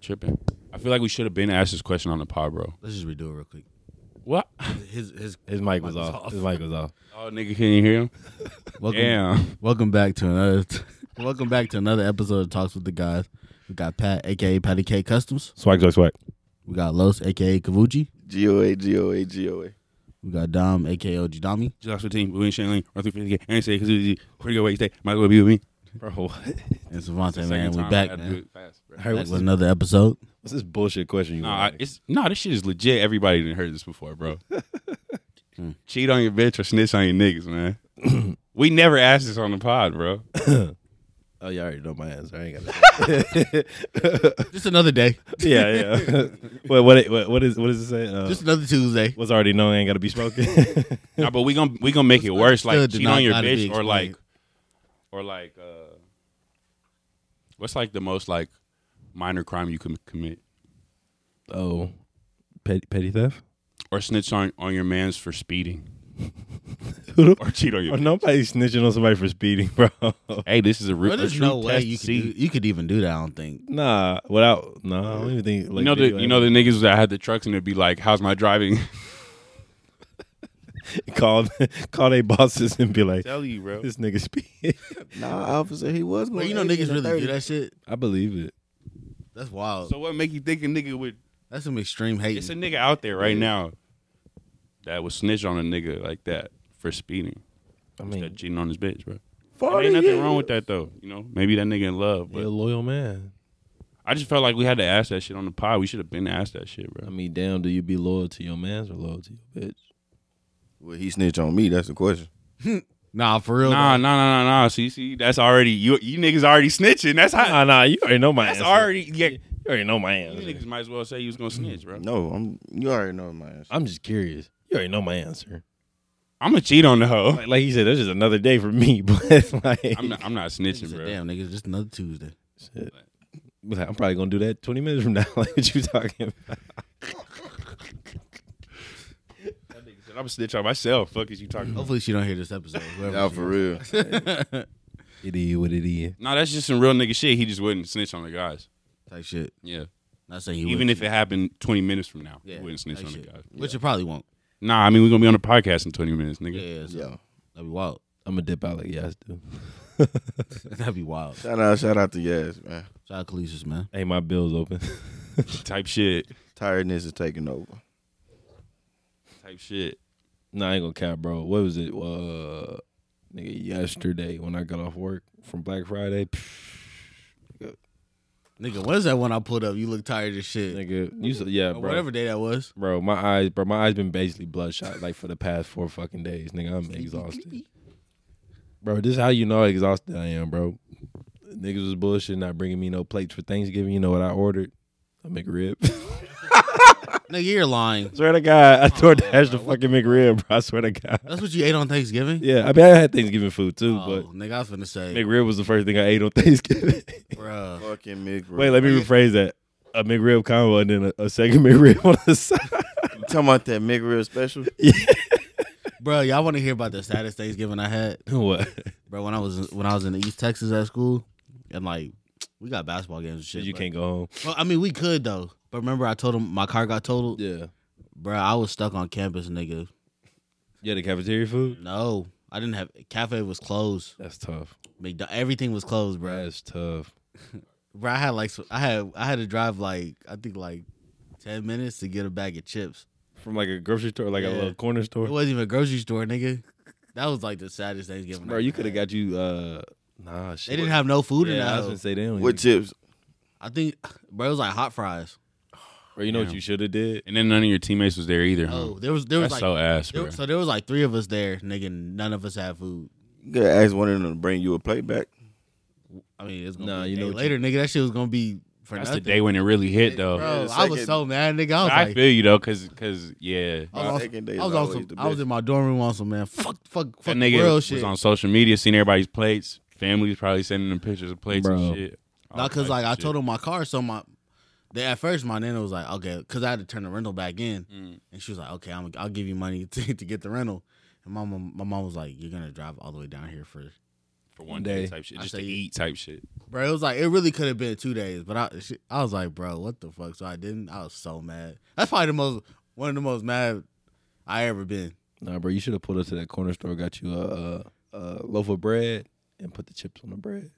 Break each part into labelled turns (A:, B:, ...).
A: Tripping. I feel like we should have been asked this question on the pod, bro.
B: Let's just redo it real quick.
A: What?
B: His his
C: His mic was off. His mic was off.
A: Oh, nigga, can you hear him?
B: welcome
A: Damn.
B: welcome back to another welcome back to another episode of Talks with the Guys. We got Pat, aka Patty K Customs.
C: Swag, swag, swag.
B: We got Los, aka Kavuji.
D: GOA, GOA, GOA.
B: We got Dom, aka OG Dami.
A: July 15, Blue and Shanley, run through 50K, and say, because you pretty good way you stay. Might as well be with me. Bro, what?
B: And Savante, man.
A: Second
B: We
A: time, I
B: back,
A: had to do
B: man.
A: it fast, bro.
C: Hey,
B: Back with
C: what's, this,
B: another episode.
C: what's this bullshit question you
A: Nah,
C: want?
A: it's, nah, this shit is legit. Everybody done heard this before, bro. Mm. Cheat on your bitch or snitch on your niggas, man. we never asked this on the pod, bro.
C: oh, you already know my answer. I ain't got to.
B: Just another day.
C: yeah, yeah. what, what, what, what is what does it say? Uh,
B: Just another Tuesday.
C: what's already known ain't got to be spoken.
A: Nah, but we gonna we gonna make it worse, like
B: Understood did
A: cheat on
B: not
A: your
B: gotta be
A: bitch or like,
B: explained.
A: or like, uh, what's like the most like minor crime you can commit
C: oh, petty, petty theft.
A: or snitch on on your man's for speeding
C: Who the-
A: or cheat on your.
C: Or nobody snitching on somebody for speeding, bro.
A: Hey, this is a real
B: But
A: a
B: there's
A: true
B: no way
A: test
B: you
A: to
B: could,
A: see.
B: do, you could even do that, I don't think.
C: nah, without no, I don't even think. Like,
A: you know the
C: video
A: you know the
C: ever-
A: niggas that had the trucks and it'd be like, "How's my driving?"
C: call call their bosses and be like,
A: Tell you, bro.
C: this nigga speed.
D: Nah, officer, he was going.
B: But you know
D: 80
B: niggas
D: to
B: really
D: 30.
B: do that shit.
C: I believe it.
B: That's wild.
A: So what make you think a nigga would?
B: That's some extreme hate.
A: It's a nigga out there right now that would snitch on a nigga like that for speeding,
C: I
A: that
B: Mm.
A: cheating on his bitch, bro. And
D: 40
A: ain't nothing wrong
D: years.
A: with that though. You know, maybe that nigga in love,
C: you
A: but
C: a loyal man.
A: I just felt like we had to ask that shit on the pod. We should have been asked that shit,
C: I
A: bro.
C: mean, damn, do you be loyal to your mans or loyal to your bitch?
D: Well, he snitched on me. That's the question.
B: nah, for real.
A: Nah, nah, nah, nah, nah. See, see, that's already you. You niggas already snitching. That's how.
C: Nah, nah, you already know my
A: That's
C: answer.
A: already. Yeah, you
C: you already know my answer.
A: niggas might as well say you was gonna snitch, bro.
D: No, I'm. You already know my answer.
C: I'm just curious. You already know my answer.
A: I'm gonna cheat on the hoe.
C: Like, like he said, there's just another day for me, but like,
A: I'm not, I'm not
B: Niggas
A: snitching,
B: said,
A: bro.
B: Damn, niggas, just another Tuesday.
C: Shit. Like, I'm probably gonna do that 20 minutes from now. Like, what you talking? About?
A: That nigga said, I'm gonna snitch on myself. Fuck is you talking about?
B: Hopefully she don't hear this episode. whoever
D: Nah,
B: she
D: for
B: is.
D: real.
C: It is what it is.
A: Nah, that's just some real nigga shit. He just wouldn't snitch on the guys.
B: Type shit.
A: Yeah.
B: Not saying you
A: Even if it happened 20 minutes from now,
B: yeah,
A: he wouldn't snitch
B: type
A: on the
B: shit.
A: guys.
B: which you probably won't.
A: Nah, I mean we're gonna be on a podcast in 20 minutes,
B: Yeah,
A: nigga.
B: yeah, so
D: Yeah.
B: that'd be wild.
C: I'm gonna dip out like you guys do.
B: That'd be wild. Shout
D: Shout out, shout out to Yaz, man.
B: out Khaleesi's man.
C: Hey, my bill's open.
A: Type shit.
D: Tiredness is taking over.
A: Type shit.
C: nah, I ain't gonna cap, bro. What was it? Uh, nigga, yesterday when I got off work from Black Friday,
B: Nigga, what is that one I pulled up? You look tired as shit.
C: nigga, you so, yeah,
B: Or
C: bro.
B: whatever day that was.
C: Bro, my eyes, bro, my eyes been basically bloodshot like for the past four fucking days, nigga. I'm exhausted. Bro, this is how you know how exhausted I am, bro. Niggas was bullshit, not bringing me no plates for Thanksgiving. You know what I ordered? A McRib.
B: Nigga, you're lying.
C: swear to God, I tore dash Oh, the fucking McRib, bro. I swear to God.
B: That's what you ate on Thanksgiving?
C: Yeah, I mean, I had Thanksgiving food too,
B: Oh, nigga, I was finna
C: but
B: say,
C: McRib was the first thing I ate on Thanksgiving.
B: bruh.
D: Fucking Mick.
C: Wait, let me rephrase that. A McRib combo and then a, a second McRib on the side.
D: You talking about that Mick real special?
B: Bruh, y'all wanna hear about the saddest Thanksgiving I had?
C: what?
B: Bro, when I was when I was in East Texas at school, and like we got basketball games and shit.
C: You
B: but-
C: can't go home.
B: Well, I mean, we could though. But remember, I told him my car got totaled.
C: Yeah.
B: Bro, I was stuck on campus, nigga.
C: You had the cafeteria food?
B: No, I didn't have. Cafe was closed.
C: That's tough.
B: McDo- everything was closed, bro.
C: That's tough.
B: Bro, I had like s- I had I had to drive like I think like ten minutes to get a bag of chips.
C: From like a grocery store, like a
B: Yeah.
C: little corner
B: It
C: store.
B: wasn't even a grocery store, nigga. That was like the saddest Thanksgiving.
C: Bro,
B: I
C: you
B: ever
C: could have
B: had.
C: got you uh nah shit.
B: They didn't have no food in
C: yeah, I
B: that.
C: was gonna
B: house.
C: say they don't
D: With
C: even-
D: chips?
B: I think, bro, it was like hot fries.
C: Or you know
A: Yeah.
C: what you should have did?
A: And then none of your teammates was there either. huh?
B: Oh, there was there was like
A: That's so ass,
B: there-
A: bro.
B: so there was like three of us there, nigga. and None of us had food.
D: You gotta ask one of them to bring you a plate back.
B: I mean, it's gonna
C: Nah,
B: be a
C: you
B: day
C: know what
B: later, nigga. That shit was gonna be for
A: That's the
B: nothing.
A: day when it really hit,
B: bro.
A: though.
D: the
B: I was
D: second-
B: so mad, nigga. I
A: I,
B: was like,
A: feel you though, cause, cause yeah,
B: I was, on-
D: Second day is
B: I was on
D: always
B: some,
D: the
B: I was
D: best.
B: in my dorm room on some man. Fuck, fuck, fuck
A: that
B: the
A: nigga
B: world
A: was
B: shit.
A: on social media, seeing everybody's plates. Families probably sending them pictures of plates
C: Bro.
A: and shit. All
B: Not cause
A: types
B: like
A: of
B: I
A: shit.
B: told him my car, so my they at first my nana was like, okay, cause I had to turn the rental back in,
A: Mm.
B: and she was like, okay, I'm, I'll give you money to, to get the rental. And my mom, my mom was like, you're gonna drive all the way down here for
A: for one day,
C: Day.
A: type shit,
B: I
A: just to
B: say-
A: eat type shit.
B: bro. It was like it really could have been two days, but I shit, I was like, bro, what the fuck? So I didn't. I was so mad. That's probably the most one of the most mad I ever been.
C: Nah, bro, you should have pulled up to that corner store, got you a, a, a loaf of bread, and put the chips on the bread.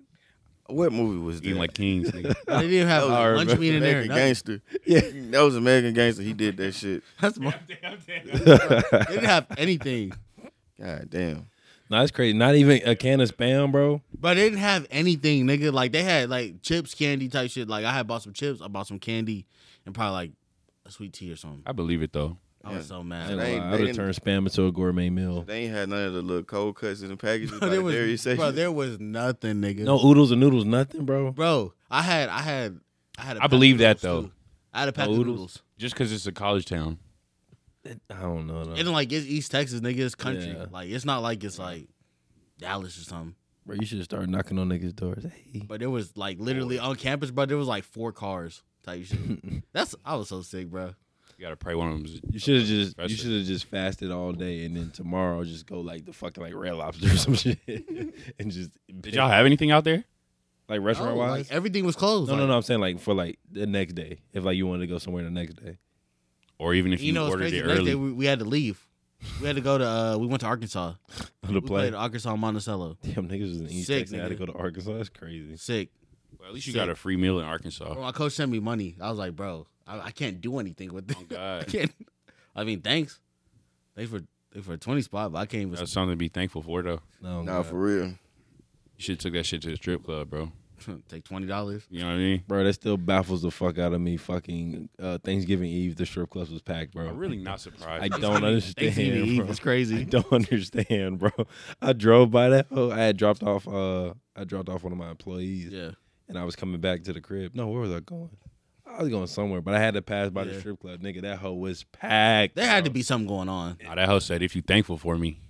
D: What movie was that?
A: Eating like kings, nigga.
B: They didn't even have
D: That was-
B: a lunch meat in there.
D: American
B: Nothing.
D: Gangster. Yeah, that was American Gangster. He did that shit.
B: That's more, they didn't have anything,
D: God damn.
C: Nah, that's crazy. Not even a can of spam, bro.
B: but they didn't have anything, nigga. Like they had like chips, candy type shit. Like I had bought some chips, I bought some candy, and probably like a sweet tea or something.
A: I believe it though.
B: I was so
C: I ain't
B: mad.
D: They-
C: gonna lie, I would
D: they-
C: have turned spam into a gourmet meal.
D: They ain't had none of the little cold cuts in the packages.
B: Bro,
D: like
B: there
D: the dairy
B: was,
D: section.
B: bro, there was nothing, nigga.
C: No oodles and noodles, nothing, bro.
B: bro, I had, I had, I had. a
A: I
B: pack of
A: believe that,
B: noodles,
A: though.
B: too. I had a pack of
C: Noodles.
B: noodles.
A: Just because it's a college town,
C: I don't know. though.
B: And like it's East Texas, nigga, it's country.
C: Yeah.
B: Like it's not like it's like Dallas or something.
C: Bro, you should start knocking on niggas' doors. Hey.
B: But there was like literally on campus, bro. There was like four cars type shit. That's I was so sick, bro.
A: you gotta pray one of them.
C: You should have just you
A: Impressive.
C: should have just fasted all day and then tomorrow just go like the fucking like red lobster or some shit and just
A: Did y'all have anything out there?
C: like restaurant
B: No,
C: wise?
B: Oh, like, everything was closed.
C: no, no,
B: like,
C: no. I'm saying like for like the next day if like you wanted to go somewhere the next day.
A: Or even if you,
B: You know, it's
A: ordered
B: crazy.
A: it
B: The next
A: early,
B: day we, we had to leave. We had to go to. uh We went to Arkansas.
C: On
B: We
C: the play.
B: played Arkansas Monticello.
C: Damn niggas was in East
B: Sick,
C: Texas. I had to
B: nigga.
C: go to Arkansas. That's crazy.
B: Sick.
A: well, at least you got a free meal in Arkansas.
B: Bro, my coach sent me money. I was like, bro, I, I can't do anything with this.
A: Oh,
B: I
A: God,
B: can't. I mean, thanks. Thanks for thanks for a twenty spot, but I can't even.
A: that's something to be thankful for though.
C: No,
D: nah,
C: God.
D: for real.
A: You should have took that shit to the strip club, bro.
B: Take twenty dollars.
A: You know what I mean?
C: bro, that still baffles the fuck out of me. Fucking uh, Thanksgiving Eve, the strip club was packed, bro.
A: I'm really not surprised.
C: I don't understand.
B: Thanksgiving Eve
C: bro.
B: is E, crazy.
C: I don't understand, bro. I drove by that. hoe. I had dropped off. Uh, I dropped off one of my employees,
B: Yeah.
C: and I was coming back to the crib. No, where was I going? I was going somewhere, but I had to pass by the
B: Yeah.
C: strip club. Nigga, that hoe was packed.
B: There had to be something going on.
A: Nah, that hoe said, "If you thankful for me,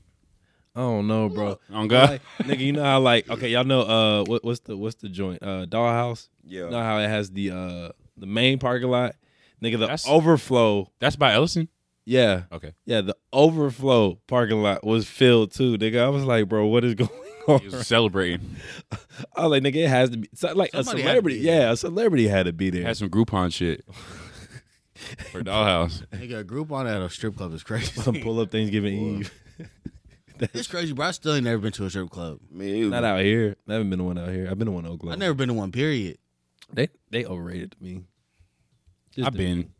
A: Oh,
C: I don't know, bro.
A: on God."
C: Like, nigga, you know how like okay, y'all know uh, what, what's the what's the joint? Uh, Dollhouse.
D: Yeah.
C: You know how it has the uh the main parking lot, nigga. The
A: That's-
C: overflow.
A: That's by Ellison.
C: Yeah.
A: Okay,
C: Yeah, the overflow parking lot was filled too, nigga. I was like, bro, what is going on?
A: he was celebrating.
C: I was like, nigga, it has to be so, like
B: Somebody
C: a
B: had to
C: celebrity.
B: be there.
C: Yeah, a celebrity had to be there.
A: Had some Groupon shit for Dollhouse.
B: Nigga, a group on at a strip club is crazy.
C: Some pull up Thanksgiving Eve.
B: it's crazy, bro. I still ain't never been to a strip club.
D: Man, it was,
C: Not out here. I haven't been to one out here. I've been to one in Oklahoma.
B: I've never been to one, period.
C: They they overrated me. Just
A: I've
C: the-
A: been,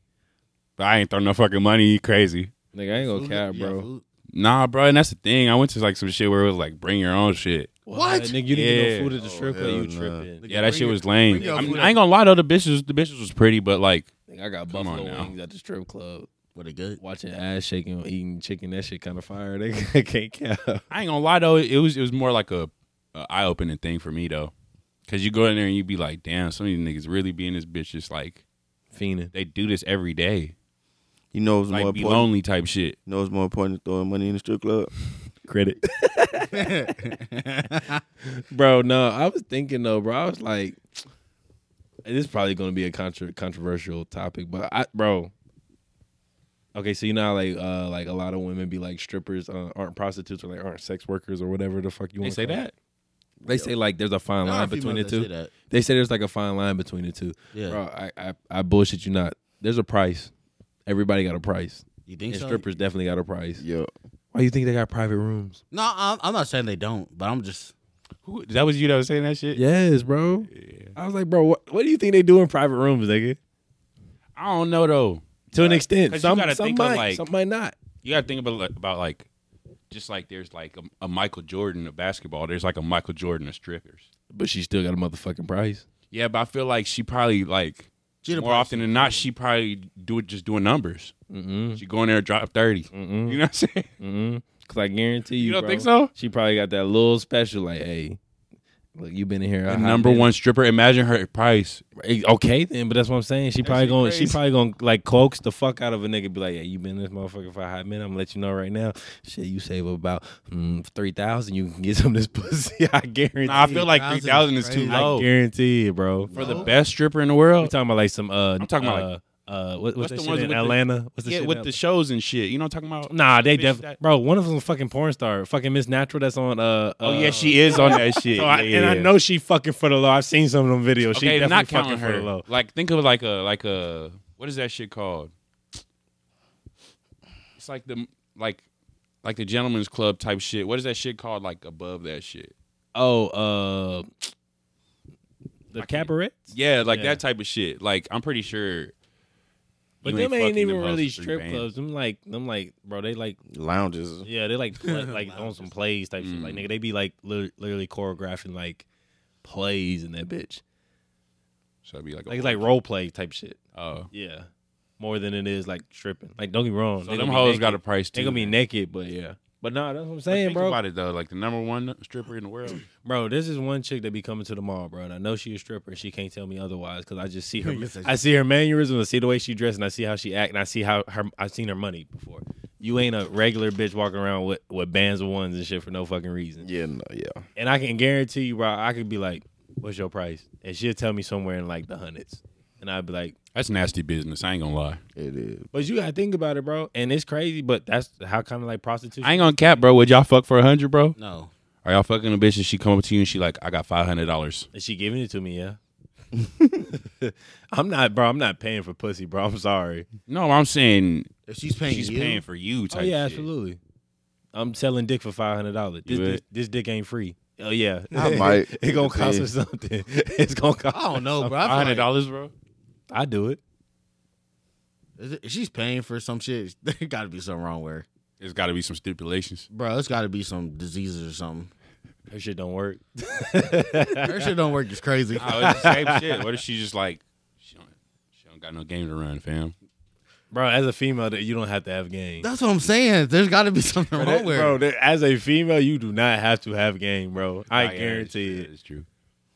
A: but I ain't throw no fucking money. You crazy?
C: nigga. I ain't gonna
B: Food-
C: cap,
B: yeah,
C: bro.
B: food.
A: Nah, bro. And that's the thing. I went to like some shit where it was like, bring your own shit.
C: What? Nigga, you didn't
A: Yeah.
C: get no food at the
D: Oh,
C: strip club.
D: hell
C: You
D: nah.
C: tripping?
B: Nigga,
A: Yeah, that
B: bring
A: shit
B: your-
A: was lame.
B: bring your
A: I, mean,
B: food
A: I ain't gonna lie though. The bitches, the bitches was pretty, but like,
C: Nigga, I got
A: Come on
C: buffalo
A: now.
C: wings at the strip club.
B: What a good.
C: Watching ass shaking, eating chicken. That shit kind of fire. Nigga, I can't cap.
A: I ain't gonna lie though. It was, it was more like a, a eye opening thing for me though, because you go in there and you be like, damn, some of these niggas really be in this bitch. Just like
C: Fiending.
A: they do this every day,
D: you know what's more
A: like be
D: important?
A: lonely type shit.
D: You know what's more important than throwing money in the strip club?
C: credit. bro, no, I was thinking though, bro. I was like, and this is probably going to be a contra- controversial topic, but I, bro. Okay, so you know how like uh like a lot of women be like strippers uh, aren't prostitutes or like aren't sex workers or whatever the fuck you
A: They
C: want.
A: say that.
C: They say like there's a fine
B: There are
C: line between the
B: females that
C: two.
B: say that.
C: They say there's like a fine line between the two.
B: Yeah.
C: Bro, I, I I bullshit you not. There's a price. Everybody got a price.
B: You think
C: And
B: so?
C: strippers definitely got a price.
D: Yeah.
C: Why you think they got private rooms?
B: No, I'm, I'm not saying they don't, but I'm just.
A: Who, that was you that was saying that shit.
C: Yes, bro. I was like, bro, what, what do you think they do in private rooms, nigga?
A: I don't know though.
C: To an extent,
A: 'Cause you
C: some
A: gotta
C: some
A: think of,
C: might,
A: like-
C: some might not.
A: You gotta think about like, about like, just like there's like a, a Michael Jordan of basketball. There's like a Michael Jordan of strippers.
C: But she still got a motherfucking price.
A: Yeah, but I feel like she probably like
B: She the
A: more
B: person.
A: often than not she probably do it just doing numbers.
C: Mm-mm,
A: She go in there and drop 30
C: mm-mm,
A: Mm-hmm. You know what I'm saying?
C: mm-mm. Mm-hmm. Cause I guarantee you,
A: You don't
C: bro,
A: think so?
C: She probably got that little special, like, hey, look, you been in here.
A: The
C: a hot
A: number
C: minute.
A: one stripper. Imagine her price. oh,
C: Eh, okay then. But that's what I'm saying. She probably
A: shit
C: gonna,
A: crazy.
C: she probably gonna like coax the fuck out of a nigga. Be like, yeah, you been in this motherfucker for a hot minute. I'm gonna let you know right now. Shit, you save about mm, three thousand. You can get some of this pussy. I guarantee.
A: Nah, I feel like three
B: 3,000
A: thousand
B: is
A: is too
B: crazy.
C: I
A: low
C: guarantee it, bro.
A: for the best stripper in the world.
C: We talking about like some. Uh,
A: I'm talking about,
C: uh, uh, what,
A: What's
C: what's, that
A: the
C: shit
A: ones
C: in
A: with the-
C: Atlanta? what's the
A: Yeah,
C: shit Uh, in
A: with
C: Atlanta?
A: the shows and shit. You know what I'm talking about?
C: Nah, they
A: bitch
C: definitely.
A: that-
C: Bro, one of them's a fucking porn star. Fucking Miss Natural that's on. Uh,
A: Oh
C: uh,
A: yeah, she is on that shit.
C: so
A: Yeah,
C: I- and
A: yeah,
C: I
A: yeah.
C: know she fucking for the low. I've seen some of them videos. she
A: Okay,
C: definitely
A: not
C: fucking
A: counting
C: for the
A: her.
C: low.
A: Like think of like a like a what is that shit called? It's like the like like the gentleman's club type shit. What is that shit called? Like above that shit.
C: Oh, uh, the
A: can't-
C: cabaret.
A: Yeah, like
C: Yeah.
A: that type of shit. Like I'm pretty sure.
C: But
A: you
C: them ain't
A: fucking
C: even
A: them hoes
C: really
A: for three
C: strip
A: bands.
C: clubs. Them like them like bro, they like
D: Lounges.
C: yeah, they like pla- like on some plays type shit. Like
A: Mm.
C: nigga, they be like lit- literally choreographing like plays in that bitch.
A: So it'd be like a-
C: Like it's like role play type shit.
A: oh,
C: Yeah, more than it is like stripping. Like don't get me wrong,
A: so
C: they
A: them
C: gonna be
A: hoes
C: naked.
A: got a price too.
C: they gonna be
A: man.
C: naked, but yeah. But nah, that's what I'm
A: But
C: saying,
A: think
C: bro.
A: About it though, like the number one stripper in the world.
C: Bro, this is one chick that be coming to the mall, bro, and I know she a stripper. She can't tell me otherwise because I just see her.
B: You said
C: I see her mannerisms. I see the way she dressed, and I see how she act, and I see how her. I've seen her money before. You ain't a regular bitch walking around with with bands of ones and shit for no fucking reason.
D: Yeah, no, yeah.
C: And I can guarantee you, bro, I could be like, "What's your price?" And she'll tell me somewhere in like the hundreds, and I'd be like,
A: That's nasty business. I ain't gonna lie.
D: It is.
C: "But you gotta think about it, bro." And it's crazy, but that's how kind of like prostitution.
A: I ain't gonna cap, bro. Would y'all fuck for a hundred, bro?
B: No.
A: Are y'all fucking a bitch and she come up to you and she like, I got five hundred dollars.
C: And she giving it to me, yeah. I'm not, bro. I'm not paying for pussy, bro. I'm sorry.
A: No, I'm saying
B: If she's paying
A: she's
B: you,
A: paying for you. Type
C: oh yeah,
A: shit.
C: absolutely. I'm selling dick for five hundred dollars. This,
A: You
C: this
A: would?
C: this dick ain't free. Oh yeah,
D: I might.
C: it gonna cost her something. It's gonna cost.
B: I don't know, bro.
A: Five
B: I
A: hundred
B: feel like,
A: dollars, bro.
C: I do it.
B: is it- if she's paying for some shit. There got to be something wrong with her.
A: There's got to be some stipulations.
B: Bro, it's got to be some diseases or something.
C: Her shit don't work.
B: Her shit don't work. It's crazy.
A: Oh, it's the same shit. What if she just like, she don't, she don't got no game to run, fam.
C: bro, as a female, that you don't have to have game.
B: That's what I'm saying. There's got to be something
C: Bro,
B: wrong
C: that-
B: with her.
C: bro, that- as a female, you do not have to have game, bro. I
A: Like, yeah,
C: guarantee
A: it's
C: it.
A: true, It's true.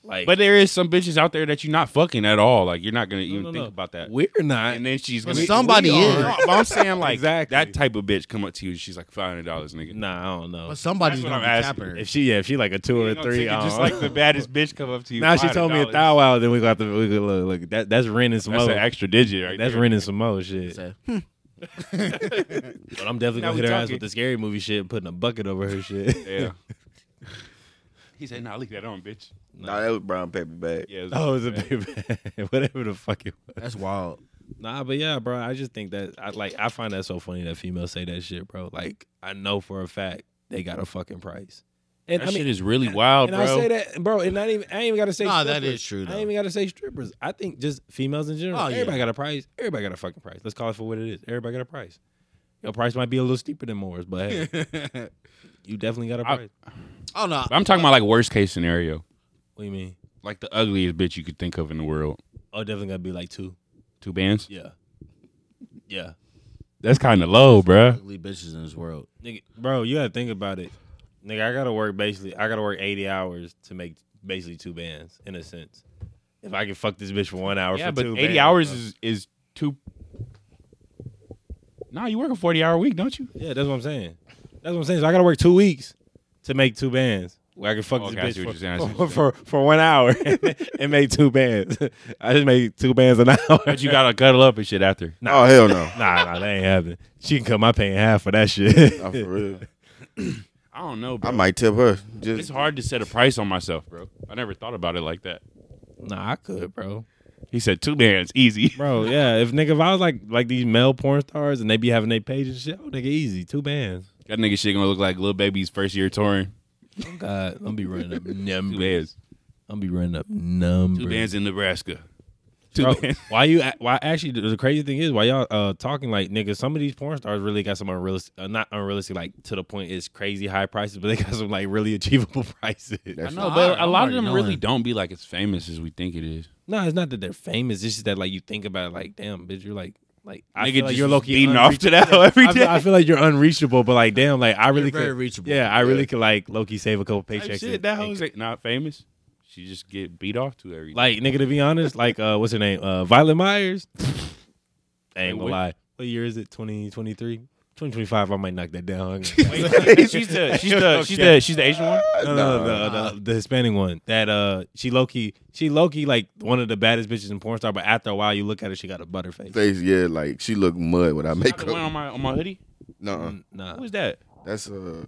C: Like,
A: But there is some bitches out there that you're not fucking at all. Like you're not gonna
C: No,
A: even
C: no,
A: think
C: no.
A: about that.
C: we're not.
A: And then she's
B: But
A: gonna
B: somebody
A: We
B: is.
A: are. But I'm saying like
C: Exactly.
A: that type of bitch come up to you. She's like five hundred dollars, nigga.
C: Nah, I don't know.
B: But somebody's
A: That's what
B: gonna be
A: I'm asking.
B: tapping her.
C: If she, yeah, if she like a two or
A: You know,
C: three,
A: ticket,
C: I
A: just
C: don't
A: like
C: know.
A: the baddest bitch come up to you.
C: Now she told me a
A: $500.
C: thou wow, then we got to we could look, look. That that's renting some
A: That's
C: more.
A: an extra digit, right?
C: that's
A: there.
C: renting some more shit.
B: So,
C: But I'm definitely
A: Now
C: gonna
A: we
C: hit her ass
A: talking.
C: with the scary movie shit, and putting a bucket over her shit.
A: Yeah. he said, "Nah, leave that on, bitch."
D: Nah, that was brown paper bag.
A: Yeah. It was
C: oh, it's a big bag. whatever the fuck it was.
B: that's wild.
C: Nah, but yeah, bro. I just think that I like I find that so funny that females say that shit, bro. Like I know for a fact they got a fucking price. And
A: that
C: I mean,
A: shit is really wild,
C: and
A: bro.
C: I say that, bro. And not even I ain't even gotta say.
B: Nah, that
C: strippers.
B: is true,
C: I
B: though.
C: ain't even gotta say strippers. I think just females in general.
B: Oh, yeah.
C: Everybody got a price. Everybody got a fucking price. Let's call it for what it is. Everybody got a price. Your price might be a little steeper than Moore's, but hey,
B: oh
C: you definitely got a
A: I-
C: price.
B: no,
A: But I'm talking about like worst case scenario,
C: what do you mean?
A: like the ugliest bitch you could think of in the world.
C: Oh, definitely gotta be like two.
A: Two bands.
C: Yeah, yeah,
A: That's kind of low, bro.
B: ugly bitches in this world.
C: nigga, bro. You gotta think about it, nigga. I gotta work basically. I gotta work eighty hours to make basically two bands in a sense. If I can fuck this bitch for one hour,
A: Yeah,
C: for
A: but
C: two
A: eighty
C: bands,
A: hours
C: bro.
A: is is two. Nah, you work a forty hour week, don't you?
C: Yeah, that's what I'm saying. That's what I'm saying. So I gotta work two weeks to make two bands where Oh, I can fuck
A: Okay, I
C: this
A: see what you're
C: bitch
A: saying, I see
C: for,
A: what you're
C: for, for for one hour and make two bands. I just made two bands an hour.
A: But you gotta cuddle up and shit after.
D: Oh hell no.
C: nah, nah, that ain't happening. She can cut my pay in half for that shit.
D: Nah, for real.
A: I don't know, bro.
D: I might tip her.
A: It's
D: Just
A: hard to set a price on myself, bro. I never thought about it like that.
C: nah, I could, bro.
A: He said two bands, easy.
C: Bro, yeah. If nigga, if I was like like these male porn stars and they be having their page and shit, oh nigga, easy, two bands.
A: That nigga shit gonna look like little baby's first year touring.
C: Oh, God, I'm be running up
A: Two
C: numbers.
A: bands,
C: I'm be running up
A: two
C: numbers.
A: bands in Nebraska. Two
C: Bro,
A: bands.
C: why you? a- Why actually? The the crazy thing is, why y'all uh, talking like niggas? Some of these porn stars really got some unrealistic, uh, not unrealistic, like to the point it's crazy high prices, but they got some like really achievable prices.
A: I
D: That's-
A: know,
B: not-
A: but a
B: I'm
A: lot
B: already
A: of them
B: knowing.
A: really don't be like as famous as we think it is.
C: No, it's not that they're famous. It's just that like you think about it, like damn, bitch, you're like, like I
A: Nigga
C: feel like
A: just
C: you're
A: was
C: low-key
A: beating off to
C: unreachable.
A: that every
C: I feel, I
A: day.
C: feel like you're unreachable, but like damn, like I really
B: very
C: could,
B: reachable.
C: Yeah, I really could like Loki save a couple
A: Type
C: paychecks.
A: shit,
C: and-
A: that
C: and-
A: hoe's ain't- not famous. She just get beat off to every
C: like nigga, to be honest, like uh, what's her name? Uh, Violet Myers.
A: Wait,
C: ain't gonna
A: what?
C: lie. What year is it? 2023? 2025, I might knock that down.
E: she's the she's the she's the she's the Asian one. Ah.
C: no, no, the, the, the Hispanic one. That uh, she low key, she low key like one of the baddest bitches in porn star. But after a while, you look at her, she got a butterface.
D: Face, yeah, like she look mud without
E: The one on
D: makeup.
E: my on my hoodie.
D: No,
C: Mm, Nah,
E: Who is that?
D: that's uh,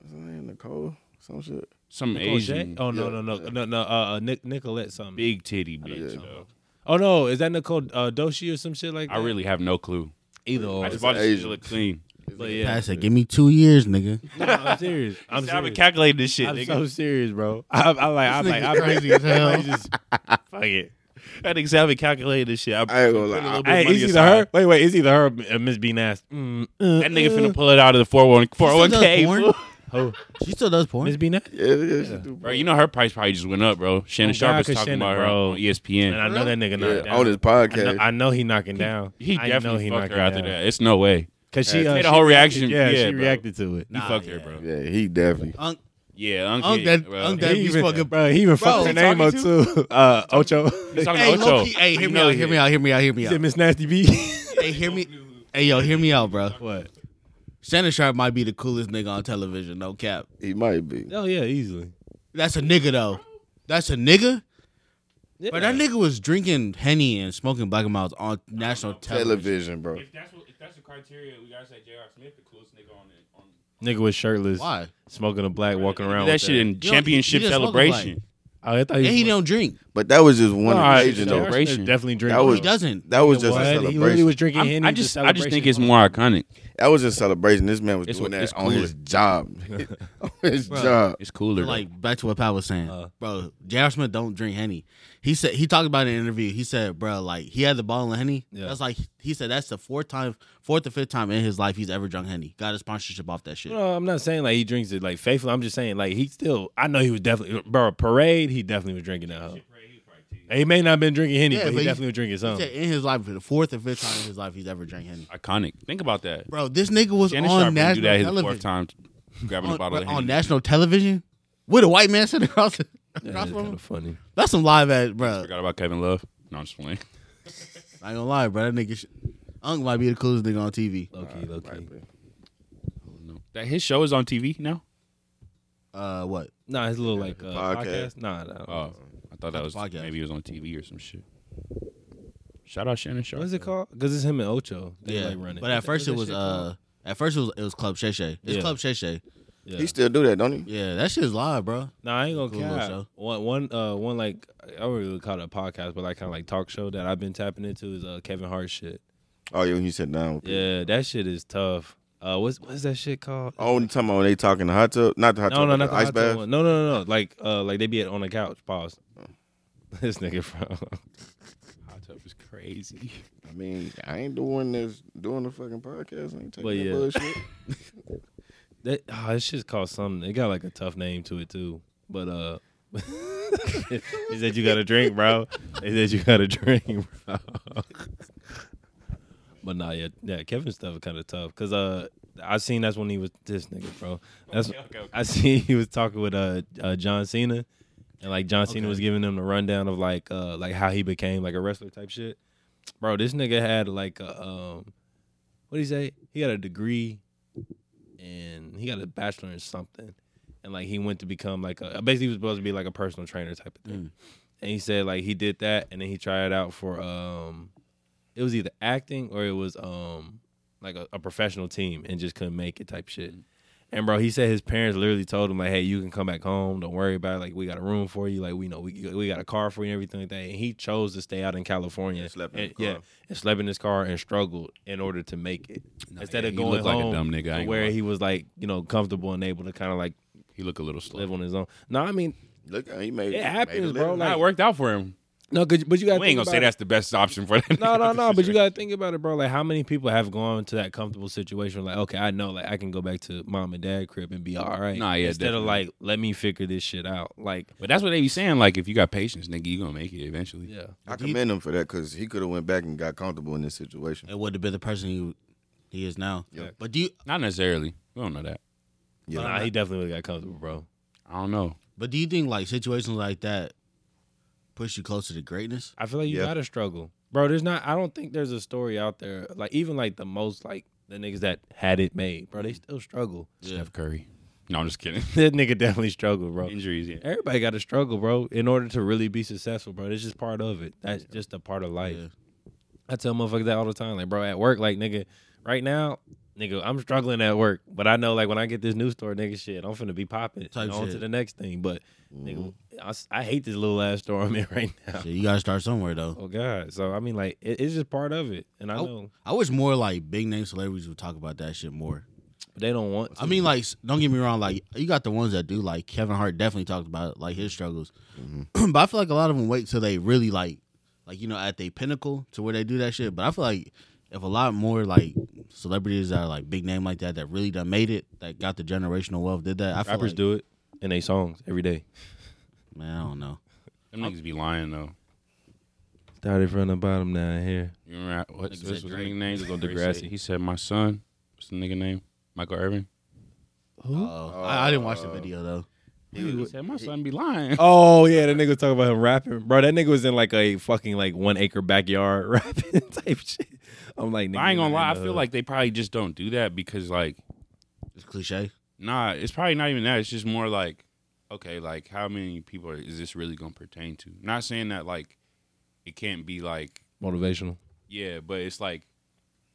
D: what's her name? Nicole, some shit.
A: Some
C: Nicole
A: Asian
C: J? Oh no, no,
D: Yeah.
C: no, no, no. Uh, uh, Nic- Nicolette something.
A: big titty bitch. though.
C: Oh no, is that Nicole uh, Doshi or some shit like that?
A: I really have no clue.
C: either or.
A: I just bought
D: it's
A: this shit
D: Asian.
A: to look clean. But
B: I
A: yeah,
B: said, give me two years, nigga.
C: No, I'm serious. I'm
A: I'm I've been
C: serious.
A: calculating this shit,
C: I'm
A: nigga.
C: so serious, bro. I, I like, I like, I'm
B: crazy as hell.
C: Just,
A: Fuck it. That nigga said I've been calculating this shit. I,
D: I ain't gonna
A: put a little
D: lie.
A: bit of
C: hey,
A: money
C: it's either
A: aside.
C: her. Wait, wait, it's either her or Miss B Nasty. Mm, uh,
A: That nigga finna pull it out of the 401 401k.
B: porn?
A: fool.
C: oh,
B: She still does porn.
C: Miss B Nasty.
D: Yeah, yeah, she do.
A: Bro, you know her price probably just went up, bro. Shannon
C: Oh,
A: Sharp
C: God,
A: is
C: cause
A: talking
C: Shannon-
A: about her
C: bro.
A: on E ESPN.
C: And I know that nigga knocked
D: Yeah,
C: down.
D: on this
C: I know,
D: podcast.
C: I know he knocking down.
A: He
C: I know
A: definitely
C: he
A: fucked
C: knocking
A: her after
C: down.
A: that. It's no way.
C: Cause she,
A: Yeah,
C: uh,
A: made a
C: she
A: whole
C: reacted-
A: reaction.
C: Yeah,
A: Yeah,
C: she
A: bro.
C: reacted to it.
A: He
B: Nah,
A: fucked her,
B: yeah.
A: bro.
D: Yeah, he definitely.
B: Unc,
A: Yeah, Unc,
B: Unc,
A: yeah,
B: that-
A: bro.
B: Unc, that
C: He
B: be
C: even-
B: fucking.
C: bro. He even fucked her
A: Who
C: name up
A: talking
C: too. Uh, Ocho.
A: He's talking
B: Hey,
A: to Ocho.
B: low key, hey, hear
A: You
B: me
A: know
B: out,
A: he
B: hear me
A: is.
B: out, hear me out, hear me
C: Is
B: out.
C: it Miss Nasty B?
B: Hey, hear me. Hey, yo, hear me out, bro.
C: What?
B: Shannon Sharp might be the coolest nigga on television, no cap.
D: He might be.
C: Oh yeah, easily.
B: That's a nigga though. That's a nigga.
C: Yeah.
B: But that nigga was drinking henny and smoking black and miles on national television.
D: Television, bro.
A: If that's what, if that's the criteria, we gotta say J.R. Smith the coolest nigga on it. On
C: Nigga was shirtless,
B: Why?
C: smoking a black, walking around.
A: that
C: with
A: shit
B: he
A: in championship
B: just looked
A: celebration.
C: Oh, I thought
B: And he
C: was-
B: don't drink.
D: But that was just one
A: Nah,
D: occasion,
A: it's
D: though.
A: a-
C: Jarrett Smith Definitely drinking.
D: That was
B: He doesn't.
D: That was just a
C: He literally
D: celebration.
C: was drinking.
A: I'm-
C: Henny
A: I
C: as a
A: just, I just think
C: celebration.
A: it's more iconic.
D: that was just a celebration. This man was
A: It's
D: doing
A: what- it's
D: that on his
A: cooler.
D: job. on his job.
A: It's cooler. though.
B: Like back to what Pat was saying,
C: Uh.
B: bro. J.R. Smith don't drink henny. He said he talked about it in an interview. He said, bro, like he had the bottle of henny.
C: Yeah.
B: That's like he said that's the fourth time, fourth or fifth time in his life he's ever drunk henny. Got a sponsorship off that shit.
C: No, I'm not saying like he drinks it like faithful. I'm just saying like he still. I know he was definitely bro parade. He definitely was drinking that. hoe. He may not have been drinking henny,
B: Yeah,
C: but
B: but
C: he
B: he-
C: definitely was drinking
B: He said
C: something.
B: in his life, for the fourth or fifth time in his life he's ever drank henny.
A: iconic. Think about that.
B: Bro, this nigga was
A: Shannon
B: on
A: Sharp wouldn't do
B: national
A: that his
B: television.
A: fourth time, grabbing a
B: on,
A: bottle of
B: on
A: Henny.
B: national television with a white man sitting across, the,
C: Yeah,
B: across
C: it's
B: from
C: kind
B: him.
C: of funny.
B: That's some live at, bro.
A: Forgot about Kevin Love. No, I'm just playing.
B: I ain't gonna lie, bro. That nigga, sh- Unc might be the coolest nigga on TV.
C: Low key, low key.
A: Oh, That his show is on TV now.
B: Uh, what?
C: Nah, it's a little like uh, podcast.
D: Podcast.
C: Nah, nah.
A: Oh, I thought that was
B: podcast.
A: maybe it was on TV or some shit. Shout out Shannon Sharp.
C: What's it called? Because it's him and Ocho. They
B: yeah,
C: like running.
B: but at
C: Is that- is
B: first
C: that
B: it was
C: shit called?
B: uh, at first it was it was Club Shay Shay. It's
C: Yeah.
B: Club Shay Shay.
C: Yeah.
D: He still do that, don't he?
B: Yeah, that shit's live, bro.
C: Nah, I ain't gonna
B: Cool
C: cap.
B: little show.
C: One, one, uh, one like I don't really call it a podcast, but like kind of like talk show that I've been tapping into is uh Kevin Hart shit.
D: Oh, yeah, when he sat down. With people.
C: Yeah, that shit is tough. Uh, what's what's that shit called?
D: Oh, the time when they talking the hot tub, not the hot
C: no,
D: tub,
C: no,
D: but
C: not the
D: ice
C: hot tub
D: bath.
C: one. No, no, no, no. Like, uh, like they be at on the couch. Pause. this nigga from.
A: Hot tub is crazy.
D: I mean, I ain't doing this, doing the fucking podcast. I ain't taking
C: But
D: that
C: yeah.
D: bullshit.
C: That oh, that shit's called something. It got like a tough name to it too. But uh, he said you got to drink, bro. He said you got to drink, bro. but nah, yeah, yeah. Kevin's stuff is kind of tough because uh, I seen that's when he was this nigga, bro. That's I seen he was talking with uh, uh John Cena, and like John Cena
B: Okay.
C: was giving him the rundown of like uh like how he became like a wrestler type shit. Bro, this nigga had like a um, what did he say? He got a degree and he got a bachelor in something. And like he went to become like a basically he was supposed to be like a personal trainer type of thing.
D: Mm.
C: And he said like he did that and then he tried it out for um it was either acting or it was um like a, a professional team and just couldn't make it type shit.
D: Mm.
C: And bro, he said his parents literally told him like, "Hey, you can come back home. Don't worry about it. Like, we got a room for you. Like, we know we we got a car for you and everything like that." And he chose to stay out in California,
D: And slept in
C: and,
D: his car.
C: yeah, and slept in his car and struggled in order to make it. Instead
A: yeah,
C: of
A: he
C: going
A: looked like a
C: home,
A: dumb nigga, I ain't
C: to
A: gonna
C: where
A: lie.
C: he was like, you know, comfortable and able to kind of like
A: He look a little slow.
C: live on his own. No, I mean,
D: Look, he made
C: It
D: made a
C: happens, bro,
D: living.
A: Nah,
C: like-
A: it worked out for him.
C: no, 'cause- but you got
A: We ain't gonna say that's the best option for that.
C: No,
A: nigga.
C: no, no. But you gotta think about it, bro. Like, how many people have gone to that comfortable situation? Like, okay, I know, like, I can go back to mom and dad crib and be all right.
A: Nah, yeah,
C: Instead of
A: definitely.
C: like, let me figure this shit out. Like,
A: But that's what they be saying. Like, if you got patience, nigga, you gonna make it eventually.
C: yeah.
D: I commend him for that because he could have went back and got comfortable in this situation.
B: It would have been the person he he is now.
D: Yeah.
B: But do you?
A: Not necessarily. We don't know that.
D: Yeah,
C: Nah, he definitely would've got comfortable, bro.
A: I don't know.
B: But do you think like situations like that push you closer to greatness?
C: I feel like you
D: Yeah.
C: gotta struggle, bro. There's not. I don't think there's a story out there like even like the most like the the niggas that had it made, bro.
A: Mm.
C: They still struggle.
A: Steph Curry. No, I'm just kidding.
C: that nigga definitely struggle, bro.
A: Injuries, yeah.
C: Everybody got to struggle, bro, in order to really be successful, bro. It's just part of it. That's just a part of life.
B: Yeah.
C: I tell motherfuckers that all the time, like, bro, at work, like, nigga, right now, nigga, I'm struggling at work, but I know, like, when I get this new store, nigga, shit, I'm finna be popping
B: Type
C: and on to
B: shit. Mm-hmm.
C: the next thing. But, nigga, I, s- I hate this little ass store I'm in right now.
B: Shit, you gotta start somewhere though.
C: Oh God! So I mean, like, it, it's just part of it, and I
B: Oh.
C: know
B: I wish more like big name celebrities would talk about that shit more.
C: but they don't want. To.
B: I mean, like, s- don't get me wrong. Like, you got the ones that do. Like, Kevin Hart definitely talked about like his struggles,
C: Mm-hmm.
B: but I feel like a lot of them wait till they really like, like you know, at their pinnacle to where they do that shit. But I feel like if a lot more like celebrities that are like big name like that that really done made it, that got the generational wealth, did that. I feel
C: rappers
B: like,
C: do it in their songs every day.
B: Man, I don't know.
A: Them niggas be lying though.
C: Started from the bottom down here.
A: You remember I- what's,
B: Nigga
A: what's
B: said
A: his
B: Drake.
A: nigga name?
C: Go
A: Drake
C: Degrassi.
A: said- He said my son. What's the nigga name? Michael Irvin.
B: Uh-oh. Uh, I, I didn't watch the video though.
A: He, said my son be lying.
C: Oh yeah, that nigga was talking about him rapping, bro. That nigga was in like a fucking like one acre backyard rapping type shit. I'm like, nigga,
A: I ain't gonna lie. I
C: uh,
A: feel like they probably just don't do that because like
B: It's cliche.
A: Nah, it's probably not even that. It's just more like, okay, like how many people are, is this really gonna pertain to? Not saying that like it can't be like
C: motivational.
A: yeah, but it's like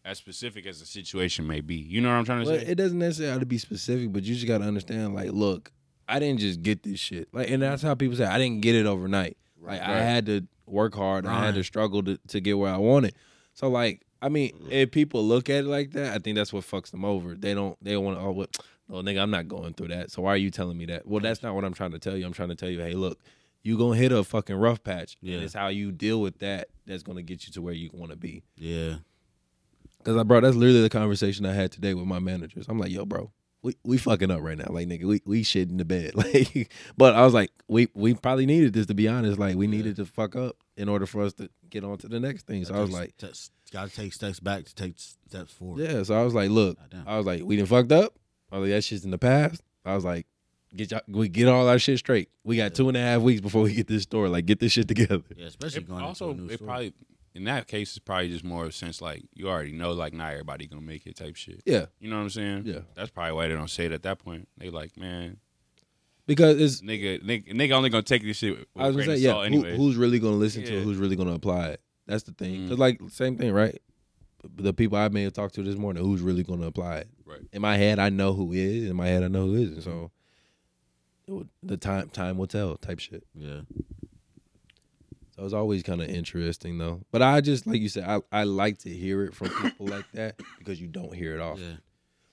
A: as specific as the situation may be. You know what I'm trying to
C: Well,
A: say?
C: it doesn't necessarily have to be specific, but you just got to understand, like, look, I didn't just get this shit. Like, and that's how people say, I didn't get it overnight. Like, I
A: right.
C: had to work hard. I had
B: Grind.
C: to struggle to, to get where I wanted. So, like, I mean,
A: Mm-hmm.
C: if people look at it like that, I think that's what fucks them over. They don't, they want to, oh, what, oh, nigga, I'm not going through that. So why are you telling me that? Well, that's not what I'm trying to tell you. I'm trying to tell you, hey, look, you going to hit a fucking rough patch.
B: Yeah.
C: And it's how you deal with that that's going to get you to where you want to be.
B: Yeah.
C: Cause I bro, that's literally the conversation I had today with my managers. I'm like, yo, bro, we, we fucking up right now. Like, nigga, we we shit in the bed. Like, but I was like, we we probably needed this to be honest. Like, we needed to fuck up in order for us to get on to the next thing. So I was like,
B: Takes- takes- gotta take steps back to take s- steps forward.
C: yeah. So I was like, look,
B: Goddamn.
C: I was like, we didn't fucked up. I was like, that shit's in the past. I was like, get y'all, we get all our shit straight. We got two and a half weeks before we get this store. Like, get this shit together.
B: Yeah, especially
A: It
B: going
A: also,
B: into a new
A: it
B: store.
A: probably in that case it's probably just more of a sense like you already know like not everybody gonna make it type shit.
C: Yeah,
A: You know what I'm saying?
C: Yeah.
A: That's probably why they don't say it at that point. They like, man,
C: because it's
A: nigga, nigga, nigga only gonna take this shit. With
C: I was
A: grain
C: gonna
A: of
C: say, yeah.
A: salt
C: Who,
A: anyway.
C: who's really gonna listen to?
A: Yeah.
C: it? Who's really gonna apply it? That's the thing.
A: Mm.
C: Cause like same thing, right? The people I may have talked to this morning, who's really gonna apply it?
A: Right.
C: In my head, I know who is. In my head, I know who isn't. So it would- the time time will tell type shit.
B: Yeah.
C: So it's always kind of interesting though. But I just like you said, I, I like to hear it from people like that because you don't hear it often.
B: Yeah.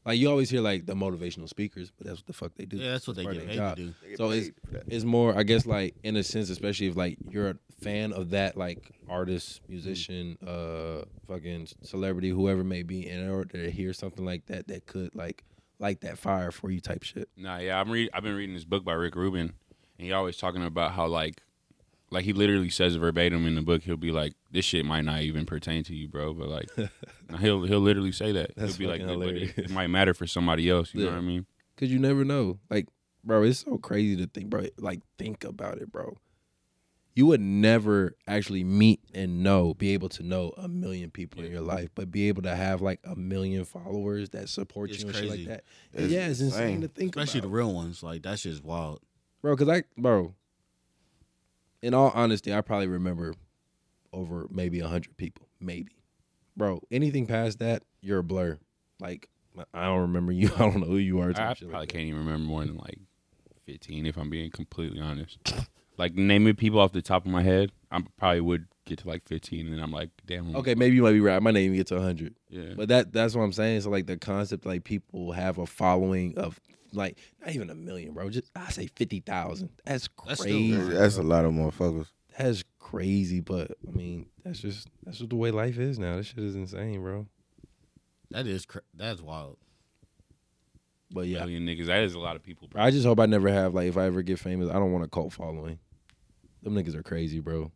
C: Like you always hear like the motivational speakers, but that's what the fuck they do.
B: Yeah, that's what they
C: Part
B: get
C: of
B: paid
C: their job.
B: to do.
D: They get
C: So it's
D: paid for that.
C: it's more, I guess, like in a sense, especially if like you're a fan of that like artist, musician,
B: Mm-hmm.
C: uh, fucking celebrity, whoever it may be, and in order to hear something like that that could like light that fire for you type shit.
A: Nah, yeah, I'm read. I've been reading this book by Rick Rubin, and he always talking about how like, like he literally says verbatim in the book. He'll be like, "This shit might not even pertain to you, bro," but like, he'll he'll literally say that.
C: That's
A: he'll be like,
C: fucking
A: "But it-
C: hilarious.
A: It might matter for somebody else. You
C: Yeah.
A: know what I mean?
C: Cause you never know. Like, bro, it's so crazy to think, bro. Like, think about it, bro. You would never actually meet and know, be able to know a million people in your life, but be able to have like a million followers that support
B: It's
C: you and shit
B: crazy.
C: like that.
D: It's
C: yeah, it's insane
D: insane.
C: to think
B: Especially
C: about.
B: the real ones. Like that shit's wild.
C: bro. Because I, bro, in all honesty, I probably remember over maybe hundred people, maybe, bro. Anything past that, you're a blur. Like I don't remember you. I don't know who you are. type
A: I
C: shit
A: probably
C: like that.
A: can't even remember more than like 15, if I'm being completely honest. like naming people off the top of my head, I probably would get to like 15, and I'm like, damn.
C: Okay, maybe you might be right. I might not even get to hundred.
A: Yeah.
C: But that that's what I'm saying. So like the concept, like people have a following of like not even a million, bro. Just I say fifty thousand. That's
B: That's still
C: crazy.
B: very-
C: that's,
D: That's a lot of motherfuckers.
C: crazy. But I mean, that's just that's just the way life is now. This shit is insane, bro.
B: That is cra- that's wild.
C: But yeah,
A: Million niggas. That is a lot of people.
C: I just hope I never have like if I ever get famous, I don't want a cult following. Them niggas are crazy, bro.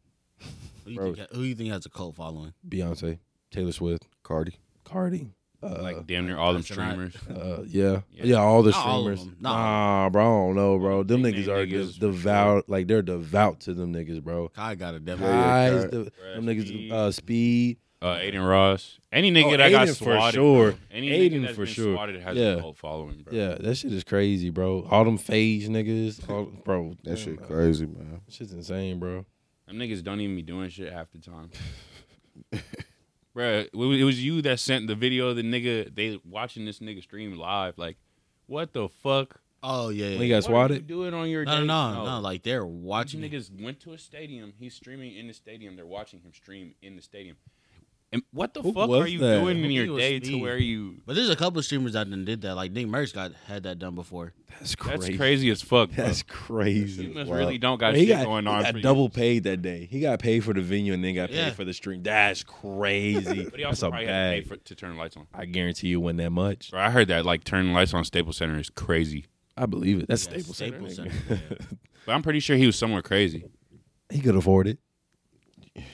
B: Who you,
C: Bro.
B: think, who you think has a cult following?
C: Beyonce, Taylor Swift,
D: Cardi.
C: Cardi. Uh,
A: Like damn near all them
B: that's not-
A: streamers.
C: uh, yeah.
A: Yeah.
C: yeah, all the
B: Not all of
C: streamers.
B: them. Not all
C: Nah, bro, I don't know, bro. Them
A: Big
C: niggas
A: name
C: are
A: niggas,
C: just
A: for sure.
C: devout, like they're devout to them niggas, bro.
B: Kai got a devil.
D: Yeah, yeah,
C: Guys,
D: Kai.
C: the, them niggas,
A: Speed.
C: uh, speed,
A: uh, Aiden Ross. Any nigga
C: Oh,
A: that got
C: Aiden for
A: swatted,
C: sure.
A: bro. Any
C: Aiden
A: nigga that's
C: for
A: been
C: sure.
A: swatted has
C: Yeah.
A: a whole following, bro.
C: Yeah, that shit is crazy, bro. All them phage niggas, all, bro. damn,
D: That shit
C: bro.
D: crazy, man.
C: Shit's insane, bro.
A: Them niggas don't even be doing shit half the time. Bruh, it was, it was you that sent the video of the nigga, they watching this nigga stream live. Like, what the fuck?
B: Oh yeah, yeah.
C: When he got
A: Why do you
C: swatted,
A: do it on your
B: no,
A: day?
B: no, no, no. Like they're watching.
A: These
B: it.
A: niggas went to a stadium. He's streaming in the stadium. They're watching him stream in the stadium. And what the
C: Who
A: fuck
C: was
A: are you
C: that?
A: doing in
B: Maybe it
A: your
B: was
A: day to
B: Steve.
A: where you?
B: But there's a couple of streamers that done did that. Like Nick Merckx got had that done before.
A: That's
C: that's crazy.
A: crazy, as fuck. Bro.
C: That's crazy.
A: you must
D: wild.
A: really don't got
C: he
A: shit
C: got,
A: going
C: he
A: on.
C: got
A: for you.
C: double paid that day. He got paid for the venue and then got paid
B: Yeah.
C: for the stream. That's crazy.
A: But he
C: that's
A: also
C: a
A: probably had to
C: bag.
A: pay for, to turn lights on.
C: I guarantee you, it wasn't that much.
A: Bro, I heard that like turning lights on Staples Center is crazy.
C: I believe it. That's
B: Yeah,
C: Staples Center.
B: Staples
C: nigga.
A: But I'm pretty sure he was somewhere crazy.
C: he could afford it,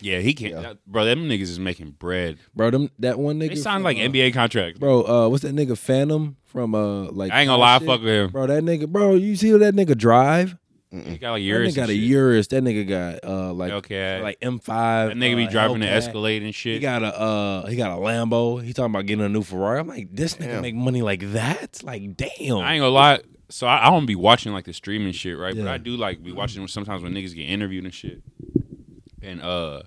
A: Yeah, he can't.
D: Yeah.
A: that- bro, them niggas is making bread.
C: bro. Them that one nigga.
A: They sound
C: from,
A: like
C: uh,
A: NBA contracts.
C: Bro, uh, what's that nigga Phantom from? Uh, like
A: I ain't gonna lie, I
C: shit?
A: fuck with him.
C: Bro, that nigga, bro, you see that nigga drive?
A: He got like
C: That
A: years.
C: nigga got a Urus. That nigga got uh like
A: Okay.
C: like M five.
A: That nigga be
C: uh,
A: driving the
C: Hellcat.
A: Escalade and shit.
C: He got a uh he got a Lambo. He talking about getting a new Ferrari. I'm like, this nigga
D: Damn.
C: make money like that? Like, damn.
A: I ain't gonna lie. So I, I don't be watching like the streaming shit, right? But
C: Yeah.
A: I do like be watching sometimes when niggas get interviewed and shit. And uh,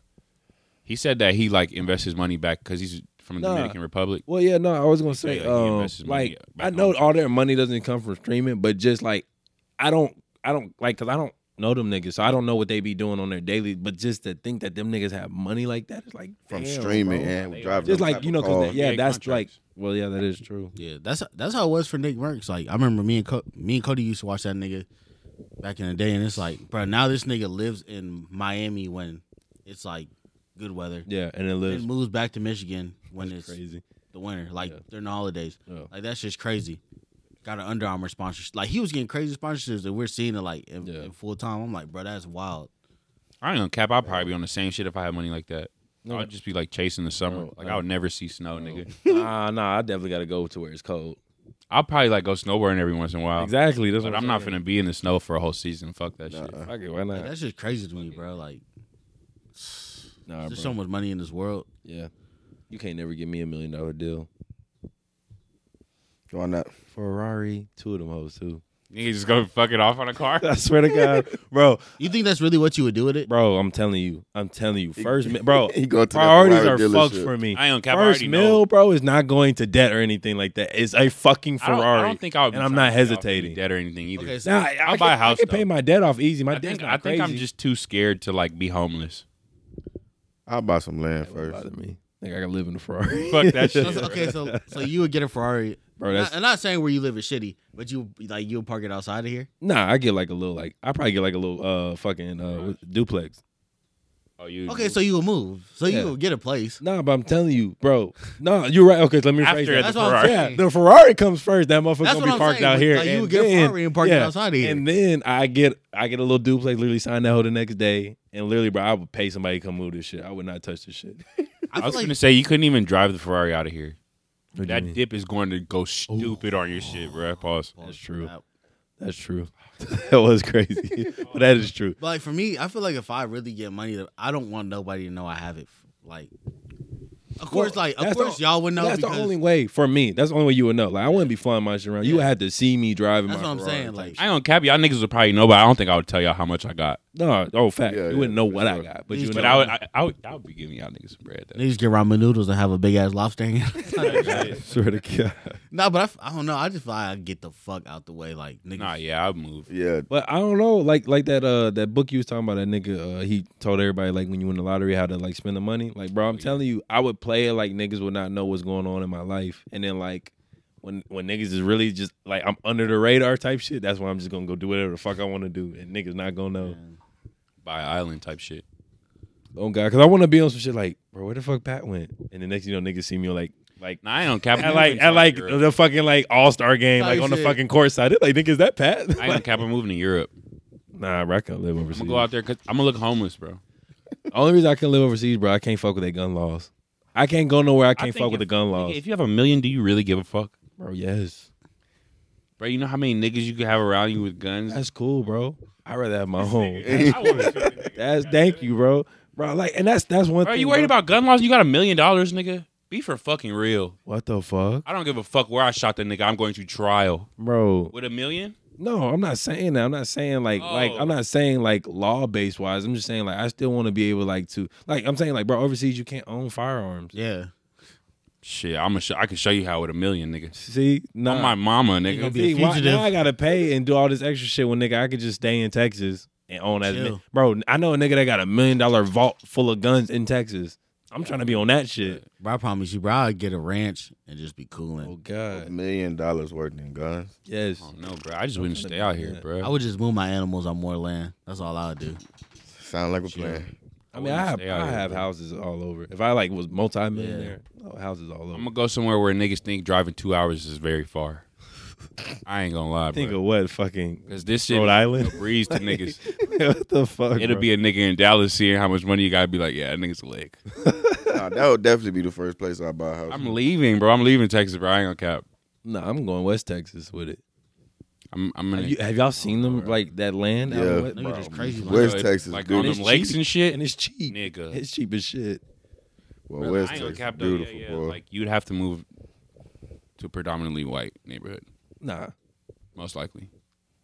A: he said that he like invests his money back because he's from the
C: Nah.
A: Dominican Republic.
C: Well, yeah, no, I was gonna
A: say
C: say,
A: that he
C: um,
A: invests his money
C: like,
A: back
C: I
A: on
C: know
A: the
C: all their money doesn't come from streaming, but just like, I don't, I don't like, cause I don't know them niggas, so I don't know what they be doing on their daily. But just to think that them niggas have money like that is like
D: From
C: damn,
D: streaming
C: bro.
D: and driving.
C: just
D: them
C: like
D: type
C: you
D: of
C: know, cause
D: cars.
C: that- yeah,
A: Big
C: that's
A: contracts.
C: like, well, yeah, that is true.
B: Yeah, that's that's how it was for Nick Merckx. Like I remember me and Co- me and Cody used to watch that nigga back in the day, and it's like, bro, now this nigga lives in Miami when it's like good weather.
C: Yeah, and it
B: Then
C: lives
B: moves back to Michigan when it's
C: crazy.
B: the winter, like
C: Yeah.
B: during the holidays.
C: Yeah.
B: Like that's just crazy. Got an Under Armour sponsorship. Like he was getting crazy sponsorships that we're seeing it like in,
C: Yeah.
B: in full time. I'm like, bro, that's wild.
A: I ain't gonna cap. I'd probably be on the same shit if I had money like that.
C: No.
A: I'd just be like chasing the summer.
C: Bro,
A: like
C: I-
A: I would never see snow, nigga.
C: Ah, nah, I definitely got to go to where it's cold.
A: I'll probably like go snowboarding every once in a while.
C: Exactly, that's
A: But I'm not gonna be in the snow for a whole season. Fuck that shit.
C: Fuck it, why
B: Like,
C: not?
B: that's just crazy to me, bro. Like
C: Nah,
B: there's
C: bro.
B: so much money in this world.
C: Yeah, you can't never give me a million dollar deal.
D: Why not?
C: Ferrari, two of them hoes too.
A: Nigga just go fuck it off on a car.
C: I swear to God, bro,
B: You think that's really what you would do with it?
C: bro. I'm telling you, I'm telling you. First, mi- bro,
D: He go to that
C: priorities are
D: Ferrari
C: fucked
D: dealership.
C: for me.
A: I ain't gonna cap, I
C: First
A: already
C: meal,
A: know.
C: bro, is not going to debt or anything like that. It's a fucking
A: I don't,
C: Ferrari.
A: I don't think I would. be
C: and I'm
A: trying
C: not
A: to pay off any
C: hesitating.
A: debt or anything either.
B: Okay, so
C: Nah, I,
A: I'll
C: can-
A: buy a house,
C: I can pay
A: though.
C: my debt off easy. My
A: I
C: debt's
A: think
C: not
A: I think I'm
C: crazy.
A: just too scared to like be homeless.
D: I'll buy some land
C: That wouldn't
D: first.
C: bother me. Like I can live in a Ferrari.
A: Fuck that shit.
B: So- so- okay, so so you would get a Ferrari.
C: Bro,
B: Not-
C: that's-
B: I'm not saying where you live is shitty, but you like you'll park it outside of here.
C: Nah, I get like a little like I probably get like a little uh fucking uh what- duplex.
A: Oh, you
B: Okay, so you will move, so
C: Yeah.
B: you will get a place.
C: Nah, but I'm telling you, bro. No, you're right. Okay, so let me
A: After
C: rephrase
A: the
C: that.
B: That's what I'm
A: Ferrari.
B: saying.
C: Yeah, the Ferrari comes first. That motherfucker
B: That's
C: gonna
B: what
C: be
B: I'm
C: parked
B: saying.
C: out here.
B: Like, you would get a Ferrari and park it outside here.
C: And then I get I get a little duplex. Literally sign that hoe the next day. And literally, bro, I would pay somebody to come move this shit. I would not touch this shit.
A: I
B: feel
A: was
B: like
A: gonna say you couldn't even drive the Ferrari out of here.
C: What do you
A: That
C: mean?
A: dip is going to go stupid on your shit, bro. Pause.
C: That's true.
B: But
C: That's true. that was crazy, but that is true.
B: like for me, I feel like if I really get money, I don't want nobody to know I have it. Like, of course,
C: Well,
B: like of
C: that's
B: course
C: the-
B: y'all would know.
C: that's the
B: because,
C: only way for me. That's the only way you would know. Like I wouldn't be flying my shit around. You would have to see me driving.
B: That's
C: my
B: what I'm
C: Ferrari
B: saying,
C: type
B: like-
C: shit.
A: I don't cap y'all niggas would probably know, but I don't think I would tell y'all how much I got.
C: no, oh fact,
D: Yeah,
C: you
D: yeah,
C: wouldn't know
D: for
C: what I
D: sure.
C: got, but
B: These
C: you
A: But
C: know.
A: I would, I, I would, I would be giving y'all niggas some bread.
B: They
A: Though.
B: just get ramen noodles and have a big ass lobster. no,
C: swear to God.
B: nah, but I f- I, don't know. I just feel like I get the fuck out the way. Like, niggas.
A: Nah, yeah, I'd move.
D: Yeah,
C: But I don't know, like like that uh that book you was talking about that nigga uh, he told everybody like when you win the lottery how to like spend the money. Like bro, I'm telling you, I would play it like niggas would not know what's going on in my life, and then like when when niggas is really just like I'm under the radar type shit. That's why I'm just gonna go do whatever the fuck I want to do, and niggas not gonna know.
A: Buy an island type shit.
C: Oh god, because I want to be on some shit like bro, where the fuck Pat went, and the next thing you know niggas see me like like.
A: Nah, I don't cap.
C: At like at like the fucking like all star game like
B: Type
C: on the
B: shit.
C: fucking court side, They're like nigga is that Pat?
A: I ain't cap. I'm moving to Europe.
C: nah, bro, I can't live overseas.
A: I'm gonna go out there because I'm gonna look homeless, bro.
C: Only reason I can live overseas, bro, I can't fuck with their gun laws. I can't go nowhere. I can't
A: think
C: fuck with the
A: if-
C: gun laws,
A: If you have a million, do you really give a fuck,
C: bro. Yes,
A: bro? You know how many niggas you could have around you with guns.
C: that's cool, bro. I'd rather have my home.
A: I wouldn't.
C: That's thank you, bro. bro. Like, and that's that's one.
A: Bro,
C: thing,
A: you worried
C: bro.
A: about gun laws? You got a million dollars, nigga. Be for fucking real.
C: what the fuck,
A: I don't give a fuck where I shot the nigga. I'm going to trial
C: bro?
A: with a million.
C: No, I'm not saying that. I'm not saying like like
A: Oh.
C: I'm not saying like law based wise. I'm just saying like I still want to be able like to like I'm saying like bro overseas you can't own firearms.
B: Yeah.
A: Shit, I'm a sh- I can show you how with a million, nigga.
C: See, nah.
A: I'm my mama,
B: You
A: nigga.
B: gonna be a
C: See, why,
B: fugitive.
C: now I gotta pay and do all this extra shit when nigga I could just stay in Texas and own as
B: Chill.
C: many. bro. I know a nigga that got a million dollar vault full of guns in Texas. I'm trying to be on that shit.
B: Bro, I promise you, bro, I'd get a ranch and just be
C: Oh
B: cooling.
D: A
C: god,
D: million dollars worth in guns.
C: yes.
A: Oh, no, bro. I just wouldn't stay out here, bro.
B: I would just move my animals on more land. That's all I would do.
D: Sound like a plan.
C: I mean I
A: wouldn't
C: have I
A: stay out here,
C: have
A: bro.
C: houses all over. If I like was multi millionaire, houses all
A: I'm
C: over.
A: gonna go somewhere where niggas think driving two hours is very far. I ain't gonna lie,
C: Think
A: bro.
C: of what fucking
A: Because this shit
C: Rhode Island.
A: breeze to niggas.
C: what the fuck?
A: It'll
C: bro?
A: be a nigga in Dallas seeing how much money you gotta be like, yeah, that nigga's a lick.
D: Nah, that would definitely be the first place I buy a house.
A: I'm leaving, bro. I'm leaving Texas, bro. I ain't gonna cap.
C: No, I'm going West Texas with it. oh,
A: I'm I'm gonna
C: Have, you, have y'all seen them like that land? out in
D: Yeah.
C: West-
B: Nigga, just crazy.
D: Where's
B: Like,
A: Bro, it-
D: Texas,
A: Like
D: dude?
A: on
D: It's
A: them lakes
C: cheap.
A: and shit.
C: and it's cheap,
A: Nigga.
C: It's cheep as shit.
D: well,
A: Bro,
D: West
A: I ain't gonna
D: Texas,
A: cap though.
D: beautiful,
A: yeah, yeah.
D: boy.
A: Like you'd have to move to a predominantly white neighborhood,
C: Nah,
A: most likely.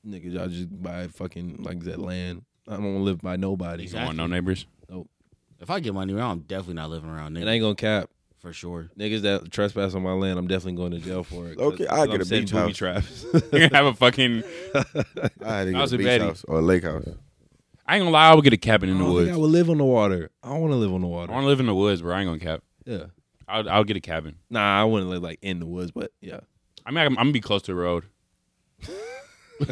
C: nigga, y'all just buy fucking like that land. I don't want to live by nobody.
A: You don't want no neighbors.
B: if I get money around, I'm definitely not living around
C: It
B: niggas
C: ain't gonna cap.
B: for sure.
C: Niggas that trespass on my land, I'm definitely going to jail for it. 'cause-
D: Okay, I'll
C: 'cause
D: get
C: I'm
D: a
C: setting
D: beach
C: booby
D: house.
C: traps.
A: You can have a fucking.
D: I had to get
A: How's
D: a
A: it
D: beach
A: Betty?
D: house or a lake house.
A: I ain't gonna lie. I would get a cabin in
C: I
A: the
C: don't think I
A: woods.
C: would live on the water. I don't want to live on the
A: I
C: water.
A: want to live in the woods, bro. I ain't gonna cap.
C: yeah.
A: I'll, I'll get a cabin.
C: Nah, I wouldn't live like in the woods, but yeah.
A: I mean, I'm, I'm gonna be close to the road.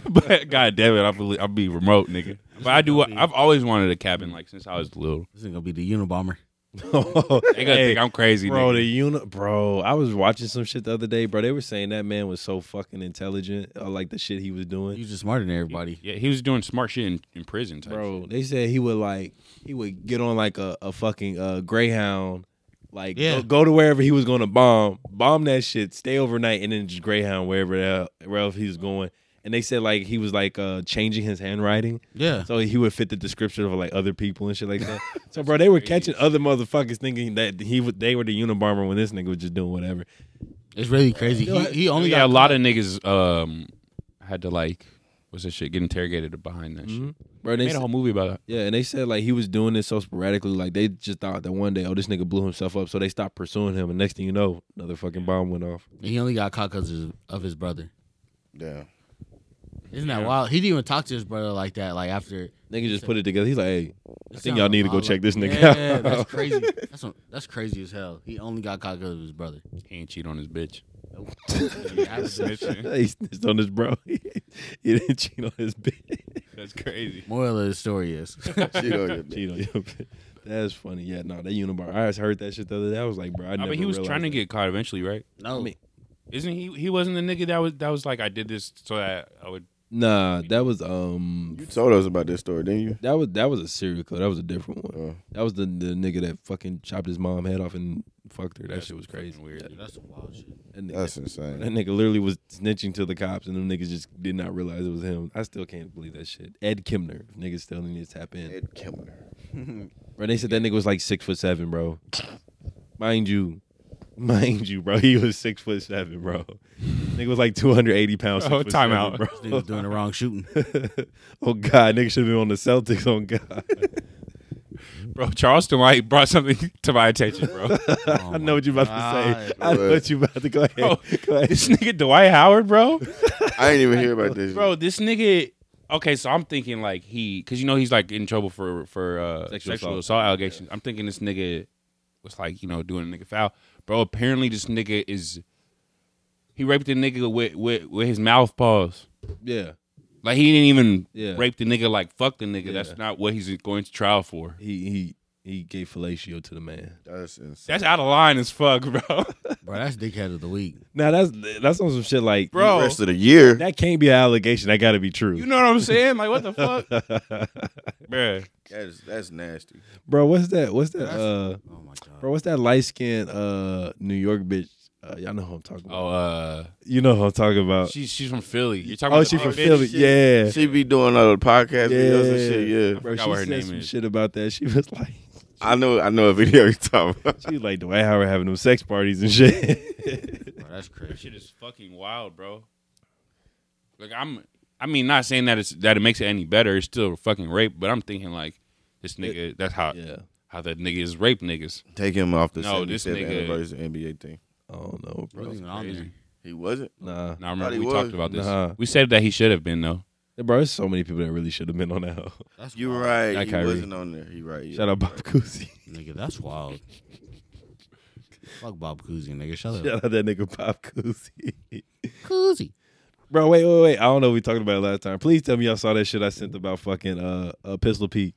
A: but god damn it, I'll be, I'll be remote, nigga. But I do. I've always wanted a cabin, like since I was little.
B: This is gonna be the Unabomber.
A: They gonna think I'm crazy,
C: Bro,
A: nigga.
C: the unit, bro. I was watching some shit the other day, bro. They were saying that man was so fucking intelligent, uh, like the shit he was
B: You
C: doing,
B: just smarter than everybody.
A: Yeah, he was doing smart shit in, in prison, type
C: bro. They said he would like he would get on like a, a fucking uh, Greyhound, like
B: Yeah.
C: go, go to wherever he was going to bomb, bomb that shit, stay overnight, and then just Greyhound wherever the hell- wherever he was going. And they said like he was like uh, changing his handwriting,
B: Yeah.
C: so he would fit the description of like other people and shit like that. so, bro, they were catching other motherfuckers thinking that he would they were the Unabomber when this nigga was just doing whatever.
B: It's really crazy. He, he only
A: yeah,
B: got
A: a lot of niggas um had to like what's that shit get interrogated behind that shit.
C: Bro, they
A: Made a whole movie about that.
C: Yeah, and they said like he was doing this so sporadically, like they just thought that one day, oh, this nigga blew himself up, so they stopped pursuing him, and next thing you know, another fucking bomb went off.
B: he only got caught because of, of his brother.
D: Damn.
B: Isn't that wild? He didn't even talk to his brother like that. Like after,
C: Nigga just put it together. He's like, hey,
B: I
C: think y'all need to go check this nigga
B: Yeah,
C: out.
B: that's crazy. That's what- that's crazy as hell. He only got caught because of his brother.
A: He ain't cheat on his bitch.
C: he snitched on his bro. he didn't cheat on his bitch.
A: That's crazy.
B: Moral of the story is,
D: Cheat on your bitch.
C: cheat on your bitch. That's funny. Yeah, no, that unibar. I just heard that shit the other day. I was like, bro, I
A: I
C: never.
A: mean, he was
C: realized
A: trying to
C: that.
A: get caught eventually, right?
B: no,
C: mean-
A: Isn't he? He wasn't the nigga that was that was like I did this so that I would.
C: Nah, that was um.
D: You told us about this story, didn't you?
C: That was that was a serial killer. That was a different one.
D: Uh,
C: That was the, the nigga that fucking chopped his mom head off and fucked her. That shit was crazy.
A: fucking weird,
C: That-
A: dude.
B: that's some wild shit.
C: that nigga-
D: that's
C: That
D: insane.
C: nigga literally was snitching to the cops, and them niggas just did not realize it was him. I still can't believe that shit. Ed Kimner, if niggas still need to tap in.
D: Ed Kemner.
C: Bro, they said that nigga was like six foot seven, bro. Mind you, mind you, bro, he was six foot seven, bro. Nigga was like two hundred eighty pounds.
A: Bro,
C: Oh,
A: time
C: timeout,
A: out.
B: This nigga's doing the wrong shooting.
C: bro. oh god, nigga should have been on the Celtics. On god,
A: Bro, Charleston White brought something to my attention, bro.
C: I know what you about to say. I know what you about to go ahead.
A: Bro,
C: go ahead.
A: this nigga Dwight Howard, bro.
D: I ain't even hear about this.
A: Bro, this nigga. Okay, so I'm thinking like he, cause you know he's like in trouble for for uh,
C: Sexual
A: sexual,
C: assault.
A: assault, allegations. I'm thinking this nigga was like you know doing a nigga foul, bro. Apparently this nigga is he raped the nigga with with, with his mouth paws.
C: Yeah,
A: Like he didn't even
C: Yeah.
A: rape the nigga. Like fuck the nigga.
C: Yeah.
A: That's not what he's going to trial for.
C: he he he gave fellatio to the man.
D: that's insane.
A: That's out of line as fuck, bro.
B: Bro, that's dickhead of the week.
C: Now that's that's on some shit like
A: Bro.
D: Rest of the year.
C: That can't be an allegation. That got to be true.
A: You know what I'm saying? Like what the fuck, bro?
D: That's that's nasty.
C: bro, what's that? What's that? Uh,
B: Oh my god.
C: bro, what's that light skinned uh New York bitch? Uh, y'all know who I'm talking about.
A: Oh, uh,
C: You know who I'm talking about.
A: she's she's from Philly. You talking?
C: Oh,
A: about
C: she
A: the
C: from
A: bitch?
C: Philly. Yeah.
D: She be doing all the podcast videos and shit. Yeah.
C: Bro,
A: Forgot
C: she
A: what her
C: said
A: name
C: some
A: is.
C: shit about that. She was like,
D: I know, I know a video you talking about.
C: She's like Dwight Howard having them sex parties and shit.
B: Bro, that's
A: That
B: crazy.
A: shit is fucking wild, bro. Like I'm, I mean, not saying that it's that it makes it any better. It's still fucking rape, but I'm thinking like this nigga. that's how
C: yeah.
A: how that nigga is rape niggas.
D: Take him off the
A: No, this
D: 75th
A: nigga-
D: anniversary NBA team.
C: I don't know,
B: Bro,
C: bro.
B: even on
A: crazy.
B: there.
D: He wasn't.
C: Nah,
A: Now I
D: Thought
A: remember
D: he
A: we
D: was.
A: talked about this.
C: Nah.
A: We said that he should have been though.
C: Yeah, bro. There's so many people that really should have been on that. Hoe.
B: That's
D: You
B: wild.
D: right.
C: That
D: he
C: Kyrie.
D: wasn't on there. He right. Yeah.
C: Shout out Bob Cousy.
B: nigga. That's wild. Fuck Bob Cousy, nigga. Shut up,
C: Shout out that nigga Bob Cousy.
B: Cousy.
C: Bro, wait, wait, wait. I don't know what we talked about it last time. Please tell me y'all saw that shit I sent about fucking uh, uh Pistol Pete.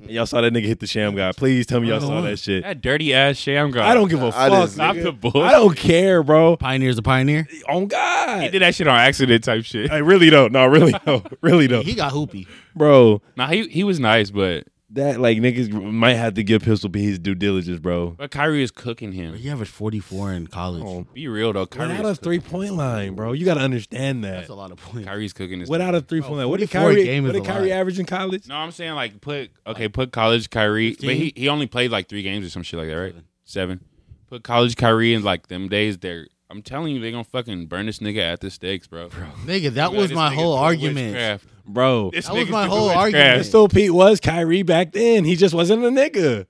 C: And y'all saw that nigga hit the sham guy. Please tell me y'all
B: Neither
C: saw
B: one.
C: that shit.
A: That dirty ass sham guy.
C: I don't give a
D: I
C: fuck.
D: didn't
A: Stop
D: nigga.
A: the bull.
C: I don't care, bro.
B: Pioneer's a pioneer.
C: On
A: He
C: God.
A: did that shit on accident type shit.
C: I really don't. No, really don't. Really don't.
B: He got hoopy.
C: Bro,
A: Nah, he he was nice, but
C: that like niggas might have to give Pistol Pete his due diligence, bro.
A: but Kyrie is cooking
B: Bro,
A: him.
B: He averaged 44 in college.
C: Oh,
A: Be real though, Kyrie. Is
C: Without a
A: cooking.
C: three point line, bro. You gotta understand that.
B: That's a lot of points.
A: Kyrie's cooking his.
C: Without a three point
B: Bro,
C: line. What did
B: 44 a
C: Kyrie
B: game
C: what
B: is
C: did
B: a
C: Kyrie
B: lot.
C: average in college?
A: No, I'm saying like put okay, put college Kyrie, but he, he only played like three games or some shit like that, right? Seven. Put college Kyrie in like them days. They're I'm telling you, they gonna fucking burn this nigga at the stakes, bro. Bro,
B: Nigga, that was my whole argument.
C: Bro.
B: That was my whole argument.
C: Pistol Pete was Kyrie back then. He just wasn't a nigga.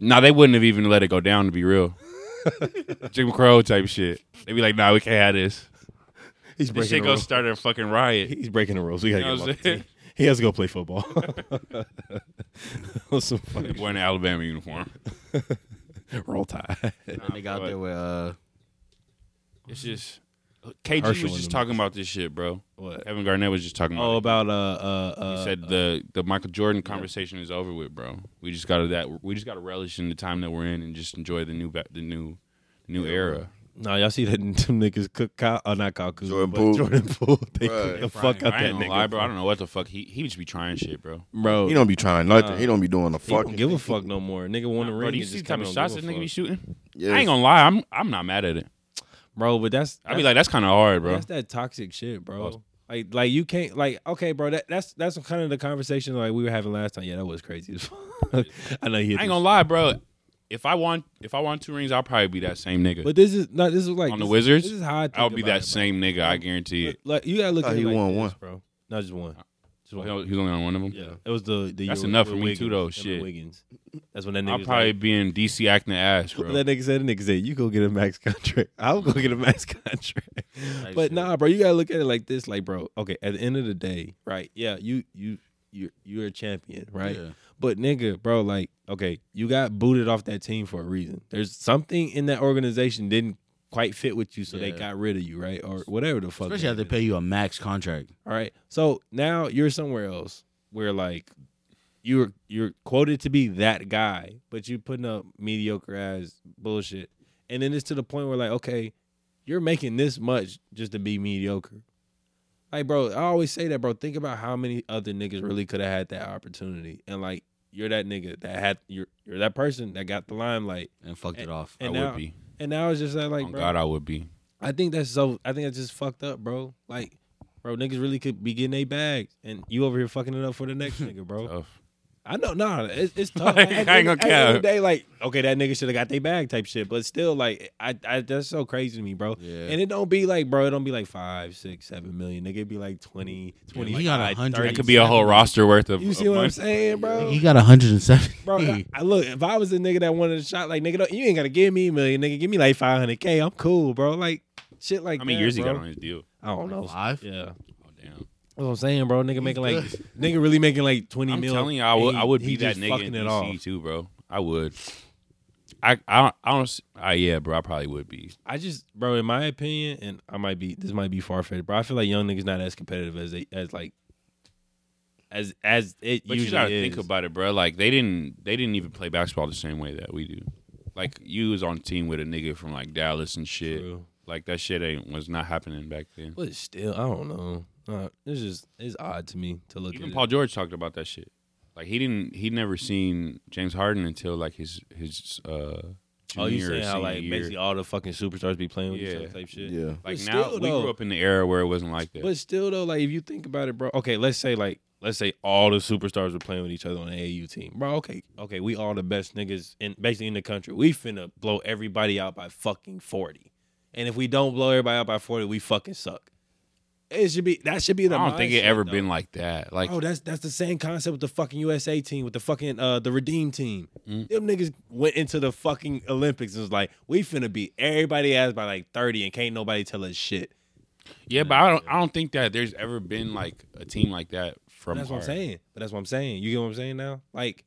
A: Nah, they wouldn't have even let it go down to be real. Jim Crow type shit. They be like, nah, we can't have this.
C: He's
A: This
C: breaking
A: shit
C: the
A: gonna
C: rules.
A: start a fucking riot.
C: He's breaking the rules. We gotta
A: You know
C: get him
A: what
C: off the
A: I'm
C: team. He has to go play football. On some fucking
A: Boy in an Alabama uniform.
C: roll tide.
B: They got there with uh,
A: It's just KG
C: Herschel
A: was
C: in
A: just
C: the
A: talking about this shit, bro.
C: What?
A: Evan Garnett was just talking
C: Oh,
A: about.
C: about uh uh.
A: it.
C: uh
A: he said the the Michael Jordan conversation is over with, bro. We just gotta that we just gotta relish in the time that we're in and just enjoy the new ba- the new new era.
C: No, y'all see that them niggas cook Kyle? Oh, not Kyle Kuzma,
D: Jordan
C: but
D: Poole.
C: Jordan Poole. They
D: Right.
C: cook the fuck out
A: I
C: that
A: ain't gonna
C: nigga,
A: lie, bro. I don't know what the fuck he he just be trying shit, bro.
C: Bro,
D: He don't be trying nothing.
C: Nah.
D: he don't be doing a
C: he don't
D: fucking.
C: give a fuck no more. Nigga won the ring.
A: Bro, do you
C: and
A: see the
C: just
A: type of
C: kinda don't
A: shots that
C: give a
A: nigga be
C: fuck.
A: shooting?
D: Yes.
A: I ain't gonna lie, I'm I'm not mad at it.
C: Bro, but that's
A: I'd be like, that's kind of hard, bro.
C: That's that toxic shit, bro. Like, like you can't, like, okay, bro. That, that's that's kind of the conversation like we were having last time. Yeah, that was crazy as fuck. I know he.
A: I ain't gonna lie, bro. If I want if I want two rings, I'll probably be that same nigga.
C: But this is no. This is like
A: On the
C: this-
A: Wizards,
C: This is how I think
A: I'll be
C: about
A: that
C: it,
A: same nigga. I guarantee
C: bro.
A: it.
C: Like you gotta look
D: Oh,
C: at it
D: he
C: like
D: won
C: this,
D: one.
C: bro. Not just one. Just
A: Well,
C: one.
A: he was only on one of them.
C: yeah, it was the the.
A: Oh, That's
C: year
A: enough
C: with
A: for me too, though,
C: Wiggins. Him and
A: shit.
C: Wiggins. That's when that nigga.
A: I'll
C: was
A: probably
C: like-
A: be in DC acting ass,
C: what
A: bro.
C: That nigga said, that nigga said, you go get a max contract. I'll go get a max contract. but nah, bro, you gotta look at it like this, like, bro. Okay, at the end of the day, right? Yeah, you you you you're a champion, right?
B: Yeah.
C: But nigga, bro, like, okay, you got booted off that team for a reason. There's something in that organization didn't quite fit with you, so they
B: Yeah.
C: got rid of you, right? Or whatever the fuck.
B: especially
C: that
B: after they
C: is.
B: pay you a max contract.
C: All right. So now you're somewhere else where like you're you're quoted to be that guy, but you putting up mediocre ass bullshit. And then it's to the point where like, okay, you're making this much just to be mediocre. Like, bro, I always say that, bro. Think about how many other niggas really could have had that opportunity. And like you're that nigga that had you're you're that person that got the limelight.
B: and fucked it off.
A: I
C: And now-
A: would be.
C: And now it's just that like
A: on
C: bro,
A: God, I would be.
C: I think that's so. I think that's just fucked up, bro. Like, bro, niggas really could be getting they bags, and you over here fucking it up for the next nigga, bro.
A: Tough.
C: I know, nah, it's, it's tough.
A: Like,
C: at the
A: I ain't
C: end-
A: gonna
C: at the end of the
A: cap.
C: day, like, okay, that nigga should have got they bag type shit, but still, like, I, I, that's so crazy to me, bro.
B: Yeah.
C: And it don't be like, bro, it don't be like five, six, seven million. Nigga, it be like 20, 20
B: he got a hundred.
A: That could be a whole roster worth of.
C: You see
A: of
C: what I'm
A: money.
C: saying, bro?
B: He got 107.
C: Bro, I, I- look, if I was a nigga that wanted a shot, like nigga, don't, you ain't gotta give me a million, nigga. Give me like five hundred k. I'm cool, bro. Like shit, like
A: How many
C: that,
A: years he
C: bro.
A: got on his deal?
C: I don't know.
B: Five?
C: Yeah.
A: Oh damn.
C: That's what I'm saying, bro. Nigga making like
B: good.
C: nigga really making like twenty
A: I'm
C: mil.
A: telling you, I would.
C: and
A: I would
C: he
A: be that
C: just
A: nigga in
C: fucking
A: DC
C: it off.
A: too, bro. I would. I I don't. I don't s- I, yeah, bro. I probably would be.
C: I just, bro, in my opinion, and I might be this might be far fetched, bro. I feel like young niggas not as competitive as they as like as as it
A: But
C: usually
A: you gotta
C: is.
A: think about it, bro. Like they didn't. They didn't even play basketball the same way that we do. Like you was on a team with a nigga from like Dallas and shit.
C: True.
A: Like that shit ain't was not happening back then.
C: But still, I don't know. Uh, it's just it's odd to me to look
A: Even
C: at.
A: Paul
C: it.
A: George talked about that shit. Like he didn't. He never seen James Harden until like his his uh.
C: Oh, you
A: junior or
C: saying how
A: senior
C: like
A: year.
C: basically all the fucking superstars be playing with each
A: Yeah.
C: other type shit?
D: Yeah.
A: Like
C: But
A: now, we
C: still, though-
A: grew up in the era where it wasn't like that.
C: But still, though, like if you think about it, bro. Okay, let's say like let's say all the superstars were playing with each other on the AU team, bro. Okay, okay, we all the best niggas in basically in the country. We finna blow everybody out by fucking forty, and if we don't blow everybody out by forty, we fucking suck. It should be that should be the.
A: I don't think it
C: mindset,
A: ever
C: though.
A: been like that. Like
C: Oh, that's that's the same concept with the fucking USA team, with the fucking uh the Redeem team.
A: Mm.
C: Them niggas went into the fucking Olympics and was like, we finna beat everybody ass by like thirty, and can't nobody tell us shit.
A: yeah, but I don't I don't think that there's ever been like a team like that from.
C: That's what I'm
A: Hart.
C: saying. But that's what I'm saying. You get what I'm saying now? Like,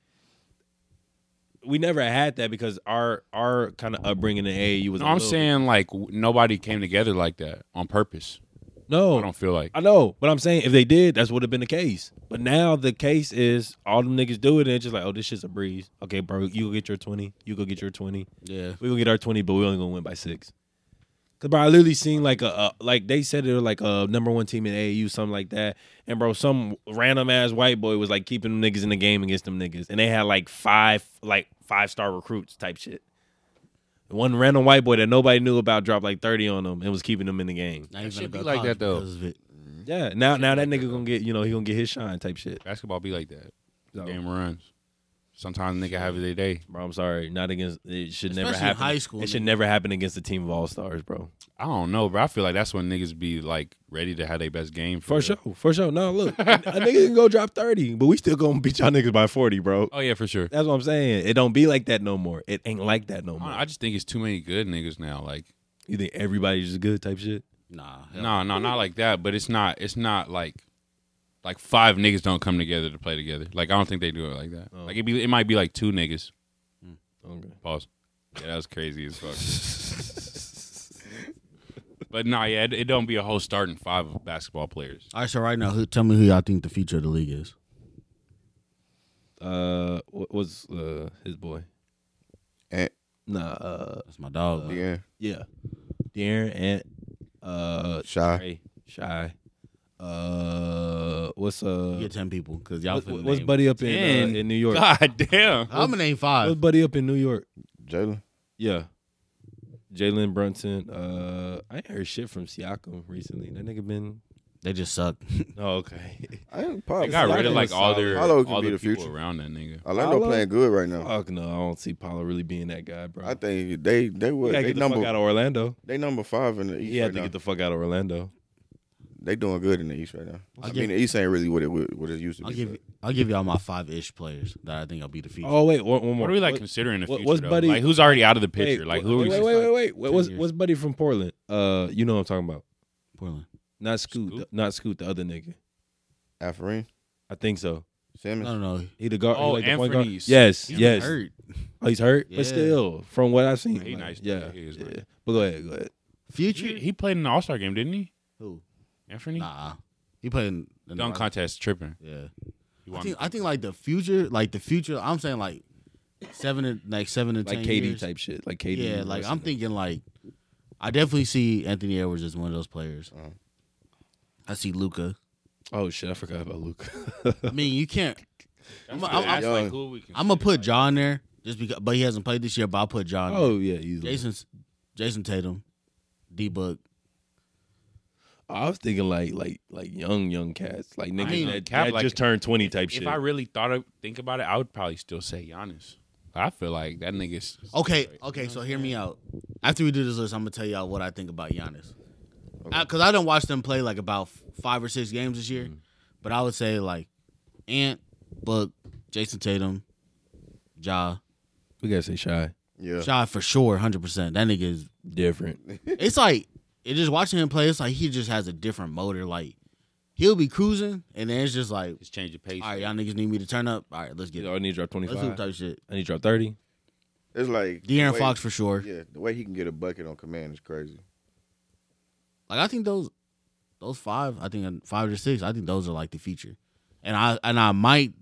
C: we never had that because our our kind of upbringing in AAU was.
A: No,
C: a
A: I'm
C: little-
A: saying like w- nobody came together like that on purpose.
C: no.
A: I don't feel like.
C: I know, but I'm saying if they did, that's would have been the case. But now the case is all them niggas do it, and it's just like, oh, this shit's a breeze. Okay, bro, you go get your twenty. You go get your twenty.
B: Yeah.
C: We gonna get our twenty, but we only gonna win by six. Cause bro, I literally seen like a, a like they said they were like a number one team in AAU, something like that. And bro, some random ass white boy was like keeping them niggas in the game against them niggas, and they had like five like five star recruits type shit. One random white boy that nobody knew about dropped like thirty on them and was keeping them in the game.
B: Now you're
A: shit
B: gonna go
A: be
B: to
A: like
B: college
A: that, though.
B: because of it.
C: Yeah, now now that nigga gonna get you know he gonna get his shine type shit.
A: Basketball be like that.
C: So,
A: Game runs. Sometimes nigga have their day.
C: bro, I'm sorry, not against. It should never
B: Especially in
C: happen.
B: high school,
C: it should
B: nigga.
C: never happen against a team of all stars, bro.
A: I don't know, but I feel like that's when niggas be like ready to have their best game.
C: For
A: real.
C: sure, for sure. No, look, a nigga can go drop thirty, but we still gonna beat y'all niggas by forty, bro.
A: Oh yeah, for sure.
C: That's what I'm saying. It don't be like that no more. It ain't like that no more.
A: I I just think it's too many good niggas now. Like,
C: you think everybody's just good type shit?
B: Nah. hell
A: no, no, not like that. But it's not. It's not like, like five niggas don't come together to play together. Like I don't think they do it like that.
C: Oh.
A: Like it be, it might be like two niggas.
C: Okay.
A: Pause. Yeah, that was crazy as fuck. but nah, yeah, it, it don't be a whole starting five of basketball players.
B: All right, so right now, who, tell me who y'all think the future of the league is.
C: Uh, what was uh his boy?
D: Eh.
C: Nah. Uh,
B: That's my dog.
D: Yeah.
C: yeah. De'Aaron and uh
D: Shy.
C: Trey, shy. Uh, what's
B: You
C: uh?
B: get ten people because y'all.
C: What,
B: finna
C: what's
B: name-
C: buddy up in
A: Ten.
C: uh, in New York?
A: God damn.
B: I'm gonna name
C: What's
B: five.
C: buddy up in New York?
D: Jalen.
C: Yeah. Jalen Brunson. Uh, I ain't heard shit from Siakam recently. That nigga been.
B: They just suck.
C: Oh, okay.
D: I ain't pop.
A: They got rid of like all their
D: Hollow can
A: all
D: be
A: the,
D: the
A: people
D: future.
A: around that nigga.
D: Orlando
C: Paolo?
D: playing good right now.
C: Fuck no, I don't see Paolo really being that guy, bro.
D: I think they they
C: he
D: would
C: gotta
D: they
C: get the fuck
D: number
C: out of Orlando.
D: they number five in the East
C: He had
D: right
C: to
D: now.
C: get the fuck out of Orlando.
D: they doing good in the East right now. i
B: I'll
D: mean,
B: give-
D: the East ain't really what it what it used to
B: I'll
D: be.
B: give
D: but-
B: you, I'll give y'all my five ish players that I think I'll be the future.
C: Oh wait, one, one more.
A: What are we like
C: What-
A: considering the
C: what-
A: future?
C: what's
A: though?
C: Buddy-
A: Like who's already out of the
C: wait,
A: picture? like
C: wait,
A: who?
C: Wait,
A: is-
C: wait, wait, wait. What, what's
B: years.
C: what's buddy from Portland? Uh, you know what I'm talking about.
B: Portland.
C: Not Scoot,
A: Scoot?
C: not Scoot, the other nigga.
D: Alfred
C: I think so.
D: Simmons.
B: No, no, no.
C: He the guard. he
A: Oh,
C: like the point guard.
A: Anthony's.
C: Yes,
B: He
C: yes.
B: hurt.
C: Oh, he's hurt,
B: Yeah.
C: but still, from what I've seen,
A: He
C: like,
A: nice,
C: Yeah,
A: though. He is
C: yeah.
A: nice.
C: But go ahead, go ahead.
A: He,
B: Future?
A: he played in the All Star game, didn't he?
B: Who?
A: Anthony
B: Nah. He played in, in
A: dunk
B: the-
A: contest tripping.
B: Yeah.
A: You
B: I
A: want
B: think, I think like the future, like the future. I'm saying like seven, to, like seven to
C: Like
B: ten
C: KD
B: years.
C: type shit. Like KD.
B: yeah,
C: and
B: like
C: Russell.
B: I'm thinking like I definitely see Anthony Edwards as one of those players.
D: Uh-huh.
B: I see Luca.
C: Oh shit, I forgot about Luke.
B: I mean, you can't. I'm,
A: I'm,
B: I'm,
D: Yo.
A: like who we can.
B: gonna put John there just because, but he hasn't played this year. But I'll put John.
C: oh yeah, easily.
B: there. Jason's Jason Tatum, D Book.
C: I was thinking like like like young young cats, like niggas
A: mean,
C: that,
A: Cap,
C: that
A: like,
C: just turned twenty type
A: if
C: shit.
A: I really thought of, think about it, I would probably still say Giannis. I feel like that nigga's
B: Okay, okay. So hear me out. After we do this list, I'm gonna tell y'all what I think about Giannis. Because I, don't watch them play like about f- five or six games this
D: Mm-hmm.
B: year, but I would say like Ant, Book, Jason Tatum, Ja,
C: we gotta say shy,
D: Yeah.
B: Ja for sure, hundred percent. That nigga is.
C: different.
B: It's like it just watching him play. It's like he just has a different motor. Like he'll be cruising, and then it's just like,
A: his change of pace.
B: all right, y'all niggas need me to turn up. All right, let's get
C: You know,
B: it.
C: I need to drop twenty
B: Let's do
C: five.
B: type shit.
C: I need to drop thirty.
D: It's like the
B: De'Aaron
D: way-
B: Fox for sure.
D: Yeah, the way he can get a bucket on command is crazy.
B: Like I think those those five, I think uh, five or six, I think those are like the feature. And I and I might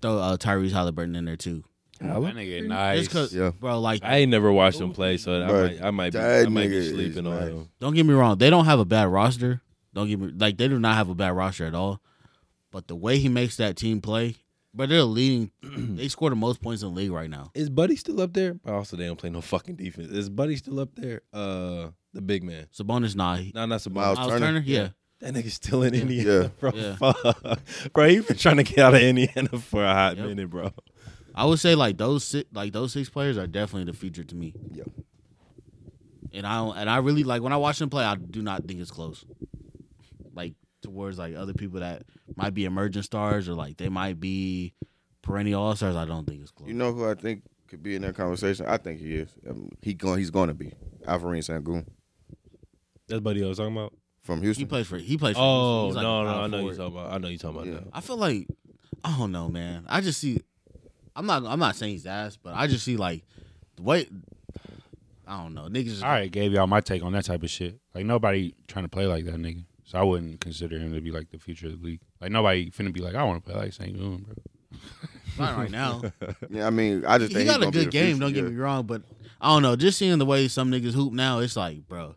B: throw uh, Tyrese Halliburton in there too.
A: that nigga
B: Just
A: nice.
B: 'cause-
D: Yeah.
B: bro, like
C: I ain't never watched him play, so I
D: Bruh,
C: might I might be,
D: that
C: I might
D: nigga
C: be
D: is
C: sleeping on
D: nice.
C: him.
B: don't get me wrong, they don't have a bad roster. Don't get me like they do not have a bad roster at all. But the way he makes that team play, but they're leading they score the most points in the league right now.
C: Is Buddy still up there? But also, they don't play no fucking defense. Is Buddy still up there? Uh, the big man.
B: Sabonis nah. he-
C: No, not Sabonis.
D: Miles
B: Miles Turner,
D: Turner?
B: yeah.
C: That nigga's still in Indiana,
D: Yeah.
C: bro.
B: Yeah.
C: Fuck. Bro, he been trying to get out of Indiana for a hot
B: Yep.
C: minute, bro.
B: I would say like those six, like those six players are definitely the future to me.
D: Yep.
B: And I don't, and I really like when I watch them play. I do not think it's close. Like towards like other people that might be emerging stars or like they might be perennial all stars. I don't think it's close.
D: You know who I think could be in that conversation? I think he is. Um, he going. He's going to be Alvarez Sangoon
C: That's buddy I was talking about.
D: from
B: he
D: Houston.
B: plays for he plays. For Houston.
C: Oh
B: He's, like,
C: no,
B: a
C: no,
B: power
C: I know you
B: forward.
C: talking about. I know you talking about
D: Yeah.
C: that.
B: I feel like I don't know, man. I just see. I'm not. I'm not saying he's ass, but I just see like the way. I don't know. Niggas. Just,
A: All right, gave y'all my take on that type of shit. Like nobody trying to play like that nigga. So I wouldn't consider him to be like the future of the league. Like nobody finna be like, I want to play like St. Louis, bro.
B: not right now.
D: Yeah, I mean, I just
B: he
D: think
B: got
D: he's
B: a
D: gonna be
B: good
D: the
B: game.
D: future,
B: Don't
D: yeah.
B: get me wrong, but I don't know. Just seeing the way some niggas hoop now, it's like, bro.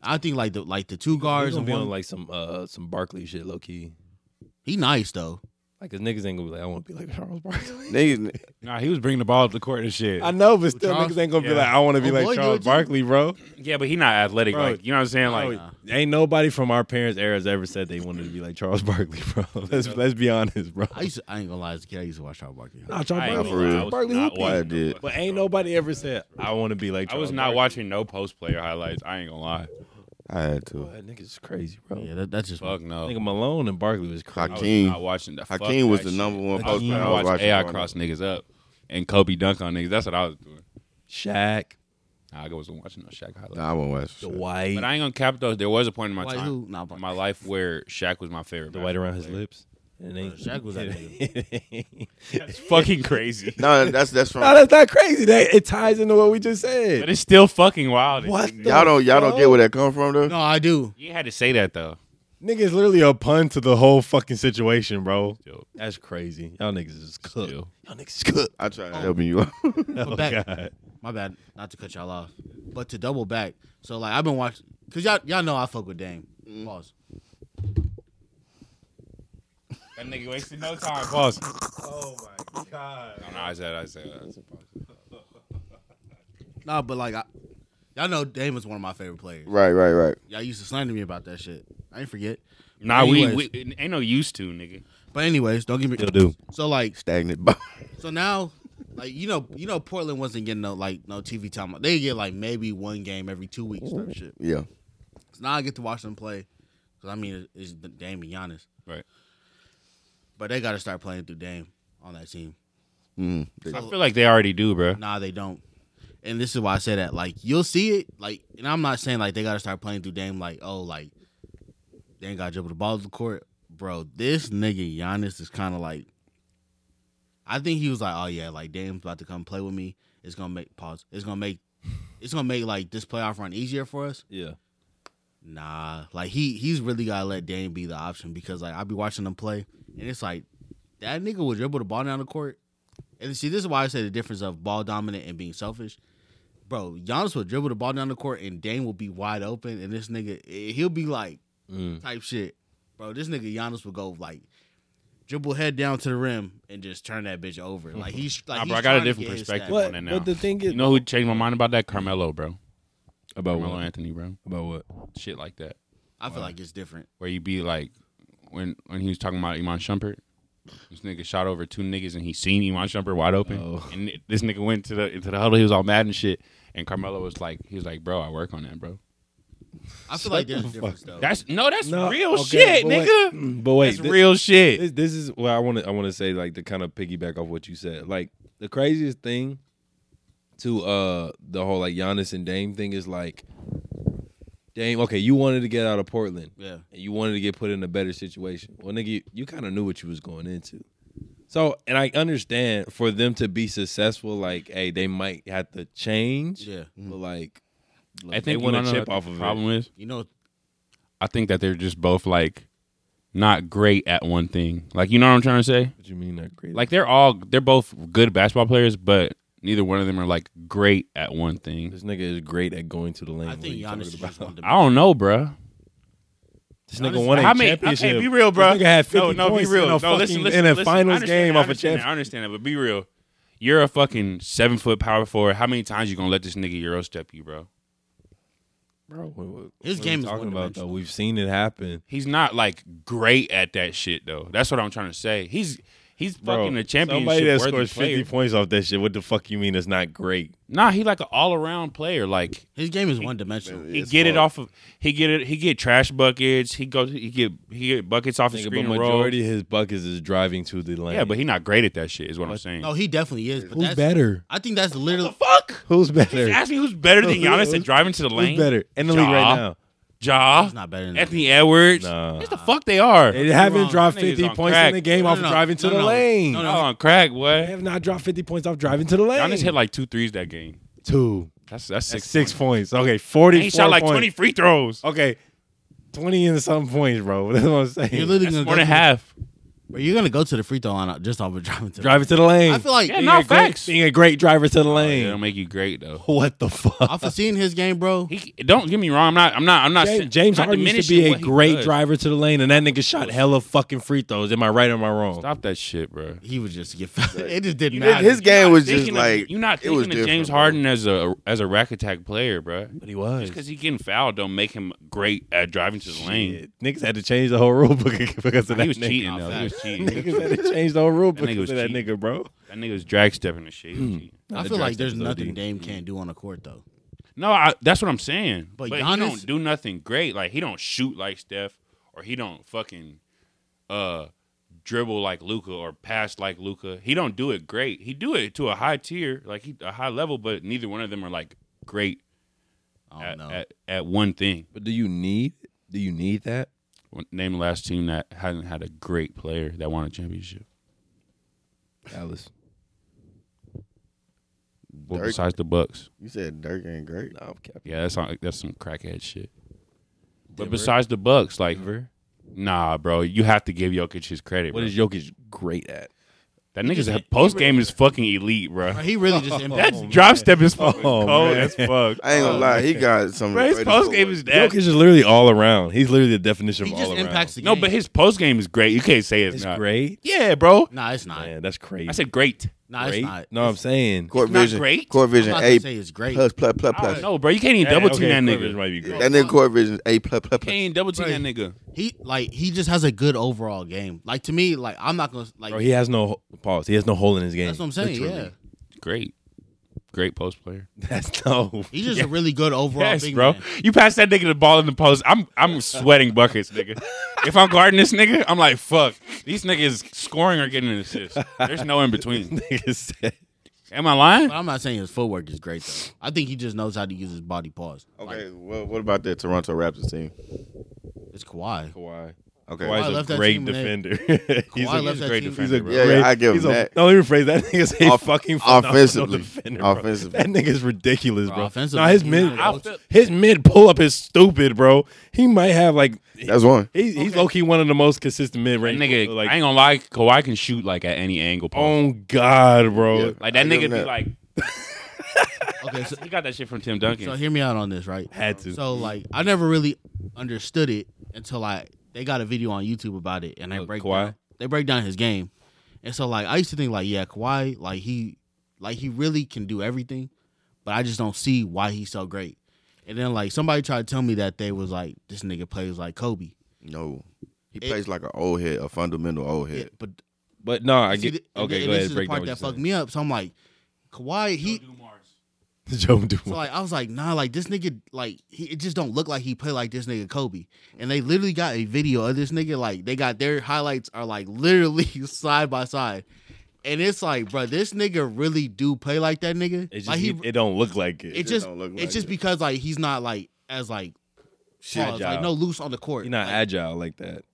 B: I think like the like the two
C: He's
B: guards
C: gonna
B: and
C: be
B: one.
C: on like some uh some Barkley shit, low key.
B: he nice though.
C: Like his niggas ain't gonna be like, I want to be like Charles Barkley.
D: Niggas,
A: Nah, he was bringing the ball up the court and shit.
C: I know, but still,
A: Charles-
C: niggas ain't gonna be
A: yeah.
C: like, I want to be
B: Oh, boy,
C: like
B: do it
C: Charles
B: too.
C: Barkley, bro.
A: yeah, but he not athletic.
C: Bro,
A: like you know what I'm saying? Like
C: Bro, Oh, ain't nobody from our parents' era has ever said they wanted to be like Charles Barkley, bro. Let's let's be honest, bro.
B: I used to, I ain't gonna lie, as a kid, I used to watch Charles Barkley.
C: Nah, Charles
A: I ain't
D: Barkley-
A: gonna lie, I
D: Barkley
A: was not
D: hooping.
A: watching
D: Yeah, I
A: no
D: did.
A: fucking
C: But ain't
A: Charles
C: nobody ever said I want to be like.
A: I was
C: Charles
A: not
C: Barkley."
A: watching no post player highlights. I ain't gonna lie.
D: I had to.
C: Boy, that niggas crazy, bro.
B: Yeah, that, that's just.
A: Fuck no.
C: Nigga Malone and Barkley was crazy.
A: I was
D: Hakeem.
A: not watching that. Fuck
D: Hakeem was
A: that
D: the
A: shit.
D: number one
A: I was
D: post
C: Hakeem.
A: trying
D: player.
A: to
D: I was
A: watch
D: watching
A: AI
D: growing
A: cross
D: up.
A: niggas up and Kobe dunk on niggas. That's what I was doing.
C: Shaq,
A: Nah, I wasn't watching no Shaq highlights.
D: Nah, I won't watch. shit.
C: Dwight,
A: But I ain't gonna cap those. There was a point in my
B: Why
A: time,
B: who? Nah, but-
A: my life, where Shaq was my favorite.
C: the white around his lips. And
B: Bro, Shaq was that
C: nigga.
A: It's fucking crazy,
D: No, that's that's from.
C: no, that's not crazy. That it ties into what we just
A: but
C: said.
A: it's still fucking wild.
C: What? the
D: Y'all don't y'all don't
C: fuck?
D: get where that come from though.
B: No, I do.
A: You had to say that though.
C: Nigga is literally a pun to the whole fucking situation, bro.
A: Still.
C: That's crazy. Y'all niggas is cooked.
A: Still.
C: Y'all niggas is cooked.
D: I try to helping you out.
B: But
C: Oh,
B: back-
C: God.
B: My bad, not to cut y'all off, but to double back. So like I've been watching, cause y'all y'all know I fuck with Dame.
D: Mm.
B: Pause.
A: That nigga wasted no time. Pause.
C: Oh my god.
A: No, no, I said, I said, I said pause.
B: Nah, but like I, y'all know Dame is one of my favorite players.
D: right, right, right.
B: Y'all used to slander me about that shit. I ain't forget.
A: Nah, we,
B: Anyways.
A: we it ain't no used to, nigga.
B: But anyways, don't give me.
C: Still do.
B: So like
D: Stagnant. bo-
B: so now, like you know you know Portland wasn't getting no like no TV time. They get like maybe one game every two weeks type shit.
D: yeah.
B: So now I get to watch them play. Cause I mean it's Dame and Giannis,
A: Right.
B: but they got to start playing through Dame on that team.
D: Mm.
A: I feel like they already do, bro.
B: Nah, they don't. And this is why I say that. Like, you'll see it. Like, and I'm not saying like they gotta start playing through Dame. Like, oh, like they ain't gotta dribble the ball to the court, bro. This nigga Giannis is kind of like. I think he was like, oh yeah, like Dame's about to come play with me. It's gonna make pause. It's gonna make, it's gonna make like this playoff run easier for us.
C: Yeah.
B: Nah, like he he's really gotta let Dame be the option because like I be watching him play and it's like that nigga will dribble the ball down the court. And see, this is why I say the difference of ball dominant and being selfish. Bro, Giannis will dribble the ball down the court and Dame will be wide open and this nigga eh, he'll be like
C: Mm.
B: type shit. Bro, this nigga Giannis will go like dribble head down to the rim and just turn that bitch over. Like he's like
A: Nah, bro,
B: he's
A: I got a
B: trying to
A: different
B: get his
A: perspective.
B: stats.
A: What- on it now.
C: But the thing is
A: You know who changed my mind about that? Carmelo, bro.
B: Oh,
C: about
A: Carmelo
C: what?
A: Anthony, bro.
C: About what?
A: Shit like that,
B: I feel like it's different.
A: where you be like, when when he was talking about Iman Shumpert. This nigga shot over two niggas and he seen Iman Shumpert wide open.
C: Oh.
A: And this nigga went to the into the huddle. He was all mad and shit. And Carmelo was like, he was like, bro, I work on that, bro.
B: I feel
C: Shut
B: like
C: the
B: there's a
C: fuck
B: difference though.
A: That's no, that's
C: No,
A: real
C: okay,
A: shit,
C: but wait,
A: nigga.
C: mm, but wait,
A: that's
C: thi-
A: real shit.
C: This, this is what I want to I want to say like to kind of piggyback off what you said. Like the craziest thing to uh the whole like Giannis and Dame thing is like Dame, okay, you wanted to get out of Portland
B: yeah.
C: and you wanted to get put in a better situation. Well, nigga, you, you kind of knew what you was going into. So, and I understand for them to be successful, like, hey, they might have to change.
B: Yeah.
C: But like, look,
A: I
C: they
A: think
C: want
A: you
C: to
A: wanna
C: chip
A: know
C: off
A: what
C: of
A: the problem
C: it.
A: is
B: You know
A: I think that they're just both like not great at one thing. Like you know what I'm trying to say?
C: What you mean not great?
A: Like they're all they're both good basketball players, but neither one of them are like great at one thing.
C: this nigga is great at going to the lane.
B: I
C: What
B: think
C: you
B: Giannis is
C: talking
B: just
C: about?
B: one of the
A: I don't know, bruh.
C: This
A: Honestly,
C: nigga won a
A: I mean,
C: championship.
A: Okay, be real, bro.
C: This nigga had 50
A: no, no,
C: points
A: be real.
C: in a
A: no,
C: fucking,
A: listen, listen,
C: in a
A: listen. I
C: finals
A: understand
C: game
A: that, I understand
C: off a
A: that,
C: championship.
A: I understand that, but be real. You're a fucking seven foot power forward. How many times you gonna let this nigga euro step you, bro?
C: bro. What, what,
B: His
C: what
B: game
C: we
B: is
C: talking about though.
B: one-dimensional.
C: We've seen it happen.
A: He's not like great at that shit though. That's what I'm trying to say. He's he's
C: Bro,
A: fucking a championship
C: Somebody that
A: worthy
C: scores
A: player.
C: fifty points off that shit. What the fuck you mean? It's not great.
A: Nah, he like an all around player. Like
B: His game is one dimensional.
A: he
D: It's
A: get it
D: fun.
A: off of he get it he get trash buckets. He goes he get he get buckets off the
C: Nigga,
A: screen
C: but
A: and roll.
C: majority of his buckets is driving to the lane.
A: Yeah, but he not great at that shit. Is what I'm saying.
B: No, he definitely is. But
C: who's
B: that's,
C: better?
B: I think that's literally.
A: fuck.
C: Who's better?
A: Ask me who's better than Giannis at
C: Who's-
A: driving to the lane.
C: Who's better in the league
A: Ja.
C: right now?
A: Ja,
B: He's not better than
A: Anthony Edwards.
C: Nah.
A: What the fuck they are?
C: They haven't
B: wrong.
C: dropped
A: That nigga's
C: fifty
A: on
C: points
A: crack.
C: in the game
B: No,
C: off
B: no, no.
C: driving to
B: No,
C: the
B: no.
C: lane.
B: No,
A: Y'all
B: no.
A: on crack,
C: They
A: boy.
C: have not dropped fifty points off driving to the lane.
A: Giannis hit like two threes that game.
C: two.
A: That's that's
C: That's
A: six.
C: six points. Okay, forty.
A: And he shot like twenty free throws.
C: Okay, twenty and some points, bro. That's what I'm saying.
B: You're literally
A: That's
B: gonna
A: more
B: go
A: than
B: to the-
A: half.
B: Bro, you're gonna go to the free throw line just off of driving. To
C: Drive it to the lane.
B: I feel like
A: Yeah,
C: being
A: no
C: a great-
A: facts. Oh,
C: Being a great driver to the
A: It
C: lane.
A: don't make you great though.
C: what the fuck?
B: off of seeing his game, bro.
A: He don't get me wrong. I'm not. I'm not. I'm not.
C: James,
A: saying-
C: James
A: not
C: Harden used to
A: diminishing
C: be a
A: what he
C: great
A: does.
C: driver to the lane, and that nigga shot hella fucking free throws. Am I right or am I wrong?
A: Stop that shit, bro.
B: He would just get. fouled. It just didn't
D: His-
B: matter.
D: His game was just
A: Thinking of-
D: like
A: you're not
D: it
A: thinking
D: was
A: of
D: different,
A: James
D: bro.
A: Harden as a as a rack attack player, bro.
C: But he was.
A: Just because he getting fouled don't make him great at driving to the lane.
C: Shit. Niggas had to change the whole rule book because of that
A: He was
C: nigga.
A: cheating though. He was cheating.
C: Niggas had to change the whole rule
A: That nigga
C: book because
A: was
C: of that
A: cheating.
C: nigga, bro.
A: That nigga was drag stepping the shit. He
C: Hmm.
A: was cheating.
B: I feel
C: The drag
B: like
C: step
B: there's
C: is OD.
B: nothing Dame can't do on the court though.
A: No, I, that's what I'm saying.
B: But
A: But,
B: Giannis-
A: he don't do nothing great. Like he don't shoot like Steph, or he don't fucking uh dribble like Luca or pass like Luca. He don't do it great. He do it to a high tier, like he, a high level, but neither one of them are like great
B: I
A: at,
B: don't know.
A: at, at one thing.
C: But do you need? Do you need that?
A: Name the last team that hasn't had a great player that won a championship.
C: Dallas.
A: Well,
D: Dirk.
A: besides the Bucks,
D: You said Dirk ain't great.
C: No, I'm capping.
A: yeah, that's not, that's some crackhead shit. But
C: Denver.
A: besides the Bucks, like, nah, bro, you have to give Jokic his credit.
C: What
A: bro.
C: is Jokic great at?
A: That
B: just-
A: nigga's post game is fucking elite, bro.
B: Bro, he really just. impacted
A: That's drop step is fucking
C: Oh,
A: cold
C: man.
A: as fuck.
D: I ain't gonna lie, he got some.
A: Bro, his
D: greatest
A: post game
D: forwards.
A: is that.
C: Jokic is literally all around. He's literally the definition
B: He
C: of
B: just
C: all around.
B: impacts the game.
A: No, but his post game is great. You can't say it's,
C: It's
A: not
C: great.
A: Yeah, bro.
B: Nah, it's not.
C: Man, that's crazy.
A: I said great.
B: Nah, it's
C: Great?
B: not.
C: No, I'm saying
D: court
A: not
D: vision.
A: great.
D: Court
B: I'm
D: vision
B: not
D: A
B: gonna say it's great.
D: plus plus plus
A: I don't
D: plus.
A: know, bro. You can't even
C: Yeah,
A: double team
C: okay,
A: that
C: Clippers
A: nigga.
C: Might be great.
D: That nigga court vision A plus plus
A: Can't
D: plus.
A: even double team
B: Right.
A: that nigga.
B: He like he just has a good overall game. Like to me, like I'm not gonna like.
C: Bro, he has no pause. He has no hole in his game.
B: that's what I'm saying.
C: Literally.
B: Yeah,
A: Great. Great post player.
C: That's no.
B: he's just a really good overall.
A: Yes,
B: big
A: bro.
B: man.
A: You pass that nigga the ball in the post. I'm I'm sweating buckets, nigga. If I'm guarding this nigga, I'm like, fuck. These niggas scoring or getting an assist. There's no in between.
C: Nigga said-
A: Am I lying?
B: But I'm not saying his footwork is great though. I think he just knows how to use his body pause.
D: Okay, well, what about that Toronto Raptors team?
B: It's Kawhi.
C: Kawhi.
D: Okay,
B: Kawhi
C: Kawhi's
B: left
C: a
B: that
C: great
B: team when they-
C: defender. he's
B: Kawhi
C: a,
B: left
A: he's
B: that
A: a great
B: team.
A: defender,
C: he's a
A: bro.
D: Yeah,
C: great.
D: yeah, I give
C: he's
D: him
C: a,
D: that.
C: No, let me rephrase that. Nigga's a
D: Off-
C: fucking phenomenal
D: offensively.
C: defender, bro.
D: Offensively.
C: That nigga's ridiculous,
B: Bro,
C: bro.
B: offensively,
C: Nah, his
B: he
C: mid,
B: not-
A: I feel-
C: his mid pull up is stupid, bro. He might have like
D: that's one.
C: he's, he's low key one of the most consistent mid
A: That
C: range.
A: nigga,
C: like
A: I ain't gonna lie, Kawhi can shoot like at any angle. Paul.
C: oh god, bro.
D: Yeah.
A: like that
D: I give
A: nigga
D: him
A: be
D: that.
A: like,
B: Okay, so,
A: he got that shit from Tim Duncan.
B: so hear me out on this, right?
C: Had to.
B: So like I never really understood it until I they got a video on YouTube about it and they
C: Uh,
B: break
C: Kawhi?
B: down they break down his game. And so like I used to think like yeah, Kawhi like he like he really can do everything, but I just don't see why he's so great. And then like somebody tried to tell me that they was like this nigga plays like Kobe.
D: No, he
B: It-
D: plays like an old head, a fundamental old
B: Yeah,
D: head.
B: but
C: but no, I
B: see,
C: get
B: th-
C: okay.
B: and
C: Go
B: this
C: ahead,
B: is the
C: break down
B: part
C: what
B: that
C: you're
B: fucked me up. So I'm like, Kawhi he
C: saying. Joe
B: So
C: Dumars.
B: like I was like, nah, like this nigga, like he it just don't look like he play like this nigga Kobe. And they literally got a video of this nigga, like they got their highlights are like literally side by side. And it's like, bro, this nigga really do play like that nigga.
C: It's just
B: like
C: he,
B: he,
C: it don't look like it.
B: it
D: just
B: just
D: don't look like
B: it's just
D: it.
B: because like he's not like as like pause, like
C: Agile.
B: no loose on the court.
C: He's not
B: Like,
C: agile like that.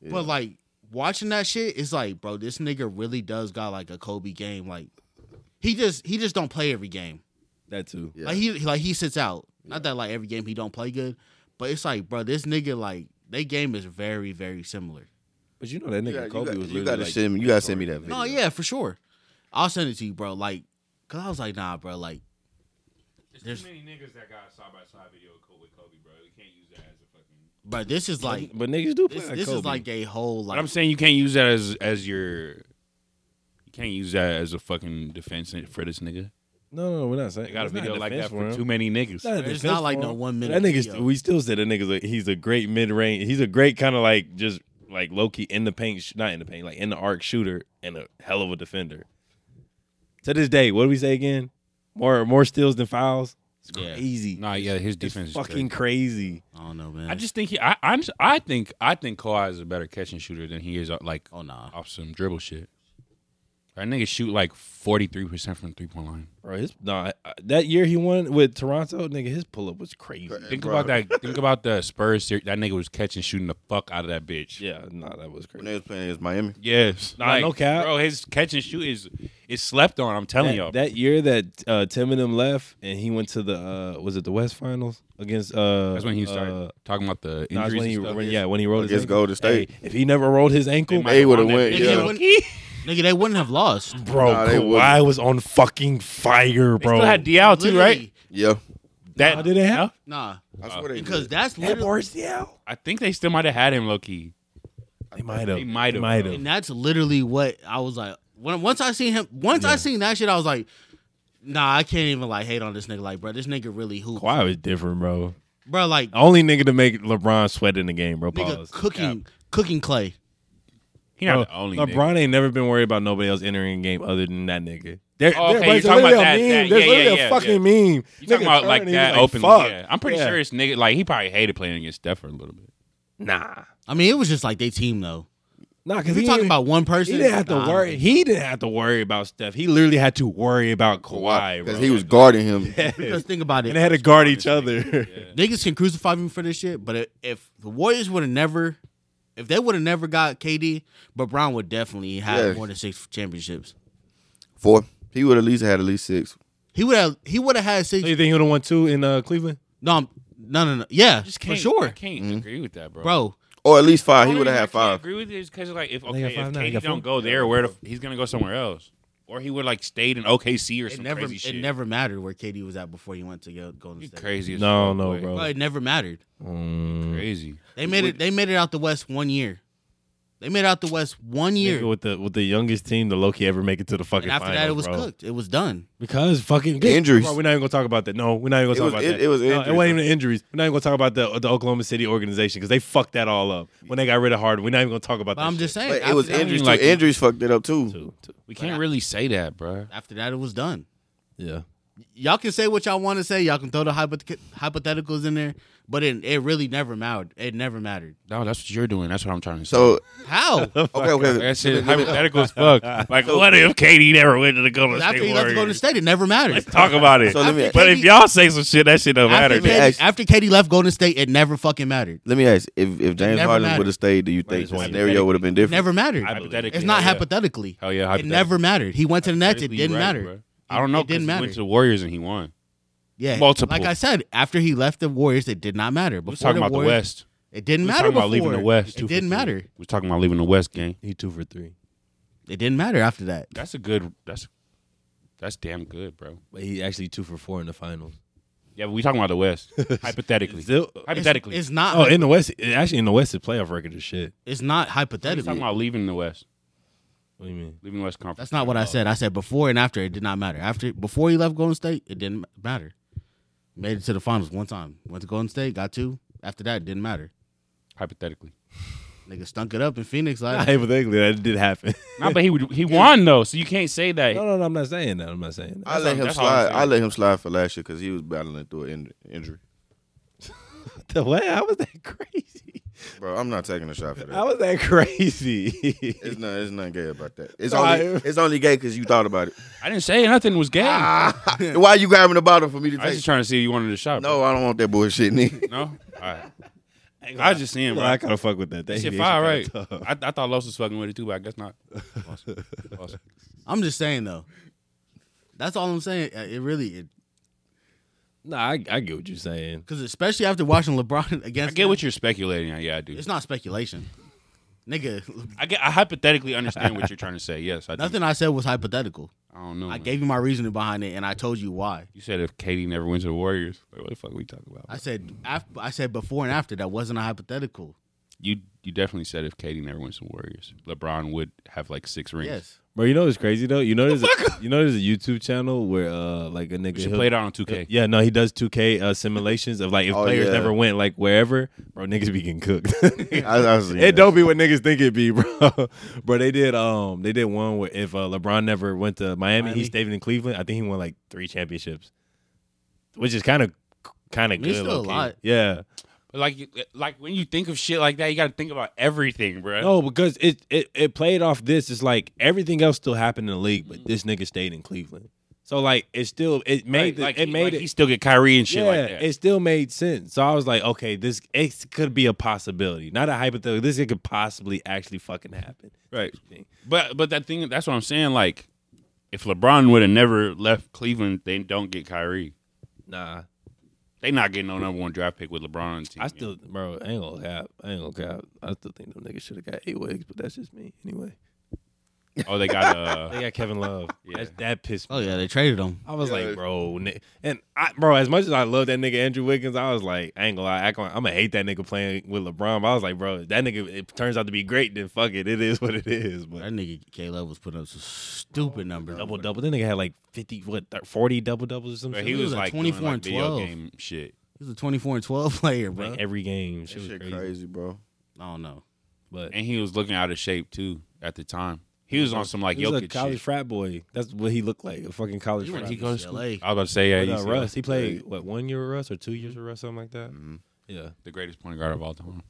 D: Yeah.
B: But like watching that shit, it's like, bro, this nigga really does got like a Kobe game. Like he just he just don't play every game.
C: That too.
D: Yeah.
B: Like he like he sits out. Not that like every game he don't play good, but it's like, bro, this nigga like they game is very very similar.
C: But you know that nigga
D: Yeah, you
C: Kobe
D: got-
C: was
D: you
C: literally
D: gotta
C: like,
D: send me. You gotta send me that video.
B: No, Oh, yeah, for sure. I'll send it to you, bro. Like, cause I was like, nah, bro. Like, There's-
A: There's too many niggas that got a side by side video with Kobe, bro. You can't use that as a fucking.
B: bro, this is like
C: but niggas do play
B: this,
C: like
B: this
C: Kobe.
B: is like a whole
A: But
B: like.
A: I'm saying you can't use that as as your. You can't use that as a fucking defense for this nigga.
C: No, no, no, we're not saying.
A: They got a
C: it's not
A: video like
C: defense
A: that for
C: him.
A: too many niggas.
C: Not a
B: It's
C: defense
B: not like
C: for
B: no
C: him.
B: one minute.
C: That nigga's.
B: video.
C: We still said that nigga's. A, he's a great mid range. He's a great kind of like just like low key in the paint, sh- not in the paint, like in the arc shooter and a hell of a defender. To this day, what do we say again? More more steals than fouls. It's
B: Yeah.
C: crazy.
A: Nah, yeah, his
C: It's
A: defense is
C: fucking crazy.
B: I don't know, man.
A: I just think he. I I'm, I think I think Kawhi is a better catch and shooter than he is uh, like
B: oh nah.
A: off some dribble shit. That nigga shoot like forty three percent from three point line.
C: Bro, his nah, uh, that year he won with Toronto, nigga, his pull up was crazy.
A: Think
D: Bro.
A: about that. Think about the Spurs series. That nigga was catching, shooting the fuck out of that bitch.
C: Yeah, nah, that was
D: When they
C: crazy.
D: was playing against Miami,
A: Yes,
C: Nah, no cap.
A: bro. His catch and shoot is is slept on. I'm telling y'all.
C: That, that year that uh, Tim and him left, and he went to the uh, was it the West Finals against. Uh,
A: that's when he started
C: uh,
A: talking about the
C: nah, that's
A: injuries.
C: when he,
A: and stuff.
C: when- yeah, when he rolled his
D: Against
C: ankle.
D: Golden State.
C: Hey, if he never rolled his ankle,
A: might
D: They
A: have
D: would've
A: won that
D: went,
A: bitch.
D: yeah.
A: They
D: They
A: would've-
B: Nigga, they wouldn't have lost.
C: bro,
D: Nah, they
C: Kawhi
D: wouldn't.
C: was on fucking fire,
A: They
C: bro.
A: still had DL too, right?
B: Literally,
D: yeah,
A: That
C: How did it happen?
B: Nah,
D: I swear they
B: because
D: did.
B: that's
C: Had
B: literally
C: RCL?
A: I think they still might have had him low key.
C: They might have.
A: They might have.
C: Might
B: and
C: have.
B: that's literally what I was like. When once I seen him, once I seen that shit, I was like, Nah, I can't even like hate on this nigga. Like, bro, this nigga really hoop,
C: Kawhi was different, bro.
B: bro.
A: Oh,
B: Like,
C: Only nigga to make LeBron sweat in the game, bro.
B: nigga,
C: Pause.
B: cooking, cooking clay.
A: He not
C: Bro,
A: the only. nigga.
C: LeBron ain't never been worried about nobody else entering a game other than that nigga. There,
A: Oh,
C: there-
A: okay,
C: bro,
A: you're
C: it's
A: talking about
C: literally a
A: that-
C: meme.
A: that-
C: There's
A: yeah,
C: literally
A: yeah,
C: a
A: yeah,
C: fucking meme.
A: You talking
C: Nigga
A: about like
C: turned, he
A: that
C: was like,
A: openly?
C: fuck.
A: Yeah, I'm pretty
C: Yeah.
A: sure it's nigga. Like he probably hated playing against Steph for a little bit.
C: Nah,
B: I mean, it was just like they team though.
C: nah, because
B: If you're talking about one
C: He
B: person,
C: didn't have to
B: nah, I don't
C: worry.
B: think-
C: He didn't have to worry about Steph. He literally had to worry about Kawhi
D: because
C: bro.
D: he was guarding him.
B: Because think about it,
C: and they had to guard each other.
B: niggas can crucify me for this shit, but i- if the Warriors would have never, if they would have never got KD, but Brown would definitely have
D: Yeah.
B: more than six championships.
D: Four. He would at least had at least six.
B: He would have. He would have had
C: So
B: six.
C: you think he would have won two in uh, Cleveland?
B: No, I'm- no, no, no. Yeah,
A: Just
B: for
A: can't, I
B: sure,
A: can't agree with that, Mm-hmm. bro.
B: bro.
D: Or at least five.
A: The only
D: He would have
A: reason
D: had
A: I can't
D: five.
A: Agree with this because like if
C: I think
A: okay,
C: I got
A: if
C: five now, I
A: KD
C: got
A: don't go
C: four.
A: there, where the, f- he's gonna go somewhere else, or he would like stayed in OKC or
B: It
A: some
B: never,
A: crazy
B: it
A: shit.
B: never mattered where KD was at before he went to go Golden
A: You
B: State.
A: crazy. As
C: No,
A: fuck,
C: no,
A: boy.
C: bro. Mm-hmm.
B: Bro, it never mattered.
A: Crazy.
B: They made it. They made it out the West one year. They made it out the West one
C: Nigga,
B: year,
C: with the with the youngest team to Loki ever make it to the fucking
B: and after
C: finals,
B: that, it was
C: bro.
B: cooked. It was done.
C: Because fucking
D: The injuries.
C: Bro, we're not even gonna talk about that. No, we're not even gonna
D: It
C: talk about
D: was- it-
C: that.
D: it was
C: No,
D: injuries.
C: wasn't even the injuries. We're not even gonna talk about the the Oklahoma City organization because they fucked that all up when they got rid of Harden. We're not even gonna talk about
B: But
C: that.
B: I'm just
C: shit.
B: saying,
D: But it
B: after
D: was
B: that-
D: injuries.
A: like-
D: too. Injuries fucked it up too.
C: Two, two.
A: We can't really say that, bro.
B: After that, it was done.
C: Yeah.
B: y'all can say what y'all want to say. Y'all can throw the hypothet- hypotheticals in there, but it, it really never mattered. It never mattered.
A: No, that's what you're doing. That's what I'm trying to say.
D: So
B: How? Because
D: okay, okay.
A: that shit hypothetical as fuck. Like, what if KD never went to the Golden
B: after
A: State
B: you left to go to
A: Warriors?
B: state, it never mattered.
A: Talk about it.
D: So let me
B: But
A: But
B: if KD
A: if y'all say some shit, that shit don't
B: After
A: matter.
D: Let me
B: Katie,
D: ask-
B: after Katie left Golden State, it never fucking mattered.
D: let me ask: If if James
B: never
D: Harden
B: mattered.
D: would have stayed, do you think
C: it's
D: the
C: one
D: scenario would have been different?
B: Never mattered.
A: Hypothetically,
B: It's not
A: hell yeah.
B: hypothetically.
A: Hell yeah,
B: It never mattered. He went to the Nets. It
A: hypothetically,
B: didn't
A: you're right,
B: matter.
A: bro. I don't know.
B: It didn't
A: 'cause He
B: matter.
A: went to the Warriors and he won.
B: yeah,
A: multiple.
B: Like I said, after he left the Warriors, it did not matter.
A: We're
B: Before
A: talking about the
B: Warriors,
A: West.
B: It didn't
A: We're
B: matter.
A: talking about leaving
B: before.
A: the West. Two
B: It
A: for
B: didn't
A: three.
B: matter.
A: We're talking about leaving the West game.
C: He two for three.
B: It didn't matter after that.
A: That's a good. That's that's damn good, bro.
C: But he actually two for four in the finals.
A: Yeah, but we talking about the West hypothetically.
C: Still,
B: It's-
A: hypothetically,
B: it's, not.
C: oh, in the West, actually in the West, his playoff record is shit.
B: it's not
A: we talking
B: hypothetical.
A: about leaving the West,
C: What do you mean?
A: leaving the West Conference.
B: That's not what I said. I said before and after it did not matter. After before he left Golden State, it didn't matter. Made it to the finals one time. Went to Golden State, got two. After that, it didn't matter.
A: hypothetically.
B: Nigga stunk it up in Phoenix. Like
C: Hypothetically, that did happen.
A: Nah, but he would- he won though, so you can't say that.
C: no, no, no. I'm not saying that. I'm not saying that.
D: I let
A: all-
D: him
A: that's all I'm
D: slide. I
A: saying.
D: let him slide for last year because he was battling through an in- injury.
C: The way how was that crazy?
D: Bro, I'm not taking a shot for
C: How
D: that.
C: was that crazy?
D: It's not. It's nothing gay about that. It's
C: Nah,
D: only.
C: it-
D: It's only gay because you thought about it.
A: I didn't say nothing was gay.
D: Why you grabbing the bottle for me to
A: I was just
D: take?
A: trying to see if you wanted a shot. bro.
D: No, I don't want that bullshit. nigga.
A: no. All right. I was just seeing, bro.
C: I kind of fuck with that. That
A: Shit,
C: shit
A: fire, right?
C: kinda tough.
A: I, I thought Los was fucking with it too, but I guess not. Los. Los.
B: I'm just saying though. That's all I'm saying. Uh, It really
C: Nah, I, I get what you're saying.
B: because especially after watching LeBron
A: I
B: against.
A: get what you're speculating. on. Yeah, I do.
B: It's not speculation, nigga.
A: I get. I hypothetically understand what you're trying to say. Yes, I do.
B: Nothing I said was hypothetical.
A: I don't know.
B: I
A: man.
B: gave you my reasoning behind it, and I told you why.
A: You said if Katie never went to the Warriors, like, what the fuck we talking about?
B: I said, af- I said before and after. That wasn't a hypothetical.
A: you you definitely said if Katie never went to the Warriors, LeBron would have like six rings.
B: Yes.
C: Bro, you know what's crazy though? You know there's a, you know there's a YouTube channel where uh like a nigga
A: We should
C: he'll-
A: play it out on 2K.
C: Yeah, no, he does 2K uh, simulations of like if
D: Oh,
C: players
D: yeah.
C: never went like wherever, bro, niggas be getting cooked.
D: I, I was,
C: It don't be what niggas think it be, bro. bro, they did um they did one where if uh, LeBron never went to Miami,
B: Miami.
C: he stayed in Cleveland. I think he won like three championships, which is kind of kind of
B: It's
C: good.
B: still a
C: low-key.
B: lot.
C: Yeah.
A: But like you- like when you think of shit like that, you got to think about everything, bro.
C: No, because it, it it played off this. It's like everything else still happened in the league, but this nigga stayed in Cleveland. So like it still it made
A: Right,
C: the-
A: like
C: it
A: he-
C: made
A: like
C: it
A: He still get Kyrie and shit like that.
C: it still made sense. So I was like, okay, this it could be a possibility, not a hypothetical. This it could possibly actually fucking happen.
A: Right. But but that thing that's what I'm saying. Like if LeBron would have never left Cleveland, they don't get Kyrie.
C: Nah,
A: They not getting no number one draft pick with LeBron on the team.
C: I still, bro, I ain't gonna cap. I ain't gonna cap. I still think them niggas should have got eight wigs, but that's just me anyway.
A: oh they got uh
C: They got Kevin Love.
A: Yeah.
C: That, that pissed me.
B: Oh yeah, they traded him.
C: I was
D: Yeah.
C: like, bro, ni- and I, bro, as much as I love that nigga Andrew Wiggins, I was like, I ain't gonna lie, I gonna, I'm gonna hate that nigga playing with LeBron. But I was like, bro, if that nigga, it turns out to be great, then fuck it, it is what it is. But
B: That nigga K Love was putting up some stupid numbers.
C: double double. That nigga had like fifty, what, thir- forty double doubles or
A: bro,
C: something.
A: he
B: was
A: was
B: a
A: like
B: 24
A: doing, like,
B: and
A: video
B: 12.
A: game shit.
B: He was a twenty four and twelve player, bro.
C: like every game. Shit was
D: shit
C: crazy.
D: crazy. bro.
B: I don't know.
C: But
A: And he was looking out of shape too at the time. He was on some like
C: he was a
A: Jokic
C: college
A: shit.
C: frat boy. That's what he looked like. A fucking college
B: He
C: frat.
B: went
C: boy.
B: to UCLA.
A: I was about to say yeah,
C: With, uh,
A: he's
C: Russ. He played what one year with Russ or two years with Russ, something like that.
D: Mm-hmm.
C: Yeah,
A: the greatest point guard of all time.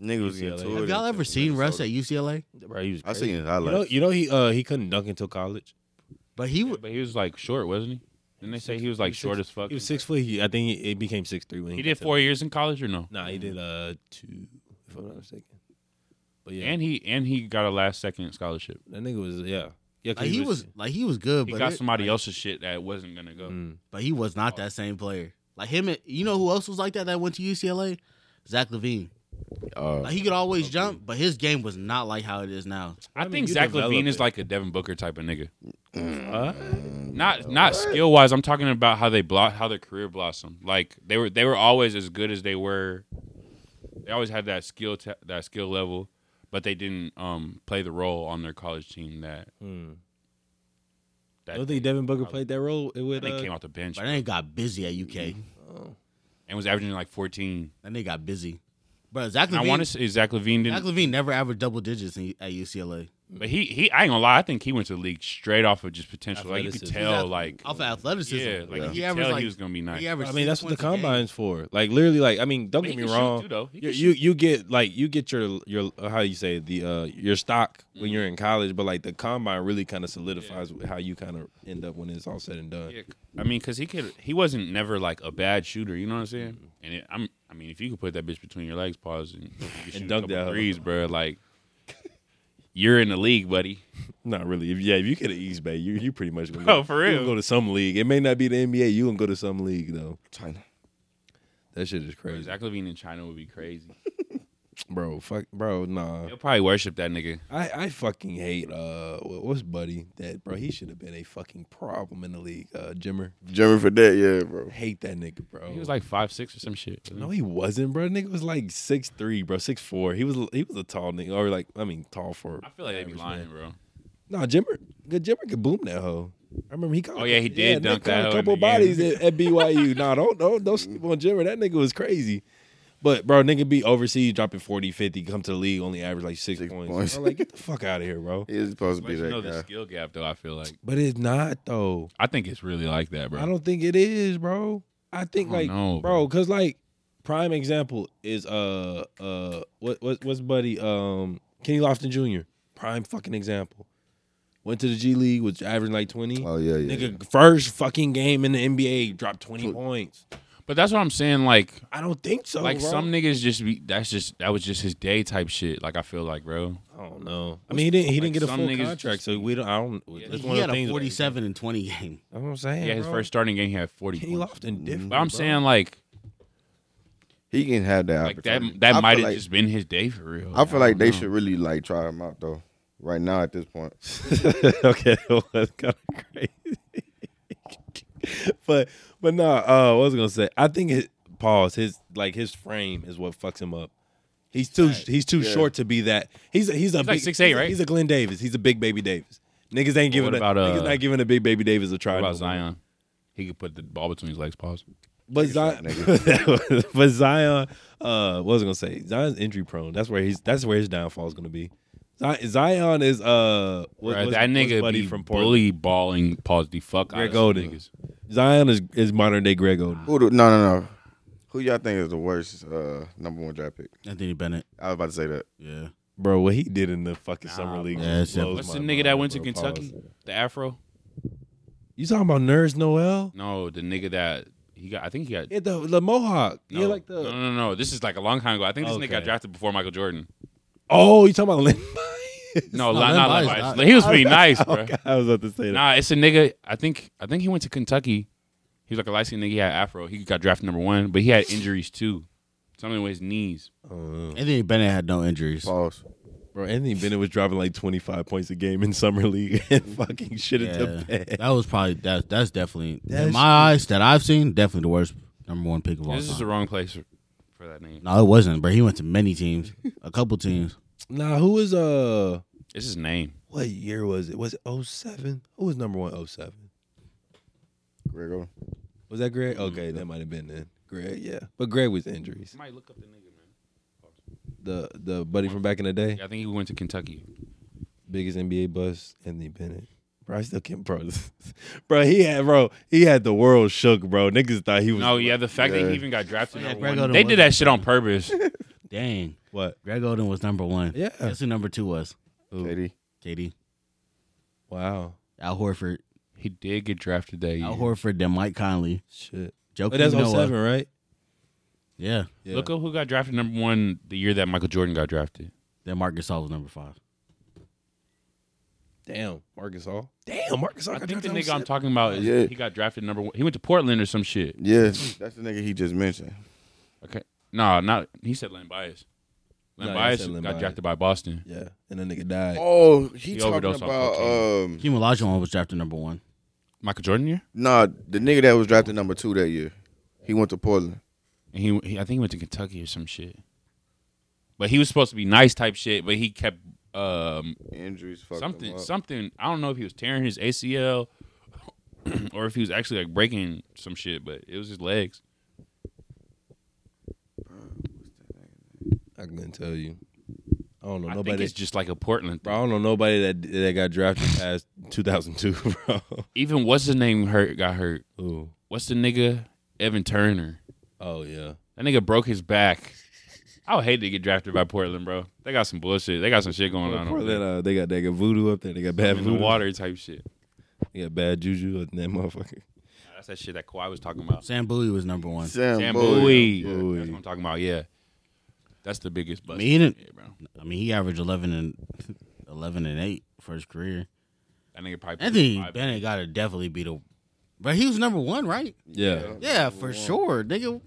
D: Niggas was getting
C: UCLA.
D: to it.
B: Have
D: in
B: y'all ever seen Russ at
D: Minnesota.
B: UCLA?
C: bro, he was.
D: I
C: Crazy.
D: seen his
C: You know,
D: highlights.
C: you know he uh he couldn't dunk until college.
B: But he
A: But he was like short, wasn't he? Didn't they say he was like
C: six-
A: short as fuck?
C: He was six foot. He, I think he, it became six three when he,
A: He
C: got
A: did
C: to-
A: four years in college or no?
C: Nah, he did uh two. If I'm not mistaken. But yeah,
A: And he and he got a last second scholarship.
C: that nigga was yeah yeah. 'cause
B: like he was like he was good,
A: He
B: but
A: got
B: it-
A: somebody else's shit that wasn't gonna go.
C: Mm.
B: but he was not that same player. Like him, and, you know who else was like that that went to UCLA? Zach Levine.
D: Uh,
B: Like he could always jump, but his game was not like how it is now.
A: I,
C: mean,
A: think
C: you
A: Zach
C: develop
A: Levine is
C: it.
A: like a Devin Booker type of nigga. Mm.
C: Uh,
A: Not not skill wise. I'm talking about how they block how their career blossomed. Like they were they were always as good as they were. They always had that skill ta that skill level, but they didn't um play the role on their college team that
C: hmm.
A: that
C: Don't think Devin Booker played that role
A: I
C: with
A: think
C: uh,
A: came off the bench
B: But that nigga got busy at UK.
A: and was averaging like 14.
B: That nigga got busy. But Zach
A: And I
B: Levine,
A: want to say Zach Levine didn't,
B: Zach Levine never averaged double digits in, at UCLA.
A: but he he I ain't gonna lie. I think he went to the league straight off of just potential. Like you could
C: Athleticism.
A: tell,
B: Zach-
A: like
B: off of athleticism.
A: yeah, like
D: Yeah.
A: you could tell he was gonna be nice.
B: he averaged
C: I mean,
B: six
C: that's what the
B: points a game.
C: combine's for. Like literally, like I mean, don't
A: But
C: get
A: he
C: me
A: can shoot,
C: wrong.
A: too, though. He
C: You,
A: can
C: you you get like you get your your how you say it, the uh your stock when
A: Mm-hmm.
C: you're in college, but like the combine really kind of solidifies how you kind of end up when it's all said and done.
A: Yeah, I mean, cause he could. He wasn't never like a bad shooter. You know what I'm saying? And it, I'm. I mean, if you could put that bitch between your legs, pause and, you could shoot
C: dunk
A: a
C: that
A: couple
C: hoe.
A: threes, bro. Like you're in the league, buddy.
C: Not really. If, yeah, if you get an East Bay, you you pretty much gonna
A: Bro,
C: go,
A: Oh, for
C: you
A: real.
C: gonna go to some league. It may not be the NBA. You gonna go to some league though.
D: China.
C: That shit is crazy,
A: Zach Levine in China would be crazy.
C: bro. Fuck, bro. Nah,
A: They'll probably worship that nigga.
C: I, I fucking hate uh what- what's Buddy that bro. He should have been a fucking problem in the league. Uh, Jimmer.
D: German for that, yeah, bro.
C: Hate that nigga, bro.
A: He was like five six or some shit.
C: No, he wasn't, bro. Nigga was like six three, bro, six four. He was he was a tall nigga, or like I mean, tall for.
A: I feel like they be lying, bro.
C: Nah, Jimmer, good Jimmer could boom that hoe. I remember he caught.
A: Oh, yeah, he did
C: nigga
A: dunk
C: caught
A: that
C: a
A: hoe
C: couple
A: in the
C: bodies
A: game.
C: at, at BYU. nah, don't don't don't sleep on Jimmer. That nigga was crazy. But bro, nigga be overseas dropping 40, 50, come to the league, only average like six,
D: Six
C: points.
D: points.
C: I'm like, get the fuck out of here, bro.
D: He is supposed to
A: But
D: be
A: you
D: that
A: know
D: guy.
A: the skill gap though. I feel like
C: But it's not though.
A: I think it's really like that, bro.
C: I don't think it is, bro. I think
A: I don't
C: like,
A: know,
C: bro, because like prime example is uh uh what what what's buddy um Kenny Lofton Jr. Prime fucking example. Went to the G League, was averaging like twenty.
D: Oh yeah, yeah.
C: Nigga, first fucking game in the NBA, dropped twenty
D: Tw-
C: points.
A: But that's what I'm saying. Like
C: I don't think so.
A: like
C: Oh, bro.
A: some niggas just be. That's just that was just his day type shit. Like I feel like, bro.
C: I don't know. I mean, he didn't. He
A: Like,
C: didn't get a
A: some
C: full
A: niggas
C: contract,
A: just-
C: so we don't. I don't. that's one
B: He
C: of
B: had
C: the
B: a
C: things.
B: forty-seven and twenty game.
C: That's what I'm saying.
A: Yeah, his
C: bro.
A: first starting game, he had 40
C: Kenny
A: points.
C: Lofton different.
A: But I'm
C: bro.
A: saying like
D: He can have that
A: like that
D: opportunity. I
A: that
D: feel
A: might have
D: like-
A: just been his day for real.
D: I feel like
A: don't
D: they
A: know.
D: should really like try him out though. Right now at this point,
C: okay, well, that's kind of crazy. but but no, uh, what was I gonna say? I think it pause his like his frame is what fucks him up. He's too he's too short to be that. He's a, he's a
E: like
C: big,
E: 6'8",,
C: he's a-
E: right?
C: He's a Glenn Davis. He's a big baby Davis. Niggas ain't giving
A: what
C: a,
A: about,
C: niggas
A: uh,
C: not giving a big baby Davis a try.
A: What
C: no
A: about
C: more.
A: Zion? He could put the ball between his legs. Pause.
C: But Zion, but Zion, uh, what was I gonna say? Zion's injury prone. That's where he's. That's where his downfall is gonna be. Zion, Zion is uh, what,
A: Bruh,
C: what's-
A: that
C: what's
A: nigga
C: buddy
A: be
C: from Portland.
A: bully balling. Pause the fuck out
C: Greg
A: of some
C: Oden.
A: niggas.
C: Zion is is modern day Greg Oden.
D: Who do, no, no, no. Who y'all think is the worst uh, number one draft pick?
B: Anthony Bennett.
D: I was about to say that.
B: Yeah.
C: Bro, what he did in the fucking summer league.
B: Yeah,
C: just
B: it's
C: blows
A: What's
C: my
A: the nigga
C: mind,
A: that went to
C: bro.
A: Kentucky?
C: Pause.
A: The Afro?
C: You talking about Nerds Noel?
A: No, the nigga that he got. I think he got.
C: Yeah, the the Mohawk.
A: No,
C: Yeah, like
A: no,
C: the.
A: no, no, no. This is like a long time ago. I think this nigga got
C: Okay.
A: drafted before Michael Jordan.
C: Oh, you talking about Lin?
B: No,
A: No, li-
B: Lin
A: not
B: Lyles,
A: Lin
B: not-
A: Lyles. He was pretty nice, bro.
C: Okay, Oh, I was about to say that.
A: Nah, it's a nigga. I think. I think he went to Kentucky. He was like a licensed nigga. He had Afro. He got drafted number one, but he had injuries too. Something with his knees.
B: Anthony Bennett had no injuries.
D: Pause.
C: Bro, Anthony Bennett was dropping like 25 points a game in summer league and fucking shit
B: Yeah.
C: at the bed.
B: That was probably that. That's definitely
C: That's-
B: in my eyes that I've seen. Definitely the worst number one pick of all
A: This is the
B: time.
A: wrong place for, for that name.
B: no, it wasn't. But he went to many teams, a couple teams.
C: Nah, who was uh
A: It's his name.
C: what year was it? Was it 07? Who was number one 07?
D: Greg Oden.
C: Was that
A: Mm.
C: Greg? Okay, that might have been then. Greg, yeah. But Greg was injuries.
A: Might look up the nigga, man.
C: The the buddy from back in the day,
A: I think he went to Kentucky.
C: biggest NBA bust, Anthony Bennett. Bro, I still can't bro. this- bro, he had bro, he had the world shook, bro. Niggas thought he was
A: No, Oh, yeah, the fact that
D: Yeah.
A: he even got drafted
B: Yeah,
A: number
B: Greg
A: one.
B: Oden
A: They
B: was-
A: did that shit on purpose.
B: Dang,
C: what?
B: Greg Oden was number one.
C: Yeah.
B: guess who number two was?
D: KD.
B: KD,
C: Wow.
B: Al Horford,
A: he did get drafted that year.
B: Al Horford, then Mike Conley,
C: Shit.
B: Joe
C: But that's 07,
B: Noah.
C: right?
B: Yeah,
C: Yeah.
A: Look up who got drafted number one the year that Michael Jordan got drafted.
B: then Mark Gasol was number five.
C: Damn, Marcus Hall. Damn, Marcus Hall.
A: I
C: got
A: think the
C: drafted
A: nigga I'm
C: 07.
A: talking about is
D: Yeah.
A: he got drafted number one. He went to Portland or some shit.
D: Yeah, that's the nigga he just mentioned.
A: Okay. No, not he said Len Bias. Len
C: No, he
A: Bias
C: said Len
A: got
C: Bias.
A: drafted by Boston.
C: Yeah, and the nigga died.
D: Oh, he,
A: He
D: talking
A: overdosed on
D: about um
B: Kim Olajuwon was drafted number one.
A: Michael Jordan year?
D: nah the nigga that was drafted number two that year. He went to Portland.
A: And he, he I think he went to Kentucky or some shit. But he was supposed to be nice type shit, but he kept um
D: Injuries, fucked him
A: something
D: up.
A: something I don't know if he was tearing his ACL or if he was actually like breaking some shit, but it was his legs.
C: I couldn't tell you. I don't know
A: I think
C: nobody.
A: it's just like a Portland
C: bro,
A: thing.
C: I don't know nobody that that got drafted past 2002, bro.
A: Even what's his name hurt got hurt.
C: Ooh.
A: What's the nigga Evan Turner?
C: Oh yeah.
A: That nigga broke his back. I would hate to get drafted by Portland, bro. They got some bullshit. They got some shit going on. over
C: Portland,
A: there.
C: uh, they got they got voodoo up there. They got bad
A: In the
C: voodoo.
A: water type shit.
C: They got bad juju up in that motherfucker.
A: That's that shit that Kawhi was talking about.
B: Sam Bowie was number one.
D: Sam,
A: Sam
D: Bowie.
A: Bowie.
D: Yeah.
C: Bowie.
A: That's what I'm talking about. Yeah, that's the biggest bust.
B: I mean, he didn't-
A: Yeah, bro.
B: I mean, he averaged eleven and eleven and eight for his career.
A: That nigga probably.
B: Anthony
A: five-
B: Bennett got to definitely be the. But he was number one, right?
C: Yeah.
B: Yeah, for sure, nigga.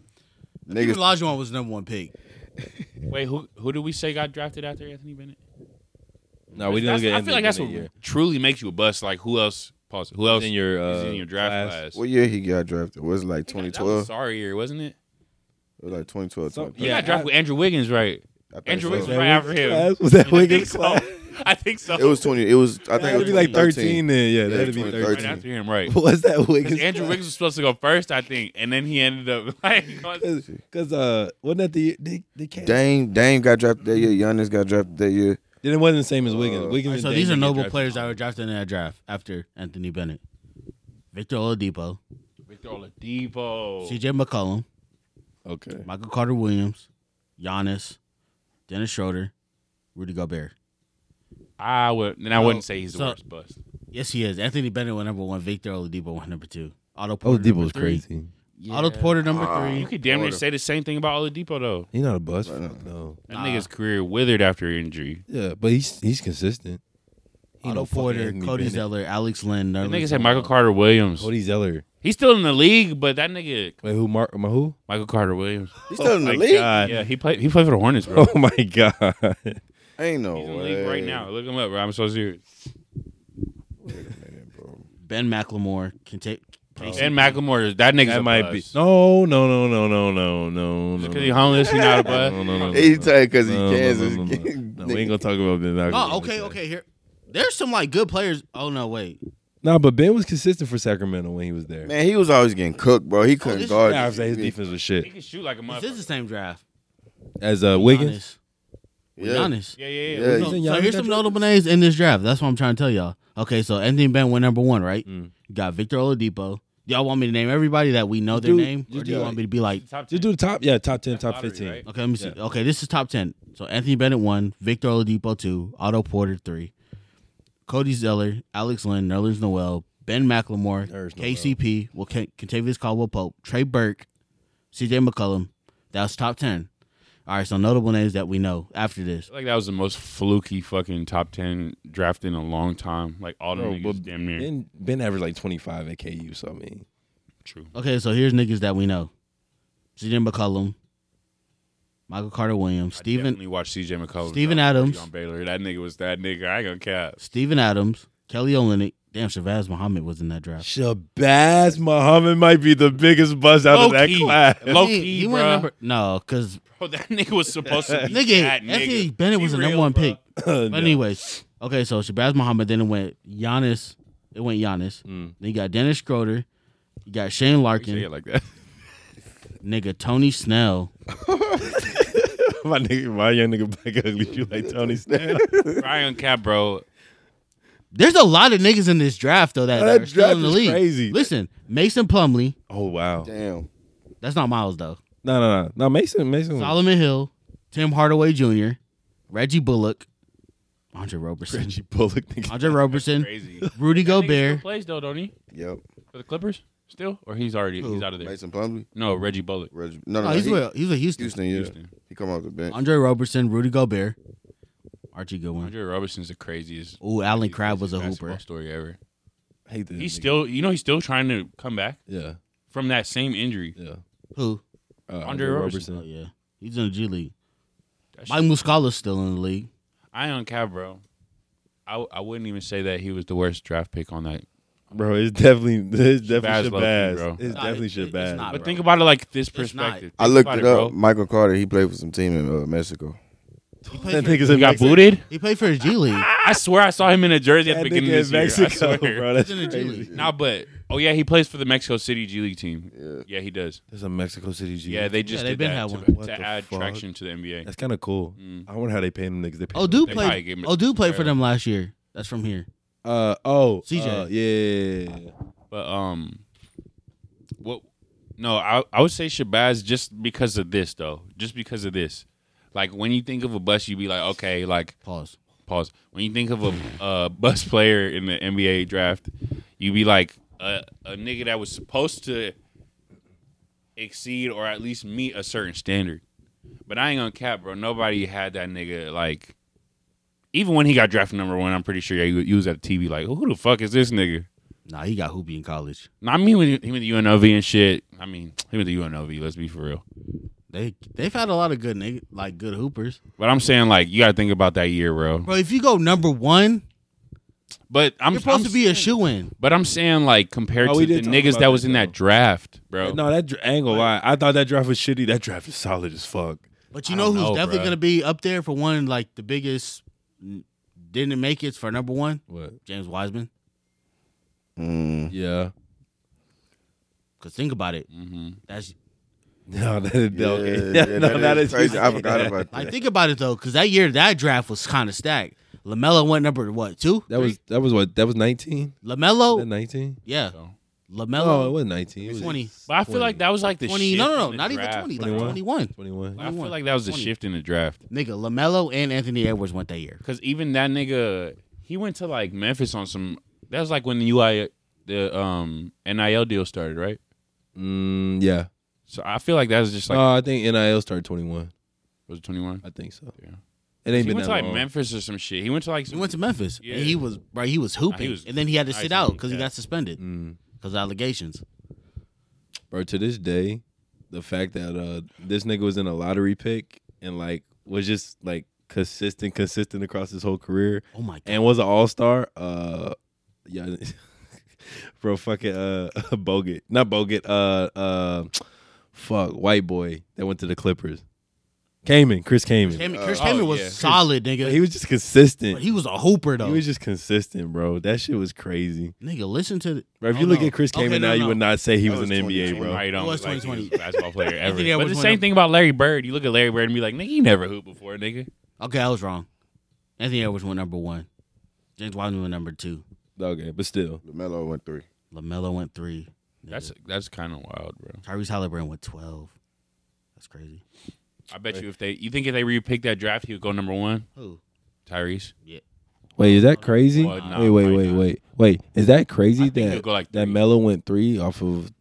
B: Nigga,
D: Niggas,
B: Olajuwon was number one pick.
A: Wait, who who did we say got drafted after Anthony Bennett?
C: No, Oh, we didn't
A: That's-
C: look at.
A: I feel like that's what truly makes you a bust. Like who else? Pause. Who else
C: in your
A: is
C: uh,
A: in your draft class?
D: what year he got drafted? Was it like
A: That was
D: 2012?
A: Sorry, year wasn't it?
D: It was like 2012.
C: So-
D: 2013.
A: Yeah,
C: Yeah,
A: got drafted
C: I-
A: with Andrew Wiggins, right?
D: I think
A: Andrew
D: so.
A: Wiggins was
C: That
A: right after
C: Wiggins
A: him.
C: class? Was that
A: I think
C: Wiggins
A: so.
C: class?
A: I think so.
D: It was 20. It was. I think it
C: That'd
D: was
C: be like 13,
D: 13.
C: then. Yeah,
D: Yeah,
C: that'd be
D: 2013.
C: 13.
A: right after him, right?
C: What's that Wiggins?
A: Because Andrew Wiggins was supposed to go first, I think, and then he ended up like.
C: Because uh, wasn't that the they, they came?
D: Dame, Dame got drafted that year. Giannis got drafted that year.
C: Then it wasn't the same as Wiggins. Wiggins. and
B: so
C: Dame
B: these are
C: didn't get
B: noble
C: drafted.
B: players that were drafted in that draft after Anthony Bennett, Victor Oladipo,
A: Victor Oladipo.
B: C.J. McCollum,
C: Okay.
B: Michael Carter Williams, Giannis, Dennis Schroeder, Rudy Gobert.
A: I would. Then I wouldn't say he's the
B: so-
A: worst bust.
B: Yes, he is. Anthony Bennett went number one. Victor Oladipo went number two. Otto
C: Oh,
B: Porter.
C: Debo
B: number
C: was
B: three.
C: crazy.
B: Otto Porter number
A: You
B: three.
A: could damn near
D: Florida.
A: say the same thing about Oladipo though.
C: He's not a bust. Fuck no.
A: That nigga's career withered after injury.
C: Yeah, but he's he's consistent. He
B: Otto
C: no fucking
B: Porter,
C: Anthony
B: Cody
C: Bennett.
B: Zeller, Alex Lynn.
A: That nigga said Michael Carter Williams.
C: Cody Zeller.
A: He's still in the league, but that nigga
C: Wait, who? Mark? My who?
A: Michael Carter Williams.
D: He's still in the
A: Oh
C: my
D: league.
C: God.
A: Yeah, he played. He played for the Hornets, bro.
C: Oh my god.
D: Ain't no
A: He's in the
D: way.
A: league right now. Look him up, bro. I'm so serious.
B: Ben McLemore, Kente-
A: And Macklemore, that nigga's
C: That
A: a
C: might
A: bust.
C: be. No, no, no, no, no, no, no, no.
A: because he homeless, he not a
C: No,
A: bust.
C: no, no, no, no.
D: He tight because he
C: No, no,
D: Kansas.
C: no, no, no. No, we ain't gonna talk about Ben. Malcolm
B: Oh,
C: like
B: okay,
C: that.
B: okay. Here, there's some like good players. Oh no, wait.
C: Nah, but Ben was consistent for Sacramento when he was there.
D: Man, he was always getting cooked, bro. He couldn't
B: this-
D: guard.
C: Yeah, I would say his
D: Yeah.
C: defense was
A: He
C: shit.
A: can shoot like a
B: Is this the
A: motherfucker.
B: same draft?
C: As uh, Wiggins,
B: Giannis.
D: Yeah.
B: Giannis.
A: Yeah, yeah, yeah.
D: Yeah.
B: So,
C: Isn't
B: so
C: Giannis
B: here's
C: that
B: some
C: draft?
B: notable names in this draft. That's what I'm trying to tell y'all. Okay, so Anthony Bennett went number one, right?
C: Mm.
B: You got Victor Oladipo. Y'all want me to name everybody that we know their
C: Do-
B: name,
C: just
B: or do you
C: do
B: want
C: it.
B: me to be like,
A: Top
C: just
A: 10.
C: do the top. Yeah, top ten, top
A: lottery,
C: fifteen.
A: right?
B: okay, let me see. Okay, this is top ten. So Anthony Bennett one, Victor Oladipo two, Otto Porter three, Cody Zeller, Alex Lynn, Nerlens Noel, Ben McLemore,
C: Nerlens Noel.
B: KCP, well, Ken- Kentavious Caldwell Pope, Trey Burke, C.J. McCollum. That's top ten. All right, so notable names that we know after this.
A: I feel Like that was the most fluky fucking top ten draft in a long time. Like all the niggas damn near
C: Ben Ben averaged like twenty five at KU. So I mean,
A: true.
B: Okay, so here's niggas that we know: C.J. McCollum, Michael Carter Williams,
A: I
B: Stephen
A: definitely watched C.J. McCollum.
B: Steven
A: drop
B: Adams.
A: 30 on Baylor. That nigga was that nigga. I ain't gonna cap.
B: Stephen Adams, Kelly Olynyk. Damn, Shavaz Muhammad was in that draft.
C: Shabazz Muhammad might be the biggest bust out of that
A: Low-key.
C: class.
A: Low
B: He-
A: key,
B: he
A: bro.
B: went number no, because
A: bro. That nigga was supposed to be
B: nigga,
A: that nigga.
B: Anthony Bennett
A: Be
B: was the number
A: real,
B: one
A: bro.
B: pick. But anyways, okay, so Shabazz Muhammad. Then it went Giannis. It went Giannis.
C: Mm.
B: Then you got Dennis Schroeder. You got Shane
A: Say
B: Larkin.
A: it like that.
B: Nigga, Tony Snell.
C: my nigga, my young nigga black ugly shoe like Tony Snell.
A: Ryan Cap, bro.
B: There's a lot of niggas in this draft though that,
C: That
B: that are still
C: draft
B: in the
C: is
B: league.
C: crazy.
B: Listen, Mason Plumley.
C: oh wow.
D: Damn.
B: That's not Miles though.
C: No, no, no, no. Mason, Mason.
B: Solomon Hill, Tim Hardaway Jr., Reggie Bullock, Andre Roberson,
C: Reggie Bullock. Nigga.
B: Andre Roberson,
A: Crazy.
B: Rudy
A: That nigga still
B: Gobert.
A: plays though, don't he?
D: Yep.
A: For the Clippers still, or he's already he's out of there.
D: Mason Plumlee.
A: No, Reggie Bullock.
D: Reg- no, no,
B: Oh,
D: no,
B: he's
D: he-
B: with he's with Houston.
D: Houston. Yeah.
A: Houston.
D: He come off the bench.
B: Andre Roberson, Rudy Gobert, Archie Goodwin.
A: Andre Robinson's the craziest.
B: Ooh, Allen Crabbe was
A: craziest
B: a
A: basketball
B: hooper.
A: Story ever.
C: Hate this
A: He's
C: nigga.
A: still, you know, he's still trying to come back
C: Yeah,
A: from that same injury.
C: yeah.
B: Who?
C: Uh,
A: Andre Roberson.
B: Oh yeah, he's in the G League.
A: That
B: Mike Muscala's still in the league.
A: I on cap, bro. I, w- I wouldn't even say that he was the worst draft pick on that.
C: Bro, it's definitely it's definitely
A: Shabazz low-key,
C: Shabazz.
A: bro.
C: It's
B: Nah,
C: definitely
B: it- it- it's
C: Shabazz.
B: not.
A: But
B: bro.
A: think about it like this
B: It's not.
A: perspective.
D: I
A: Think
D: looked
A: about
D: it
A: bro.
D: up. Michael Carter. He played for some team in uh, Mexico.
B: He
C: That
B: played, for,
C: nigga's
A: He
C: in
A: got
C: Mexico.
A: booted.
B: he played for his G League.
A: I swear I saw him in a jersey at
C: That
A: the
C: nigga
A: beginning of this
C: in Mexico,
A: year. I swear.
C: bro. That's
B: He's in the G
C: crazy.
B: League.
A: Nah, but oh yeah, he plays for the Mexico City G League team. Yeah, he does.
C: There's a Mexico City G.
A: Yeah, they just
B: they
A: did
B: been had
A: that to,
B: one.
A: to
C: What the
A: add
C: fuck?
A: traction to the NBA.
C: That's kind of cool. I wonder how they pay them niggas. They pay
B: Oh,
C: them
B: dude
C: big.
A: probably
B: played.
A: gave him a-
B: Oh, dude played for them last year. That's from here.
C: Uh oh.
B: CJ.
C: uh, yeah. yeah, yeah.
A: But um, what? No, I I would say Shabazz just because of this though, just because of this. Like when you think of a bus, you be like, okay, like
B: Pause.
A: pause. When you think of a uh, bus player in the NBA draft, you be like a, a nigga that was supposed to exceed or at least meet a certain standard. But I ain't gonna cap, bro. Nobody had that nigga like. Even when he got drafted number one, I'm pretty sure yeah, you, you was at the TV like, who the fuck is this nigga?
B: Nah, he got hoopy in college.
A: No, I mean when he went to UNLV and shit. I mean he went to UNLV. Let's be for real.
B: They they've had a lot of good nigga, like good hoopers.
A: But I'm saying like you got to think about that year, bro.
B: Bro, if you go number one,
A: But I'm
B: you're supposed
A: I'm
B: to be a
A: saying-
B: shoe in.
A: But I'm saying like compared
C: Oh,
A: to
C: we
A: the
C: did talk
A: niggas
C: about
A: that was
C: this,
A: in
C: though.
A: that draft, bro.
C: No, that dr- I ain't gonna lie. I thought that draft was shitty. That draft is solid as fuck.
B: But you
A: I
B: know
A: don't
B: who's
A: know,
B: definitely
A: bruh.
B: gonna be up there for one like the biggest n- didn't make it for number one?
C: What?
B: James Wiseman.
D: Mm.
C: Yeah.
B: Cause think about it.
C: Mm-hmm.
A: hmm
B: That's
C: No, that is
D: Yeah,
C: okay.
D: yeah,
C: no,
D: that
C: that
D: is
C: is
D: crazy. I forgot about
B: like
D: that.
B: think about it though, cause that year that draft was kind of stacked. Lamelo went number what two?
C: That was that was what that was nineteen. That
B: Lamelo.
C: nineteen.
B: Yeah,
A: So.
C: Oh, it
B: Lamelo.
C: was nineteen. It was
B: 20.
A: But I feel like that was like the
B: Twenty?
A: shift
B: No, no, no,
A: in the
B: not even
A: draft.
B: twenty. Like
C: 21?
B: twenty-one.
C: Twenty-one.
A: I feel like that was the
B: 20.
A: shift in the draft
B: Nigga, Lamelo and Anthony Edwards went that year.
A: because even that nigga he went to like Memphis on some. That was like when the UI the um NIL deal started, right?
C: Mm, yeah.
A: So I feel like that was just like
C: uh, I think NIL started twenty-one.
A: was it twenty one?
C: I think so.
A: Yeah.
C: It ain't
A: He
C: been
A: went to
C: that
A: like
C: long.
A: Memphis or some shit. He went to like
B: He
A: some,
B: went to Memphis.
A: Yeah.
B: And he was right. He was hooping,
A: was
B: and then he had to sit
A: nice,
B: out because he
A: yeah.
B: got suspended
C: Mm.
B: because allegations.
C: Bro, to this day, the fact that uh this nigga was in a lottery pick and like was just like consistent, consistent across his whole career
B: Oh my god.
C: and was an all star, uh yeah. bro, fucking uh, Bogut, not Bogut, uh, uh, fuck, white boy that went to the Clippers, Kamen, Chris Kamen.
B: Kamen,
A: Uh,
B: Chris
A: oh,
B: Kamen was
A: yeah.
B: solid, nigga.
C: He was just consistent.
B: But he was a hooper though.
C: He was just consistent, bro. That shit was crazy.
B: nigga, listen to the.
C: Bro, if
B: Oh,
C: you look
B: no.
C: at Chris
B: Okay,
C: Kamen
B: no,
C: now, you
B: no.
C: would not say he
D: That
C: was,
D: was
C: in the NBA,
D: 2020,
C: bro.
A: No, you don't.
B: It was
A: Like, he
B: 2020.
A: a basketball player ever.
B: think that
A: but
B: was
A: the
B: one
A: same
B: of-
A: thing about Larry Bird. You look at Larry Bird and be like, nigga, he never hooped before, nigga.
B: Okay, I was wrong. Anthony Edwards went number one. James Wiseman went number two.
C: Okay, but still,
D: Lamelo went three.
B: Lamelo went three. Nigga.
A: That's that's kind of wild, bro.
B: Tyrese Halliburton went twelve. That's crazy.
A: I bet you if they you think if they repick that draft, he would go number one,
B: Who?
A: Tyrese.
C: wait, is that crazy?
A: Well, nah,
C: wait, wait,
A: probably
C: wait,
A: not.
C: wait, wait. Is that crazy
A: I think he'll
C: that
A: go like
C: that
A: three.
C: Melo went three off of?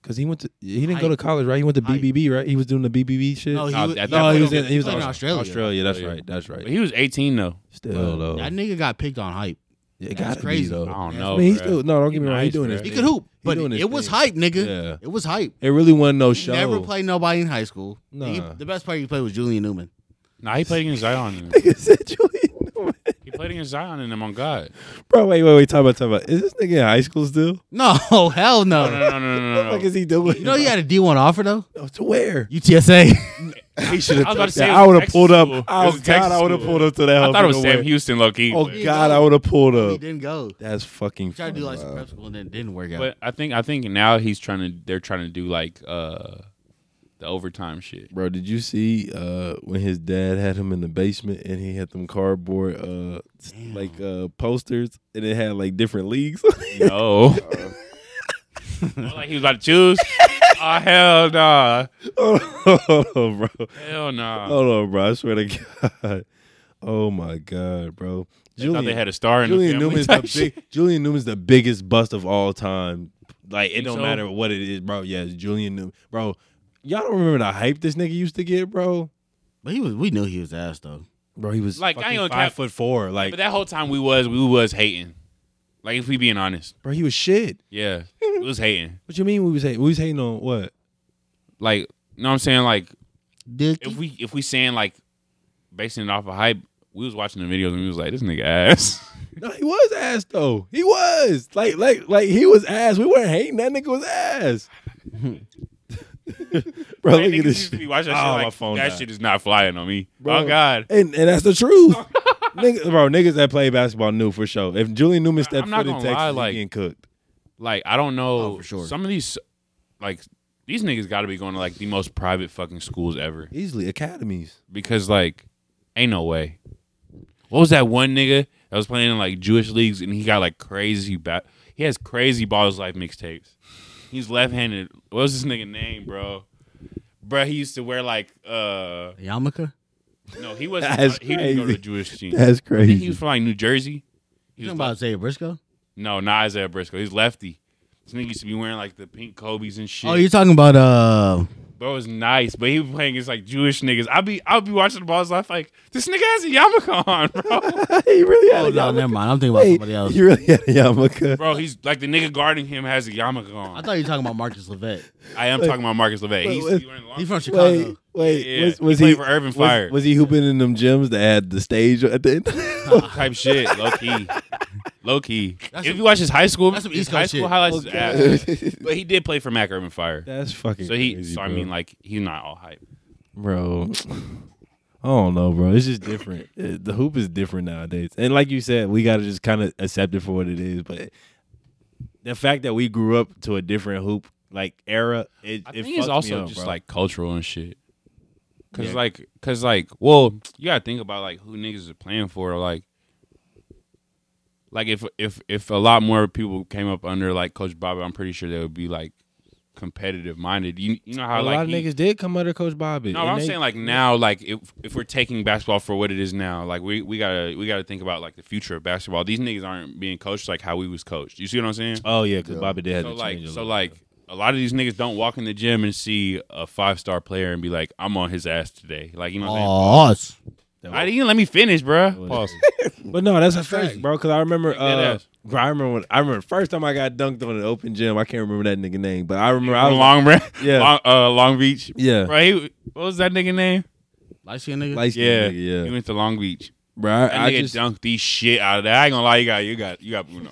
C: Because he went to he didn't go to
B: Hype.
C: college, right? He went to
B: Hype.
C: BBB, right? He was doing the BBB shit.
A: he-
B: wa-
A: at that
B: no,
A: point,
B: he was
A: he was
B: in,
A: in-
B: he was in Australia.
C: Australia, that's
A: Australia.
C: right. That's right.
A: But he was 18 though.
C: still though.
B: That nigga got picked on hype.
C: Yeah, it
B: that's
C: gotta be
B: crazy.
A: I
C: though.
A: don't
B: Yeah.
A: know.
C: I mean, he's
A: bruh.
C: still no. Don't get me
A: He
C: wrong. He's
A: nice,
C: doing
A: bruh.
C: his.
B: He
A: He
C: thing.
B: could hoop,
C: He
B: but
C: doing his
B: it was
C: thing.
B: hype, nigga.
C: Yeah.
B: It was hype.
C: It really wasn't no
B: He
C: show.
B: never played nobody in high school.
C: Nah.
B: He- the best player he played was Julian Newman.
A: Nah, he played against Zion.
C: Nigga said Julian Newman.
A: he played against Zion and them on God.
C: Bro, wait, wait, wait. Talk about, talk about. Is this nigga in high school still?
B: No, hell
A: No,
B: no.
A: no, no, no, no,
C: What the
A: no.
C: fuck
A: no.
C: is he doing?
B: You know he had a D one offer though.
C: to where?
B: UTSA.
C: He should
A: I was
C: have.
A: about to
C: took
A: say
C: that.
A: it was
C: I would have
A: Texas
C: pulled up.
A: school. It
C: Oh
A: was Texas
C: God, I would have
A: school.
C: pulled up to that.
A: I thought it was
C: motherfucker
A: Sam
C: way.
A: Houston, low key.
C: Oh
A: but-
C: God, I would have pulled
B: he
C: up.
B: didn't go.
C: That's fucking.
B: Tried to do
C: funny.
B: like some prep school and then it didn't work out.
A: But I think I think now he's trying to. They're trying to do like uh the overtime shit.
C: Bro, did you see uh, when his dad had him in the basement and he had them cardboard uh, s-
B: Damn.
C: like uh, posters and it had like different leagues? on it?
A: No,
C: Uh-huh.
A: like he was about to choose. oh hell nah,
C: Hold on, bro.
A: hell nah.
C: Hold on, bro. I swear to God. Oh my God, bro.
A: They thought they had a star in
C: Julian
A: the family.
C: Newman's
A: type
C: the
A: shit.
C: big, Julian Newman's the biggest bust of all time. Like it
A: Think
C: don't
A: so?
C: matter what it is, bro. Yeah, it's Julian Newman, bro. Y'all don't remember the hype this nigga used to get, bro.
B: But he was. We knew he was ass though.
C: Bro, he was
A: Like, I
C: fucking
A: ain't
C: five
A: gonna cap-
C: foot four. Like,
A: But that whole time we was we was hating. Like if we being honest,
C: bro, he was shit.
A: yeah, we was hating.
C: What you mean? We was hating? We was hating on what?
A: Like you know what I'm saying? Like
B: Did
A: if we if we saying like basing it off of hype, we was watching the videos and we was like this nigga ass.
C: No, he was ass though. He was like, like, like he was ass. We weren't hating that nigga was ass. bro,
A: Like,
C: look
A: niggas
C: at this.
A: used to be
C: Shit.
A: watching that
C: Oh,
A: shit
C: my
A: like,
C: phone
A: that
C: died.
A: shit is not flying on me.
C: Bro.
A: Oh God.
C: And, and that's the truth. Nigga, bro, niggas that play basketball knew for sure. If Julian
A: I-
C: Newman stepped
A: I'm not
C: foot in
A: gonna
C: Texas,
A: lie,
C: he
A: like-
C: getting cooked.
A: Like I don't know.
B: Oh, for sure.
A: Some of these, like these niggas, got to be going to like the most private fucking schools ever
C: Easily academies.
A: because like, ain't no way. What was that one nigga that was playing in like Jewish leagues and he got like crazy bat? He has crazy balls life mixtapes. He's left-handed. What was this nigga name, bro? Bro, he used to wear like uh
B: Yamaka?
A: no, he wasn't.
C: That's
A: he didn't go to
C: crazy.
A: the Jewish team.
C: That's
A: I think he
C: crazy.
A: was from like New Jersey. He
B: You
A: was
B: talking about Isaiah Briscoe?
A: No, not Isaiah Briscoe. He's lefty. This nigga used to be wearing like the pink Kobe's and shit.
B: Oh, you're talking about uh
A: Bro, it was nice, but he was playing against like Jewish niggas. I'll be I'll be watching the balls life like this nigga has a yarmulke on, bro.
C: he really had
B: Oh
C: a
B: no,
C: yarmulke.
B: never mind. I'm thinking about
C: Wait,
B: somebody else.
C: He really had a yarmulke.
A: bro, he's like the nigga guarding him has a yarmulke
B: I
A: on.
B: thought you were talking about Marcus Levette.
A: I am talking about Marcus Levay. He's
C: wait,
A: he wearing long.
B: He's from Chicago.
C: Wait, wait.
A: Yeah,
C: Was,
A: he
C: was he,
A: played for Urban
C: was-
A: Fire.
C: Was, he hooping in them gyms that had the stage at the end?
A: type shit, low key, low key. if you watch his high school,
B: that's some
A: his
B: East
A: high
B: Coast
A: school
B: shit.
A: highlights, is ass. but he did play for Mac Urban Fire.
C: That's fucking.
A: So he,
C: crazy,
A: so I
C: bro.
A: mean, like he's not all hype.
C: bro. I don't know, bro. It's just different. Uh, The hoop is different nowadays, and like you said, we gotta just kind of accept it for what it is. But the fact that we grew up to a different hoop like era, it,
A: I
C: it
A: think it's
C: fucked
A: also
C: me up,
A: just
C: bro.
A: like cultural and shit. Cause
C: Yeah.
A: like, cause like, well, you gotta think about like who niggas is playing for. Like, like if if if a lot more people came up under like Coach Bobby, I'm pretty sure they would be like competitive minded. You you know how
C: a
A: like
C: lot of
A: he-
C: niggas did come under Coach Bobby.
A: no,
C: and
A: I'm
C: they-
A: saying like now, like if if we're taking basketball for what it is now, like we, we gotta we gotta think about like the future of basketball. These niggas aren't being coached like how we was coached. You see what I'm saying?
C: oh yeah, because Bobby did have
A: so
C: to
A: like
C: change a
A: so
C: little.
A: like a lot of these niggas don't walk in the gym and see a five star player and be like, I'm on his ass today. Like you know what I'm
B: Oh, us.
A: saying? I didn't let me finish, bruh.
C: was-
A: Pause.
C: But no, that's, a fact,
B: crazy.
C: bro. Because I remember,
A: that
C: uh,
A: ass.
C: bro, I remember when I remember the first time I got dunked on an open gym. I can't remember that nigga name, but I remember I was
A: Long Beach,
C: Yeah.
A: Long, uh, Long Beach.
C: yeah,
A: Bro, he, what was that nigga name?
B: Light skinned nigga?
C: light-skinned
A: Yeah,
C: nigga, yeah.
A: He went to Long Beach.
C: bro. I,
A: That
C: I
A: nigga
C: just,
A: dunked the shit out of that. I ain't gonna lie, you got you got you got Bruno.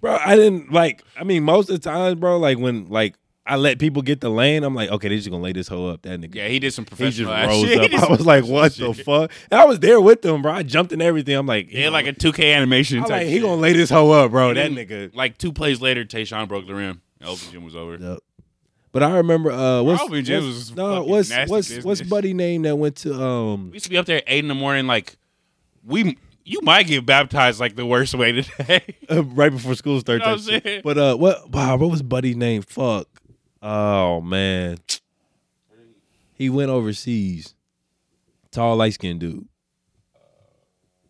C: bro. I didn't like. I mean, most of the times, bro, like when like I let people get the lane, I'm like, okay, they just gonna lay this hoe up. That nigga.
A: yeah, he did some
C: He just
A: professional ass
C: rose
A: shit. He
C: up.
A: did
C: I
A: some-
C: was like, "What the fuck?" And I was there with them, bro. I jumped in everything. I'm like,
A: yeah, like a 2K animation.
C: I'm
A: type
C: like, he
A: shit. Mm-hmm.
C: gonna lay this hoe up, bro.
A: And
C: That
A: then,
C: nigga.
A: Like two plays later, Tayshawn broke the rim. Open gym was over.
C: But I remember, uh, what's,
A: Robin James was
C: what's
A: some
C: no,
A: fucking
C: what's
A: nasty
C: what's
A: business.
C: what's buddy name that went to
A: We
C: um?
A: used to be up there at eight in the morning. Like we, you might get baptized like the worst way today.
C: right before school starts.
A: You know what
C: type
A: I'm
C: shit.
A: saying?
C: But uh, what? Wow, what was Buddy's name? Fuck. Oh man, he went overseas. Tall, light skinned dude.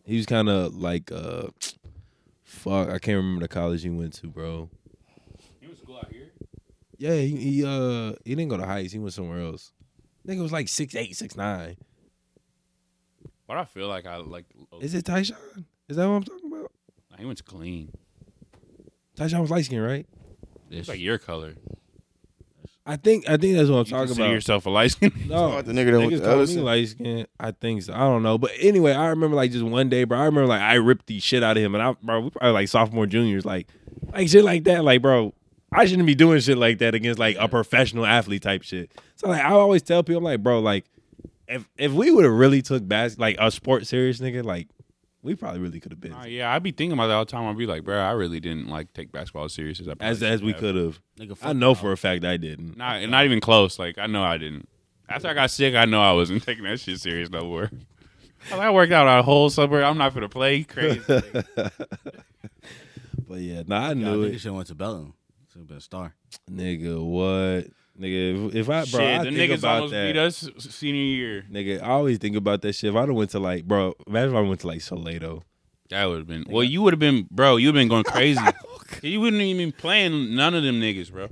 C: He was kind of like uh, fuck. I can't remember the college he went to, bro.
A: he was cool out here.
C: Yeah, he, he uh he didn't go to Heights. He went somewhere else. Nigga was like six eight, six nine.
A: But I feel like I like.
C: Is it Tyshawn? Is that what I'm talking about?
A: Nah, he went to clean.
C: Tyshawn was light skinned, right?
A: It's like your color.
C: I think I think that's what I'm
A: You
C: talking
A: consider
C: about.
A: yourself a light skin.
D: Oh,
C: No,
D: the nigga that went
C: Niggas called
D: to
C: me
D: Ellison.
C: light skin. I think so. I don't know. But anyway, I remember like just one day, bro. I remember like I ripped the shit out of him, and I bro, we probably like sophomore juniors, like like shit like that. Like bro, I shouldn't be doing shit like that against like a professional athlete type shit. So like I always tell people, I'm like bro, like if if we would have really took bas- like a sport serious, nigga, like we probably really could have been
A: Nah, yeah, I'd be thinking about that all the time. I'd be like, bro, I really didn't like take basketball as serious as I
C: as
A: probably
C: as we
A: have.
C: could have.
B: Nigga, fuck
C: I know for a fact I didn't.
A: Not not even close. Like I know I didn't. After I got sick, I know I wasn't taking that shit serious no more. I, I worked out a whole summer. I'm not gonna play You crazy.
C: But yeah, nah, I
B: Y'all
C: knew
B: niggas
C: it,
B: should went to Bellum. Should have been a star.
C: nigga. What, nigga? If, if I bro,
A: Shit,
C: I
A: the
C: think
A: niggas
C: about
A: almost
C: that.
A: beat us senior year.
C: Nigga, I always think about that shit. If I'd have went to like, bro, imagine if I went to like Soledo.
A: That would have been. Well, you would have been, bro. You'd have been going crazy. you wouldn't even been playing none of them niggas, bro.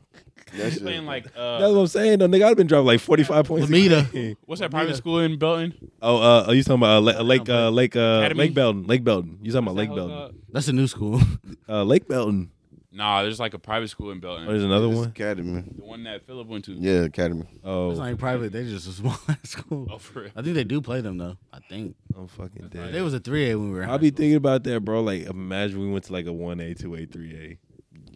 D: That shit-
A: Playing like
C: That's
A: uh,
C: what I'm saying. Though, nigga, I'd have been dropping like 45 points. a
B: Lamita.
C: game.
A: what's that private school in Belton?
C: Oh, uh, oh, you talking about uh, Le- uh, Lake, uh, Lake, uh,
A: Academy?
C: Lake Belton? Lake Belton. You talking about Lake
A: That
C: Belton?
A: was, uh,
B: That's a new school.
C: Uh, Lake Belton.
A: Nah, there's like a private school in Belton.
C: Oh, there's another
D: It's
C: one.
D: Academy.
A: the one that Philip went to.
D: Yeah, Academy.
B: it's not
C: Oh,
B: even private. They just a small ass
A: Oh,
B: school.
A: for real.
B: I think they do play them though. I think
C: I'm fucking
B: they
C: dead.
B: was a three A when we were. in high
C: I'll be
B: school.
C: thinking about that, bro. Like, imagine we went to like a one A, two A, three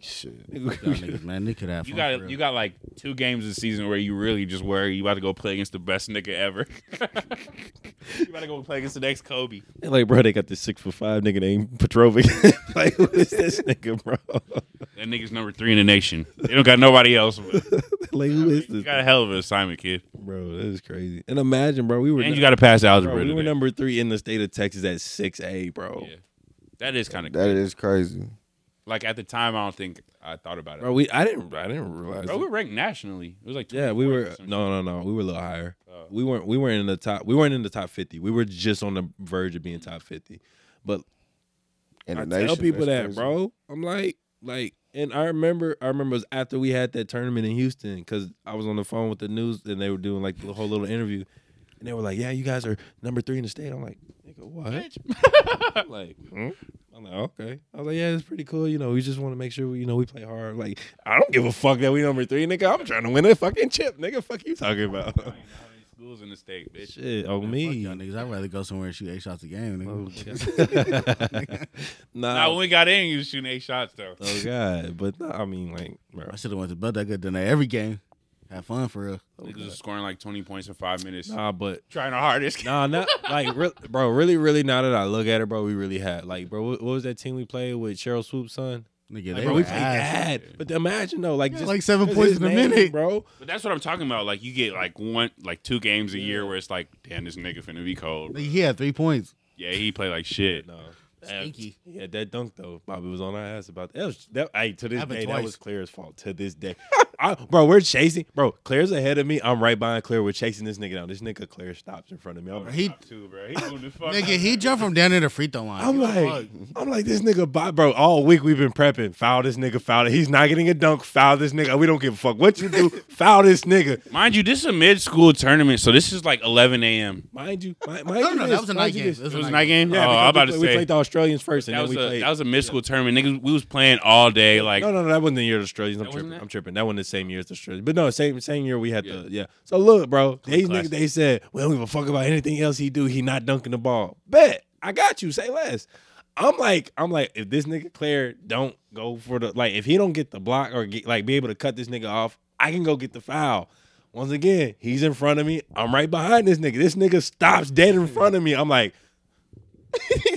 D: Shit.
C: A.
B: Y'all niggas, man, they could have.
A: You
B: fun for
A: got
B: real.
A: you got like two games this season where you really just worry you about to go play against the best nigga ever. you about to go play against the next Kobe.
C: Like, bro, they got this six foot five nigga named Petrovic. like, who is this nigga, bro?
A: That nigga's number three in the nation. They don't got nobody else.
C: like, who
A: You
C: is this,
A: got a hell of an assignment, kid.
C: bro? That is crazy. And imagine, bro, we were
A: And you got to pass algebra.
C: Bro, we were
A: today.
C: number three in the state of Texas at six A, bro.
A: Yeah. That is kind of
D: That is crazy.
A: like at the time. I don't think I thought about it.
C: Bro, we I didn't I didn't realize.
A: Bro,
C: it.
A: we were ranked nationally. It was like
C: yeah, we
A: 24th
C: were
A: or some
C: no no no we were a little higher.
A: Oh.
C: We weren't we weren't in the top we weren't in the top fifty. We were just on the verge of being top fifty. But
D: And
C: I
D: the nation,
C: tell people
D: that's
C: that,
D: crazy.
C: bro. I'm like like and I remember I remember it was after we had that tournament in Houston because I was on the phone with the news and they were doing like the whole little interview. And they were like, "Yeah, you guys are number three in the state." I'm like, "Nigga, what?"
A: shit. like
C: I'm like, okay. I was like, yeah, it's pretty cool. You know, we just want to make sure we, you know, we play hard. Like, I don't give a fuck that we number three, nigga. I'm trying to win a fucking chip, nigga. Fuck you talking about?
A: I ain't know how many schools in the state, bitch.
C: Shit, oh
B: Fuck
C: me.
B: y'all niggas. I'd rather go somewhere and shoot eight shots a game. Nigga.
A: Nah, when
C: nah.
A: we got in, you was shooting eight shots though.
C: Oh god, but nah, I mean, like, bro.
B: I should have went to bed. I could have done that every game. Have fun for real.
A: Niggas was scoring like twenty points in five minutes.
C: Nah, but
A: Trying our hardest.
C: nah, not like, real, bro. Really, really. Now that I look at it, bro, we really had like, bro. What, what was that team we played with Cheryl Swoop's son?
B: Nigga,
C: Like,
B: they
C: bro,
B: were
C: we played
B: ass.
C: bad. But imagine though, like, just
B: like seven
C: 'cause
B: points
C: his
B: in a
C: name,
B: minute.
C: bro.
A: But that's what I'm talking about. Like you get like one, like two games a year where it's like, damn, this nigga finna be cold.
B: Nigga, He had three points.
A: Yeah, he play like shit.
C: No.
B: Stinky.
C: Yeah, that dunk though, Bobby was on our ass about that. Was, that hey, to this
B: Happened
C: day, that
B: twice.
C: was Claire's fault. To this day, I, bro, we're chasing. Bro, Claire's ahead of me. I'm right behind Claire. We're chasing this nigga down. This nigga Claire stops in front of me. I'm like,
B: He
A: Too, bro. He doing the fuck.
B: nigga, he jumped from down near the free throw line.
C: I'm like, I'm like, this nigga, Bob, bro. All week we've been prepping. Foul this nigga. Foul. it. He's not getting a dunk. Foul this nigga. We don't give a fuck what you do. foul this nigga.
A: Mind you, this is a mid school tournament, so this is like 11 a.m.
C: Mind you, mind, mind
B: no,
C: you
B: no,
C: this,
B: that was a
C: mind
B: night
C: you
B: game.
C: this.
B: That
A: It was a night game.
C: Yeah,
A: oh,
C: because
A: I'm about
C: we,
A: to
C: play- we
A: say
C: played the Australians first, and
A: that
C: then
A: was
C: we
A: a
C: played.
A: that was a mid school tournament. Niggas, we was playing all day. Like
C: No, no, no, that wasn't the year of the Australians. I'm
A: That
C: tripping.
A: wasn't it?
C: I'm tripping. That wasn't the same year as the Australians. But no, same same year we had
A: Yeah.
C: the yeah. So look, bro, these
A: classic.
C: niggas they said we don't give a fuck about anything else he do. He not dunking the ball. Bet I got you. Say less. I'm like, I'm like, if this nigga Claire don't go for the like, if he don't get the block or get, like be able to cut this nigga off, I can go get the foul. Once again, he's in front of me. I'm right behind this nigga. This nigga stops dead in front of me. I'm like,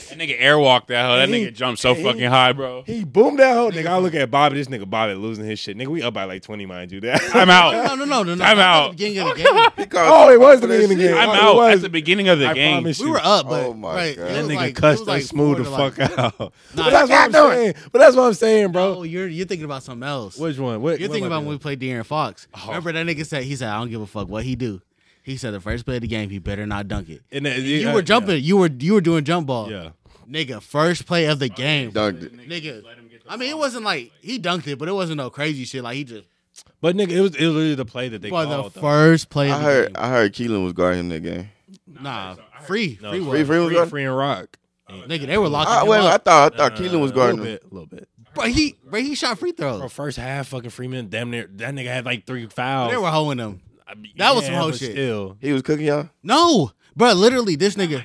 A: That nigga airwalked that hoe. That
C: He-
A: nigga jumped so
C: he-
A: fucking high, bro.
C: he boomed that whole nigga. I look at Bobby. This nigga Bobby losing his shit. Nigga, we up by like 20, mind you. That
A: I'm
B: No,
A: out.
B: no, no, no, no. That
A: Time
B: was
A: out.
B: the Beginning of the game.
C: Oh, it was the beginning of the game.
A: I'm
C: Oh, it
A: out
C: was.
A: at the beginning of the
C: I
A: game.
C: promise you.
B: We were up, but
D: Oh my
B: right,
D: God.
B: it
D: That
B: was
C: Nigga
B: like,
C: cussed
B: it was like
C: us
B: four
C: smooth the
B: to, like-
C: fuck out.
B: Nah,
C: but that's what I'm
B: God, no.
C: saying. But that's what I'm saying, bro.
B: Oh, you're you're thinking about something else.
C: Which one? What,
B: You're
C: what Oh.
B: thinking
C: am I
B: about when we played De'Aaron Fox. Remember that nigga said he said I don't give a fuck what he do. He said the first play of the game he better not dunk it.
C: And that-
B: you
C: yeah,
B: were jumping. You were you were doing jump ball.
C: Yeah.
B: Nigga, first play of the game.
D: Dunked it.
B: Nigga, I mean it wasn't like he dunked it, but it wasn't no crazy shit. Like he just
C: But nigga, it was it was literally the play that they
B: for the
C: called. though.
B: first play.
D: I
B: Of the
D: heard,
B: game.
D: I heard Keelan was guarding him that game.
B: nah, free,
C: No,
B: free, was.
C: free-
D: free was
C: free,
D: guarding-
C: free and rock.
B: Nigga, they were locking
D: I,
B: him
D: wait, a minute, I
B: up.
D: thought, I thought Keelan was
C: Uh,
D: guarding
C: a little
D: him.
C: bit, a little bit.
B: bro, he, bro, he shot free
C: Bro,
B: throws.
C: first half, fucking Freeman, damn near that nigga had like three fouls.
B: They were hoeing him.
C: I mean,
B: that was some
C: yeah,
B: whole
C: but
B: shit.
C: Still,
D: He was cooking y'all.
B: No, bro, literally this nigga.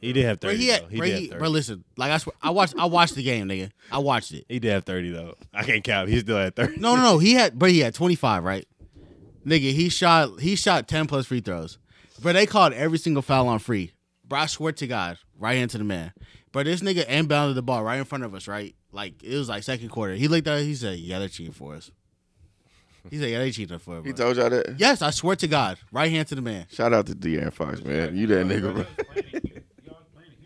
C: he did have
B: Bro,
C: thirty.
B: he
C: though.
B: had,
C: he
B: bro,
C: did have
B: he,
C: thirty.
B: bro, listen, like I swear, I watched, I watched the game, nigga. I watched it.
C: he did have thirty though. I can't count. He still had thirty.
B: No, no, no. He had, bro, he had 25, right? Nigga, he shot, he shot 10 plus free throws. Bro, they called every single foul on free. Bro, I swear to God, right into the man. Bro, this nigga inbounded the ball right in front of us, right? Like, it was like second quarter. He looked at it, he said, yeah, they're cheating for us. He said, yeah, they cheating for us.
D: He
B: bro."
D: told y'all that.
B: yes, I swear to God, right hand to the man.
D: Shout out to De'Aaron Fox, man. You that nigga, bro.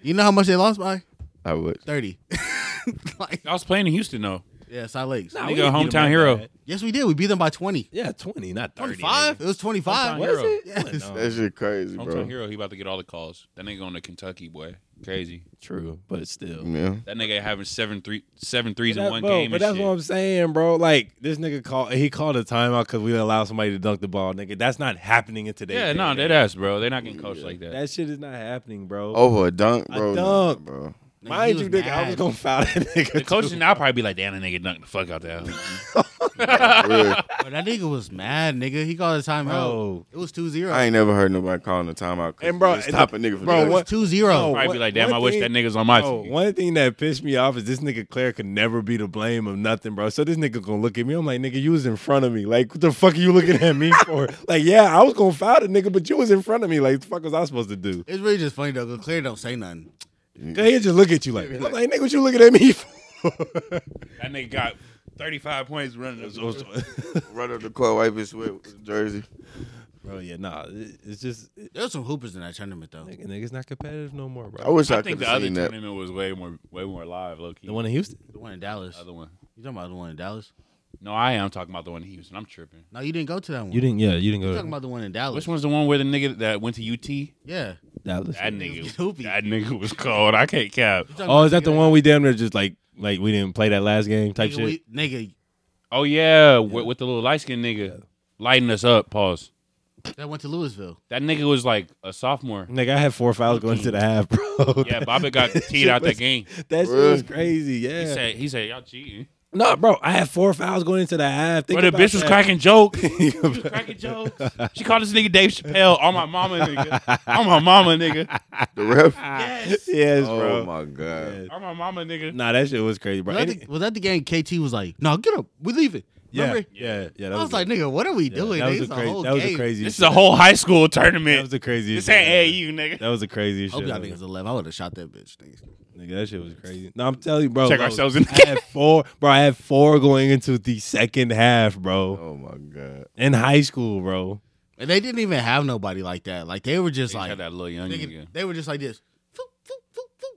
B: You know how much they lost by?
D: I would.
B: 30. like,
A: I was playing in Houston though.
B: yeah, Side Lakes.
A: Nigga, hometown hero.
B: Yes, we did. We beat them by 20.
C: Yeah, twenty, not thirty.
B: 25? It was 25.
A: Hometown hero.
B: Yes.
C: No,
D: That shit crazy,
A: Hometown
D: bro.
A: hero. He about to get all the calls. That nigga going to Kentucky, boy. Crazy.
C: true, but it's still.
D: Yeah.
A: That nigga having seven three seven threes in
C: That-
A: one
C: bro,
A: game.
C: But
A: and
C: that's
A: shit.
C: what I'm saying, bro. Like this nigga called, he called a timeout because we didn't allow somebody to dunk the ball, nigga. That's not happening in today's.
A: yeah,
C: day
A: no,
C: and
A: nah,
C: age.
A: dead ass, bro. They're not getting coached like that.
C: That shit is not happening, bro.
D: Over a dunk,
C: A
D: bro.
C: dunk.
D: Nah, bro.
B: Nigga,
C: Mind
B: he
C: you,
B: was
C: nigga, I was
B: mad.
C: gonna foul that nigga.
A: the coach
C: too.
A: and I'll probably be like, damn, that nigga dunked the fuck out there.
D: For real.
B: Bro, that nigga was mad, nigga. He called a timeout.
C: Bro.
B: It was 2-0.
D: I ain't never heard nobody calling a timeout. 'cause
C: And bro,
D: you stop a
C: and
D: nigga from
C: bro,
D: dunking.
C: what- Oh.
B: 2-0.
C: No,
A: Probably
C: One-
A: be like, damn,
C: one
A: I wish
C: thing-
A: that nigga's on my
C: Bro,
A: team.
C: one thing that pissed me off is this nigga Claire could never be to blame of nothing, bro. So this nigga gonna look at me. I'm like, nigga, you was in front of me. Like, what the fuck are you looking at me for? like, yeah, I was gonna foul the nigga, but you was in front of me. Like, the fuck was I supposed to do?
B: It's really just funny, though, because Claire don't say nothing.
C: He just look at you like, I'm like, nigga, what you looking at me for?
A: That nigga got 35 points running. us over.
D: Right up the court, wipe his sweat with his jersey.
C: bro, yeah, nah, it- it's just it,
B: There was some hoopers in that tournament, though.
C: nigga, nigga's not competitive no more,
D: I
C: bro.
D: wish I,
A: I think
D: could
A: the other
D: seen that.
A: tournament was way more way more live, low key.
C: The one in Houston.
B: The one in Dallas.
A: other one.
B: You talking about the one in Dallas?
A: No, I am talking about the one in Houston. I'm tripping.
B: No, you didn't go to that one.
C: You didn't, yeah, you didn't
B: You
C: go
B: talking
C: to
B: about the one in Dallas.
A: Which one's the one where the nigga that went to UT?
B: Yeah.
C: Dallas.
A: That
B: was
A: nigga,
B: goofy.
A: that nigga was cold. I can't cap.
B: You talking
C: Oh,
B: about
C: is that the
B: nigga
C: one we damn near just like like we didn't play that last game type
B: Nigga,
C: shit?
B: we, nigga,
A: Oh yeah, With, with the little light skinned nigga lighting us up. Pause.
B: that went to Louisville.
A: That nigga was like a sophomore.
C: Nigga, I had four fouls going to the half, bro.
A: Yeah, Bobby got teed out that game.
C: That shit
D: Really?
C: was crazy.
A: He
C: Yeah.
A: said, he said, y'all cheating.
C: No, bro, I had four fouls going into the half. Think
A: But the
C: about
A: bitch was
C: that.
A: cracking joke. She was cracking jokes. She called this nigga Dave Chappelle. On my mama, nigga. On my mama, nigga.
D: The ref.
C: Ah,
A: Yes.
C: Yes,
D: oh
C: bro.
D: my god.
A: On my mama, nigga.
C: Nah, that shit was crazy, bro.
B: Was that,
C: Any-
B: the, was that the game KT was like, no, get up. We leave it.
C: yeah,
B: Remember?
C: yeah, yeah. That
B: I was, like, nigga, what are we
C: yeah,
B: doing?
C: That
B: nigga?
C: was, a
B: It's a
C: crazy,
B: whole
C: that was a
B: game.
C: crazy.
A: This is
C: shit.
A: a whole high school
C: That was
A: tournament.
C: the craziest.
A: This ain't E. AAU,
C: shit.
A: nigga.
C: That was the craziest
B: Hope
C: shit.
B: y'all
C: ever.
B: niggas 11. I would have shot that bitch, nigga.
C: Nigga, that shit was crazy. No, I'm telling you, bro.
A: Check
C: bro,
A: ourselves in the
C: I had four, bro. I had four going into the second half, bro.
D: Oh my god.
C: In high school, bro.
B: And they didn't even have nobody like that. Like, they were just
A: They
B: like,
A: had that little young
B: Nigga,
A: nigga.
B: They were just like this. Foop, foop, foop, foop.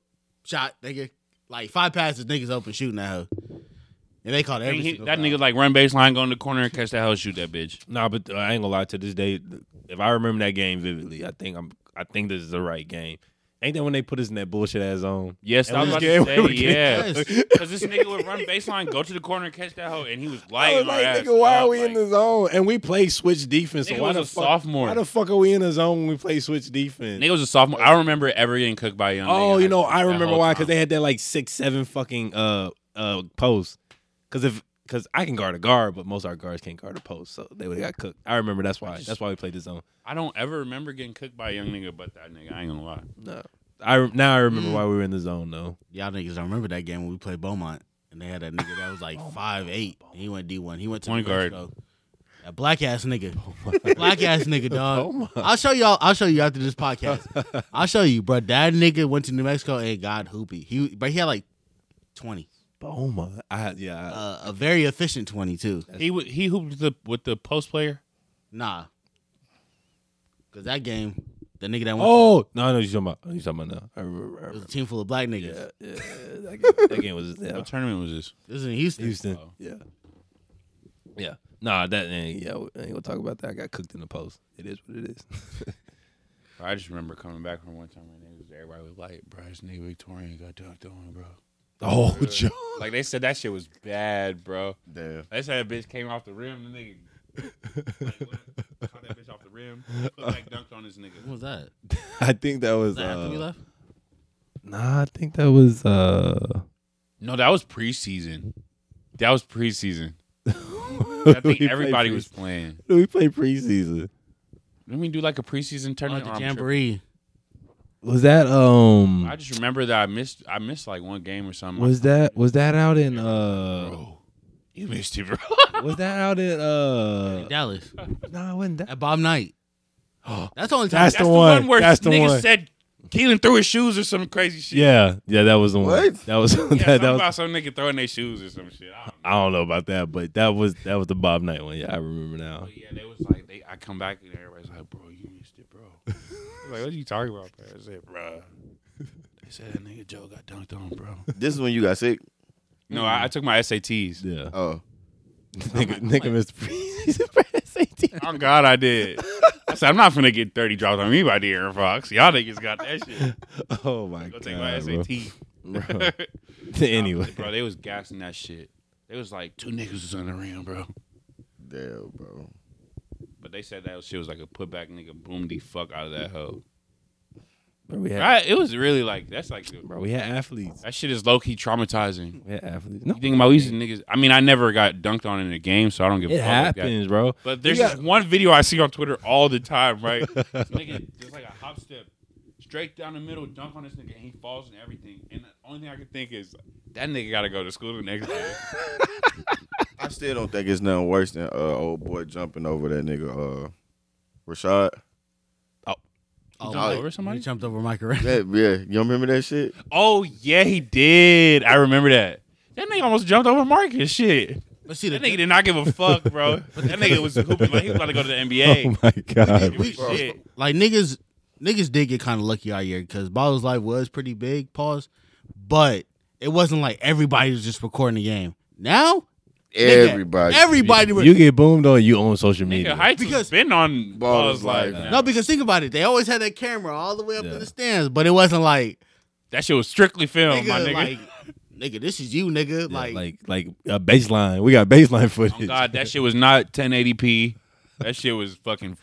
B: Shot, nigga. Like five passes, niggas open shooting at her. And they caught every
A: He-
B: single
A: that
B: foul.
A: nigga like run baseline, go in the corner and catch that hell, shoot that bitch.
C: Nah, but uh, I ain't gonna lie. To this day, th- if I remember that game vividly, I think I'm. I think this is the right game. Ain't that when they put us in that bullshit ass zone?
A: Yes,
C: And
A: I was
C: we
A: about
C: get-
A: to
C: we
A: say,
C: get-
A: yeah.
B: Yes.
A: Because this nigga would run baseline, go to the corner, and catch that hoe, and he was
C: I
A: lying.
C: was
A: on our
C: like,
A: ass
C: nigga, why are
A: up,
C: we in
A: like-
C: the zone? And we play switch defense. so
A: Nigga
C: why
A: was
C: the
A: a
C: fuck,
A: sophomore.
C: Why the fuck are we in the zone when we play switch defense?
A: Nigga was a sophomore. I don't remember ever getting cooked by a young. nigga
C: oh,
A: in
C: you
A: high
C: know,
A: school
C: I
A: that
C: remember
A: whole
C: why because
A: time.
C: they had that like six, seven fucking uh uh post. Because if because I can guard a guard, but most of our guards can't guard a post, so they would got cooked. I remember that's why. that's why we played the zone.
A: I don't ever remember getting cooked by a young nigga, but that nigga. I ain't gonna lie.
C: No, I re- now I remember why we were in the zone though.
B: Y'all niggas don't remember that game when we played Beaumont and they had that nigga that was like five eight. And he went D one. He went to
A: Point
B: the
A: guard.
B: West, though. That black ass nigga. black ass nigga, dog. I'll show y'all I'll show you after this podcast. I'll show you, bro. That nigga went to New Mexico and got hoopy. He but he had like twenty.
C: Boma, I yeah, I-
B: Uh, a very efficient twenty too.
A: He wa- he hooped with the with the post player.
B: Nah. Cause that game, the nigga that went
C: Oh no, I know what you're talking about. I know what you're talking about now. I remember, I
B: it was a
C: remember.
B: team full of black niggas.
C: that, game, that game was yeah,
A: What tournament was this?
B: This is in Houston.
C: Houston.
A: Oh.
C: Yeah, yeah. Nah, that ain't, yeah. we- I ain't gonna talk about that. I got cooked in the post. It is what it is.
A: I just remember coming back from one time and it was, everybody was like, "Bro, this nigga Victorian got dunked on, bro."
C: oh, John.
A: Like they said that shit was bad, bro.
D: Damn.
A: They said that bitch came off the rim. The nigga like, what? caught that bitch off the rim. Put back dunked on this nigga.
B: What was that?
C: I think that
B: Was
C: was.
B: that after we
C: Uh,
B: left?
C: nah, I think that was. uh
A: No, that was preseason. That was preseason. I think everybody was playing.
C: We played preseason.
A: Let me do like a preseason
B: Oh,
A: tournament.
B: the
A: or I'm
B: jamboree.
C: Was that um?
A: tripping. I just remember that I missed. I missed like one game or something.
C: was that was that out in uh?
A: Bro, you missed it, bro.
C: Was that out in uh?
B: Dallas.
C: Nah, it wasn't that?
B: At Bob Knight. That's the only time.
C: That's
A: That's the one,
C: one.
A: where
C: That's the
A: niggas
C: one.
A: said Keelan threw his shoes or some crazy shit.
C: Yeah, yeah, that was the one.
D: What?
C: That was
A: Yeah,
C: that,
A: something
C: that was.
A: about some nigga throwing their shoes or some shit. I don't know.
C: I don't know about that, but that was that was the Bob Knight one. Yeah, I remember now.
A: But Oh, yeah, they was like, they, I come back and everybody's like, bro, you missed it, bro. I was like, what you talking about, bro? I said, bro. They said that nigga Joe got dunked on, bro.
D: This is when you got sick.
A: No, I, I took my SATs.
C: Yeah,
D: Oh,
C: nigga, nigga missed preseason for SAT.
A: Oh God, I did. I said, I'm not finna get 30 drops on anybody, Aaron Fox. Y'all niggas got that shit.
C: Oh my
A: Go
C: god!
A: take my
C: bro.
A: SAT.
C: Bro. anyway,
A: bro, they was gassing that shit. They was like, two niggas was on the rim, bro.
D: damn, bro.
A: But they said that shit was like a putback nigga boomed the fuck out of that hoe.
C: bro, we had
A: Right? It was really like that's like
C: bro, we had athletes.
A: that shit is low key traumatizing.
C: We had athletes. No,
A: You think about these niggas? I mean, I never got dunked on in a game, so I don't give a
C: it
A: fuck. like that.
C: happens, bro.
A: But there's this one video I see on Twitter all the time, right? This nigga, just like a hop step, straight down the middle, dunk on this nigga, and he falls and everything. And the only thing I can think is that nigga got to go to school the next day.
D: I still don't think it's nothing worse than uh, old boy jumping over that nigga uh, Rashad.
B: Oh,
A: jumped
B: Mike-
A: over somebody?
B: He jumped over Mike Arena.
D: That, yeah, you don't remember that shit?
A: oh yeah, he did. I remember that. That nigga almost jumped over Marcus. Shit.
B: But see, the
A: That nigga did not give a fuck, bro. That nigga was hooping like he was about to go to the NBA.
C: Oh my god!
A: Give a shit.
B: like niggas, niggas did get kind of lucky out here because Ball's life was pretty big. Pause, but it wasn't like everybody was just recording the game. Now, nigga,
D: Everybody.
B: everybody, was,
C: You get boomed on you on social
A: Nigga,
C: media.
A: Heights
B: Because-
A: has been on
D: Ball's
A: Ball's life.
D: Life.
A: now.
B: no, because think about it, they always had that camera all the way up
C: Yeah.
B: in the stands, but it wasn't like,
A: that shit was strictly film,
B: nigga,
A: my nigga.
B: like, nigga, this is you, nigga,
C: Yeah,
B: like,
C: like like a baseline. We got baseline footage.
A: Oh God, that shit was not 1080p. That shit was fucking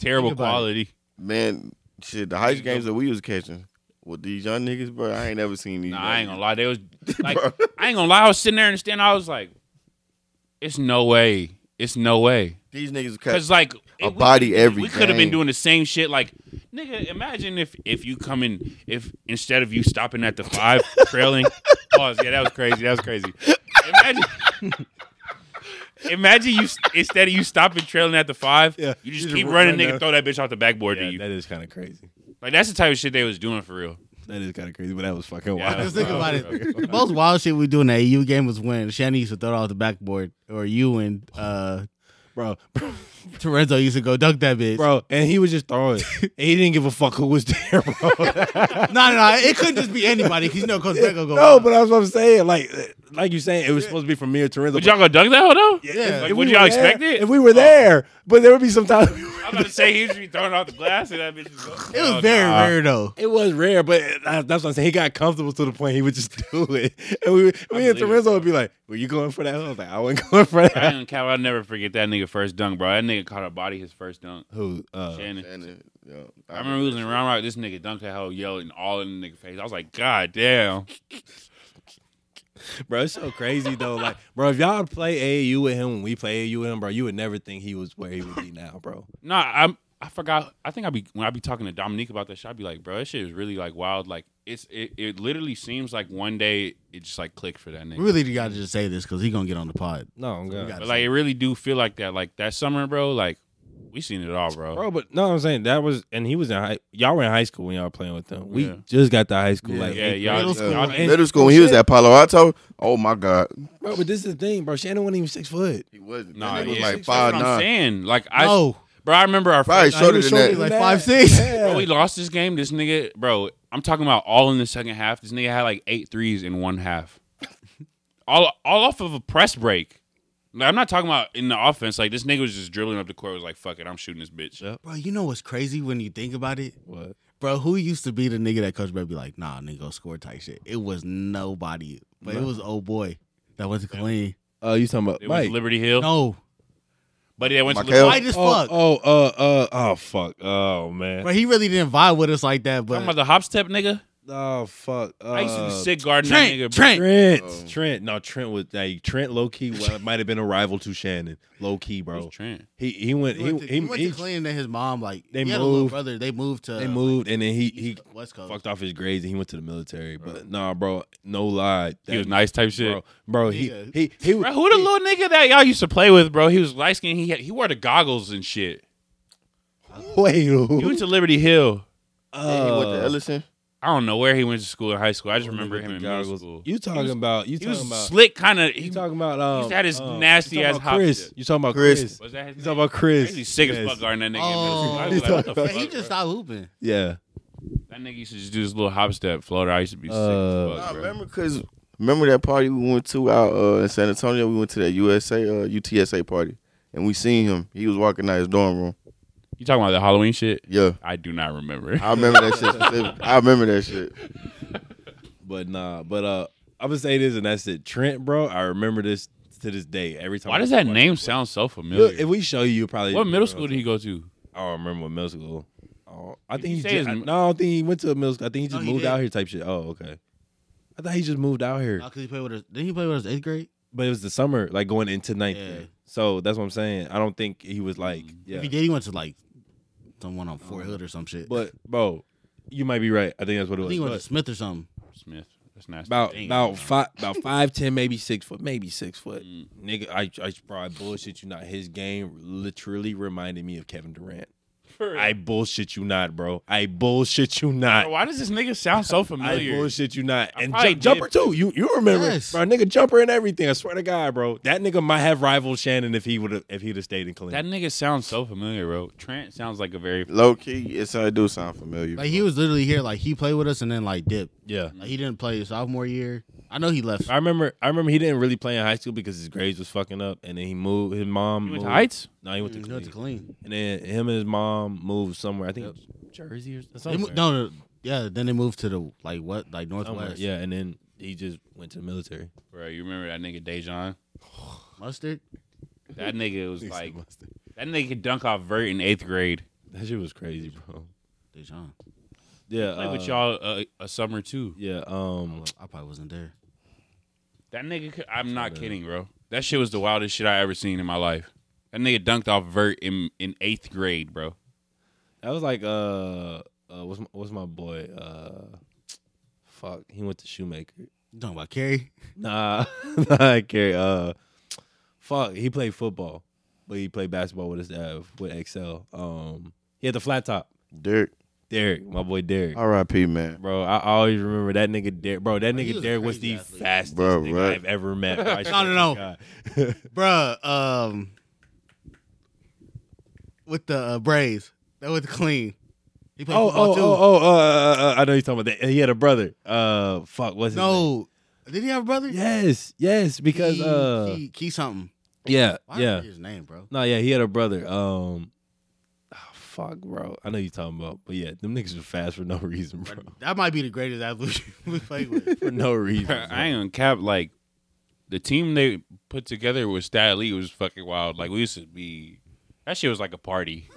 A: terrible
B: Think about it.
A: quality.
D: Man, shit, the heist games that we was catching with these young niggas, bro, I ain't never seen these.
A: Nah, I ain't
D: niggas.
A: gonna lie. They was like,
D: Bro.
A: I ain't gonna lie. I was sitting there in the stand. I was like, it's no way. It's no way.
D: These niggas
A: Cause
D: catch
A: like
D: a
A: it- we-
D: body every
A: We could have been
D: game.
A: doing the same shit. Like, nigga, imagine if if you come in if instead of you stopping at the five trailing pause. Yeah, that was crazy. That was crazy. Imagine. Imagine you instead of you stopping trailing at the five,
C: Yeah,
A: you just
C: you just
A: keep
C: run
A: running, nigga,
C: down.
A: throw that bitch off the backboard
C: Yeah,
A: to you.
C: that is kind of crazy.
A: Like that's the type of shit they was doing for real.
C: That is kind of crazy, but that was fucking
A: Yeah,
C: wild.
B: Just think
A: Wow.
B: about it. The most wild shit we do in the AU game was when Shannon used to throw it off the backboard, or you and uh,
C: bro.
B: Lorenzo used to go dunk that bitch.
C: Bro, and he was just throwing. and he didn't give a fuck who was there, bro.
B: No, no, no. It couldn't just be anybody because you know Coach Beck will go.
C: no, but that's what I'm saying. Like, like you saying, it was supposed to be from me or Torrenzo.
A: Would
C: but-
A: y'all go dunk that hoe though?
C: If-
A: Like,
C: if
A: would
C: we
A: y'all
C: were
A: expect
C: there-
A: it?
C: If we were there, but there would be some times.
A: I was about to say he was be throwing off the glass and that bitch. Was Oh,
B: it was very
C: nah.
B: rare though.
C: It was rare, but that- that's what I'm saying. He got comfortable to the point he would just do it. And we, would- me and
A: believe it,
C: Torrenzo would be like, "Were you going for that?" I was like, "I wasn't going for
A: I
C: that."
A: ain't cap. I'll never forget that nigga first dunk, bro. That nigga caught a body his first dunk.
C: Who? Uh,
A: Shannon.
D: And it- yeah,
A: I remember we was in round rock. This nigga dunked that hoe, yelling all in the nigga face. I was like, God damn.
C: bro, it's so crazy though. Like, bro, if y'all play AAU with him when we play AAU with him, bro, you would never think he was where he would be now, bro.
A: Nah, I'm. I forgot. I think I be when I be talking to Dominique about that shit. I be like, bro, that shit is really like wild. Like it's it, it literally seems like one day it just like clicked for that nigga.
B: We really got to just say this because he gonna get on the pod.
C: No, I'm
B: We
C: good.
B: gotta
A: But
B: say
A: like it really do feel like that. Like that summer, bro. Like we seen it all, bro.
C: Bro, but no, I'm saying that was, and he was in high. Y'all were in high school when y'all playing with them. We
A: Yeah.
C: just got to high school, like
A: yeah,
C: eighth
A: y'all,
C: grade.
A: y'all,
D: school,
C: And-
D: Middle school, when he was at Palo Alto. Oh my God,
C: Bro, but this is the thing, bro. Shannon wasn't even six foot.
D: he wasn't.
A: nah,
D: That nigga was
A: yeah.
D: like
A: That's what
D: five
A: I'm
D: nine.
A: saying. Like I,
B: it. no,
A: bro, I remember our
D: Probably
A: first.
C: Nah, he
D: shorter
C: was
D: than
C: shorter
D: that.
B: like
C: that.
B: five six.
A: Bro, we
C: Yeah.
A: lost this game. This nigga, bro, I'm talking about all in the second half. This nigga had like eight threes in one half. all all off of a press break. Like, I'm not talking about in the offense. Like this nigga was just dribbling up the court. Was like, fuck it, I'm shooting this bitch.
C: Yep.
B: Bro, you know what's crazy when you think about it,
C: What?
B: bro? Who used to be the nigga that Coach Brett be like, nah, nigga, go score type shit? It was nobody, but it was old boy that went to clean.
C: Oh, you talking about
A: It
C: Mike?
A: was Liberty Hill,
B: No,
A: but it went to
D: Mikal.
A: the
B: white as
C: oh,
B: fuck,
C: oh, uh, uh, oh, fuck. Oh man.
B: bro. He really didn't vibe with us like that,
A: talking
B: but
A: about the hop step nigga.
C: Oh fuck. Uh,
A: I used to be sick guarding
B: Trent,
A: that nigga. Bro.
B: Trent.
C: Trent,
D: Oh.
C: Trent. No, Trent was like Trent. Low key well, might have been a rival to Shannon. Low key,
A: It was
C: bro.
A: Trent.
C: He he went
B: he
C: he
B: went to, he
C: he,
B: went
C: he-
B: to Cleveland and his mom like
C: They
B: he had a little
C: moved.
B: brother. They moved to
C: they moved and then he he
B: East- West Coast.
C: fucked off his grades and he went to the military. But nah, bro, no lie.
A: He was nice type shit.
C: bro. Bro, he
B: Nigga.
C: he he.
A: Bro, who the little nigga that y'all used to play with, bro? He was light skinned. He had, he wore the goggles and shit.
C: Wait, uh,
A: He went to Liberty Hill.
D: Then he
A: Uh,
D: went to Ellison.
A: I don't know where he went to school in high school. I just remember him in middle
C: goggles.
A: school.
C: You talking about? You
A: He
C: talking
A: was
C: about?
A: slick, kind of.
C: You talking about? Um,
A: used to have his
C: um,
A: nasty
C: you talking
A: ass
C: about
A: hop
C: Chris.
A: shit.
C: You talking about
D: Chris.
C: Chris?
A: Was that his
C: You
A: name?
C: talking about Chris?
A: He's sick as
C: Yes.
A: fuck guarding that nigga.
B: Oh.
A: in middle school. I was like, what the
B: Bro,
A: fuck,
B: he just
A: bro?
B: stopped hooping.
C: Yeah.
A: that nigga used to just do this little hop step floater. I used to be
C: Uh,
A: sick as
D: Nah,
A: fuck, bro.
D: remember because remember that party we went to out uh, in San Antonio. We went to that USA uh, UTSA party, and we seen him. He was walking out his dorm room.
A: You talking about the Halloween shit?
D: Yeah,
A: I do not remember.
D: I remember that shit. specifically. I remember that shit.
C: But nah, but uh, I'm gonna say this, and that's it. Trent, bro, I remember this to this day. Every time.
A: Why
C: I
A: does
C: watch
A: that
C: him
A: name
C: play.
A: sound so familiar?
C: Look, if we show you, you probably.
A: what middle school did he go to?
C: I don't remember what middle school. Oh, I
A: Did
C: think
A: you
C: he
A: say
C: just,
A: his-
C: no, I don't think he went to a middle school. I think he
B: No,
C: just
B: he
C: moved
B: did.
C: out here type shit. Oh, okay. I thought he just moved out here,
B: Oh, cause he played with us. Didn't he play with us eighth grade?
C: but it was the summer, like going into ninth.
B: Yeah.
C: grade. So that's what I'm saying. I don't think he was like,
A: Mm.
C: yeah.
B: If he did, he went to like someone on Fort Hood or some shit.
C: But bro, you might be right. I think that's what it
B: I
C: was.
B: think he went to
C: But
B: Smith or something.
A: Smith. That's nasty.
C: about
A: Damn.
C: about five about five ten, maybe six foot, maybe six foot.
A: Mm.
C: Nigga, I I probably bullshit you not. His game literally reminded me of Kevin Durant. I bullshit you not, bro. I bullshit you not.
A: Bro, Why does this nigga sound so
C: I
A: familiar?
C: bullshit you not.
A: I
C: And
A: probably
C: Ju- jumper
A: did.
C: too. You you remember,
B: Yes.
C: bro? Nigga jumper and everything. I swear to God, bro. That nigga might have rivaled Shannon if he would have if he'd have stayed in
A: That
C: Cleveland.
A: nigga sounds so familiar, bro. Trent sounds like a very
D: Low key, it's it do sound familiar.
B: Like he was literally here. Like he played with us and then like dipped.
C: yeah.
B: Like he didn't play his sophomore year. I know he left.
C: I remember. I remember he didn't really play in high school because his grades was fucking up, and then he moved. His mom
A: You went to
C: moved-
A: Heights?
C: No, he went to
B: He went to
C: Cleveland.
B: clean.
C: And then him and his mom moved somewhere. I think it was Jersey or
B: They
C: something.
B: mo- no, no, yeah. Then they moved to the like what, like northwest.
C: Yeah, and then he just went to the military.
A: Bro, you remember that nigga Dejan?
B: mustard.
A: That nigga was like that nigga could dunk off vert in eighth grade.
C: that shit was crazy, bro.
B: Dijon.
C: Yeah,
A: Played
C: uh,
A: with y'all uh, a summer too.
C: Yeah, um,
B: I probably wasn't there.
A: That nigga, could, I'm not kidding, bro. That shit was the wildest shit I ever seen in my life. That nigga dunked off vert in in eighth grade, bro.
C: that was like uh, uh what's my, what's my boy? Uh, fuck, he went to shoemaker.
B: You talking about Kerry?
C: Nah, not I care. Uh, fuck, he played football, but he played basketball with his uh, with Excel. Um, he had the flat top.
D: Derek,
C: Derek, my boy Derek.
D: R.I.P. Man.
C: Bro, I always remember that nigga Derek. Bro, that
B: Bro, he
C: nigga
B: was a
C: Derek was
B: crazy
C: the
B: athlete.
C: fastest
D: Bro,
C: nigga
D: right.
C: I've ever met. bro. I swear
B: no,
C: to God.
B: Bruh, um, with the uh, Braves, that was clean. He played
C: oh,
B: football
C: oh,
B: too.
C: oh, oh, uh, uh, uh, I know you're talking about that. He had a brother. Uh, fuck, what's his name?
B: no, did he have a brother?
C: Yes, yes, because
B: Key-
C: uh,
B: Key, Key something.
C: yeah,
B: Why yeah.
C: yeah.
B: his name, bro?
C: No, yeah, he had a brother. Um, ah, fuck, bro. I know you're talking about, but yeah, them niggas were fast for no reason, bro.
B: That might be the greatest athlete we played with.
C: for no reason.
A: Bro, I
C: bro.
A: ain't gonna cap like the team they put together with Stat Lee was fucking wild. Like we used to be, that shit was like a party.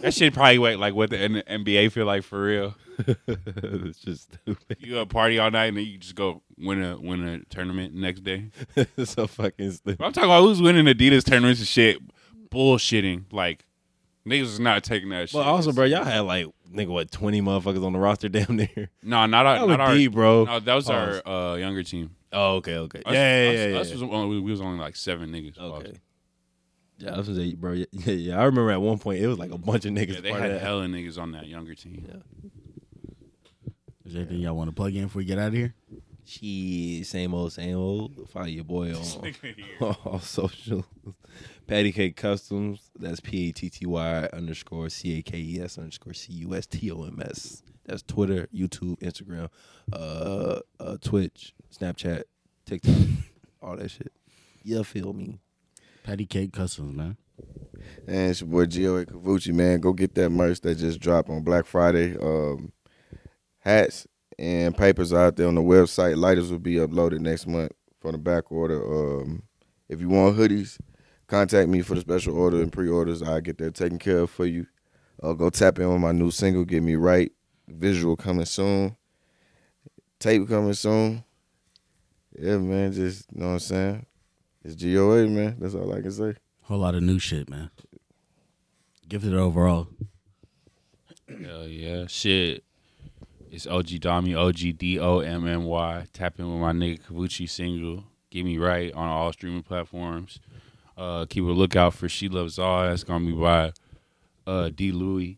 A: that shit probably went like what the N- NBA feel like for real.
C: it's just stupid.
A: You go party all night and then you just go win a win a tournament next day.
C: it's so fucking stupid.
A: But I'm talking about who's winning Adidas tournaments and shit, bullshitting. Like Niggas is not taking that shit.
C: But also, bro, y'all had like nigga what twenty motherfuckers on the roster down there.
A: No, not our,
C: That
A: not
C: was
A: our
C: deep, bro.
A: No, that was our uh, younger team.
C: Oh, okay, okay.
A: Us,
C: yeah, yeah,
A: us,
C: yeah, yeah.
A: us was only, we was only like seven niggas.
C: okay. Yeah, I was gonna say, bro. Yeah, yeah, yeah. I remember at one point it was like a bunch of niggas.
A: Yeah, they
C: part
A: had
C: of that.
A: hella niggas on that younger team.
B: Is there anything y'all want to plug in before we get out of here?
C: Shit, same old, same old. Follow your boy on all social. Patty Cake Customs. That's P A T T Y underscore C A K E S underscore C U S T O M S. That's Twitter, YouTube, Instagram, uh, uh, Twitch, Snapchat, TikTok, all that shit. You feel me?
B: Patty Cake Customs, man.
D: And it's your boy Gio Cavucci, man. Go get that merch that just dropped on Black Friday. Um, hats and papers are out there on the website. Lighters will be uploaded next month for the back order. Um, if you want hoodies, contact me for the special order and pre-orders. I get that taken care of for you. Uh, go tap in with my new single, "Get Me Right." Visual coming soon. Tape coming soon. Yeah, man. Just you know what I'm saying. It's GOA, man. That's all I can say.
B: Whole lot of new shit, man. Gifted overall.
A: Hell yeah. Shit. It's OG Dommy, O G D O M M Y. Tap in with my nigga Kavuchi single. Get me right on all streaming platforms. Uh, keep a lookout for She Loves All. That's gonna be by uh, D Louie.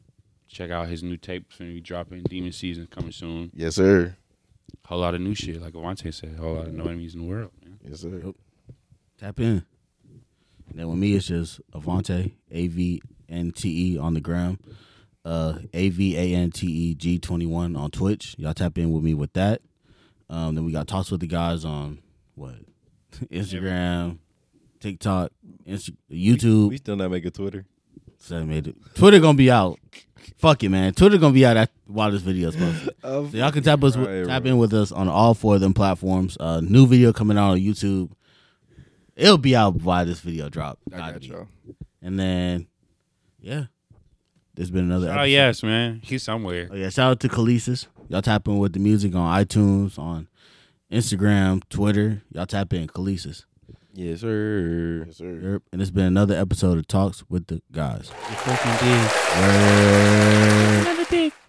A: Check out his new tapes when we dropping. Demon Season coming soon.
D: Yes, sir.
A: Whole lot of new shit, like Avante said. Whole lot of no enemies in the world. Man.
D: Yes, sir.
B: Tap in. And then with me, it's just Avante, A V N T E on the gram, uh, A V A N T E G 21 on Twitch. Y'all tap in with me with that. Um, then we got Talks with the Guys on what? Instagram, TikTok, Insta- YouTube.
C: We still not making Twitter.
B: So I made it. Twitter gonna be out. Fuck it, man. Twitter gonna be out at, while this video is posted.
C: Oh,
B: so y'all can tap us,
C: right,
B: tap
C: right.
B: in with us on all four of them platforms. Uh, new video coming out on YouTube. It'll be out by this video drop. Gotta be. And then, yeah, there's been another.
A: Oh
B: episode.
A: yes, man. He's somewhere.
B: Oh yeah, shout out to Kalisis. Y'all tap in with the music on iTunes, on Instagram, Twitter. Y'all tap in Kalisis.
C: Yes, sir.
D: Yes, sir.
B: Yep. And it's been another episode of Talks with the Guys.
E: fucking did.
B: Word.
C: Eh.
E: Another dick.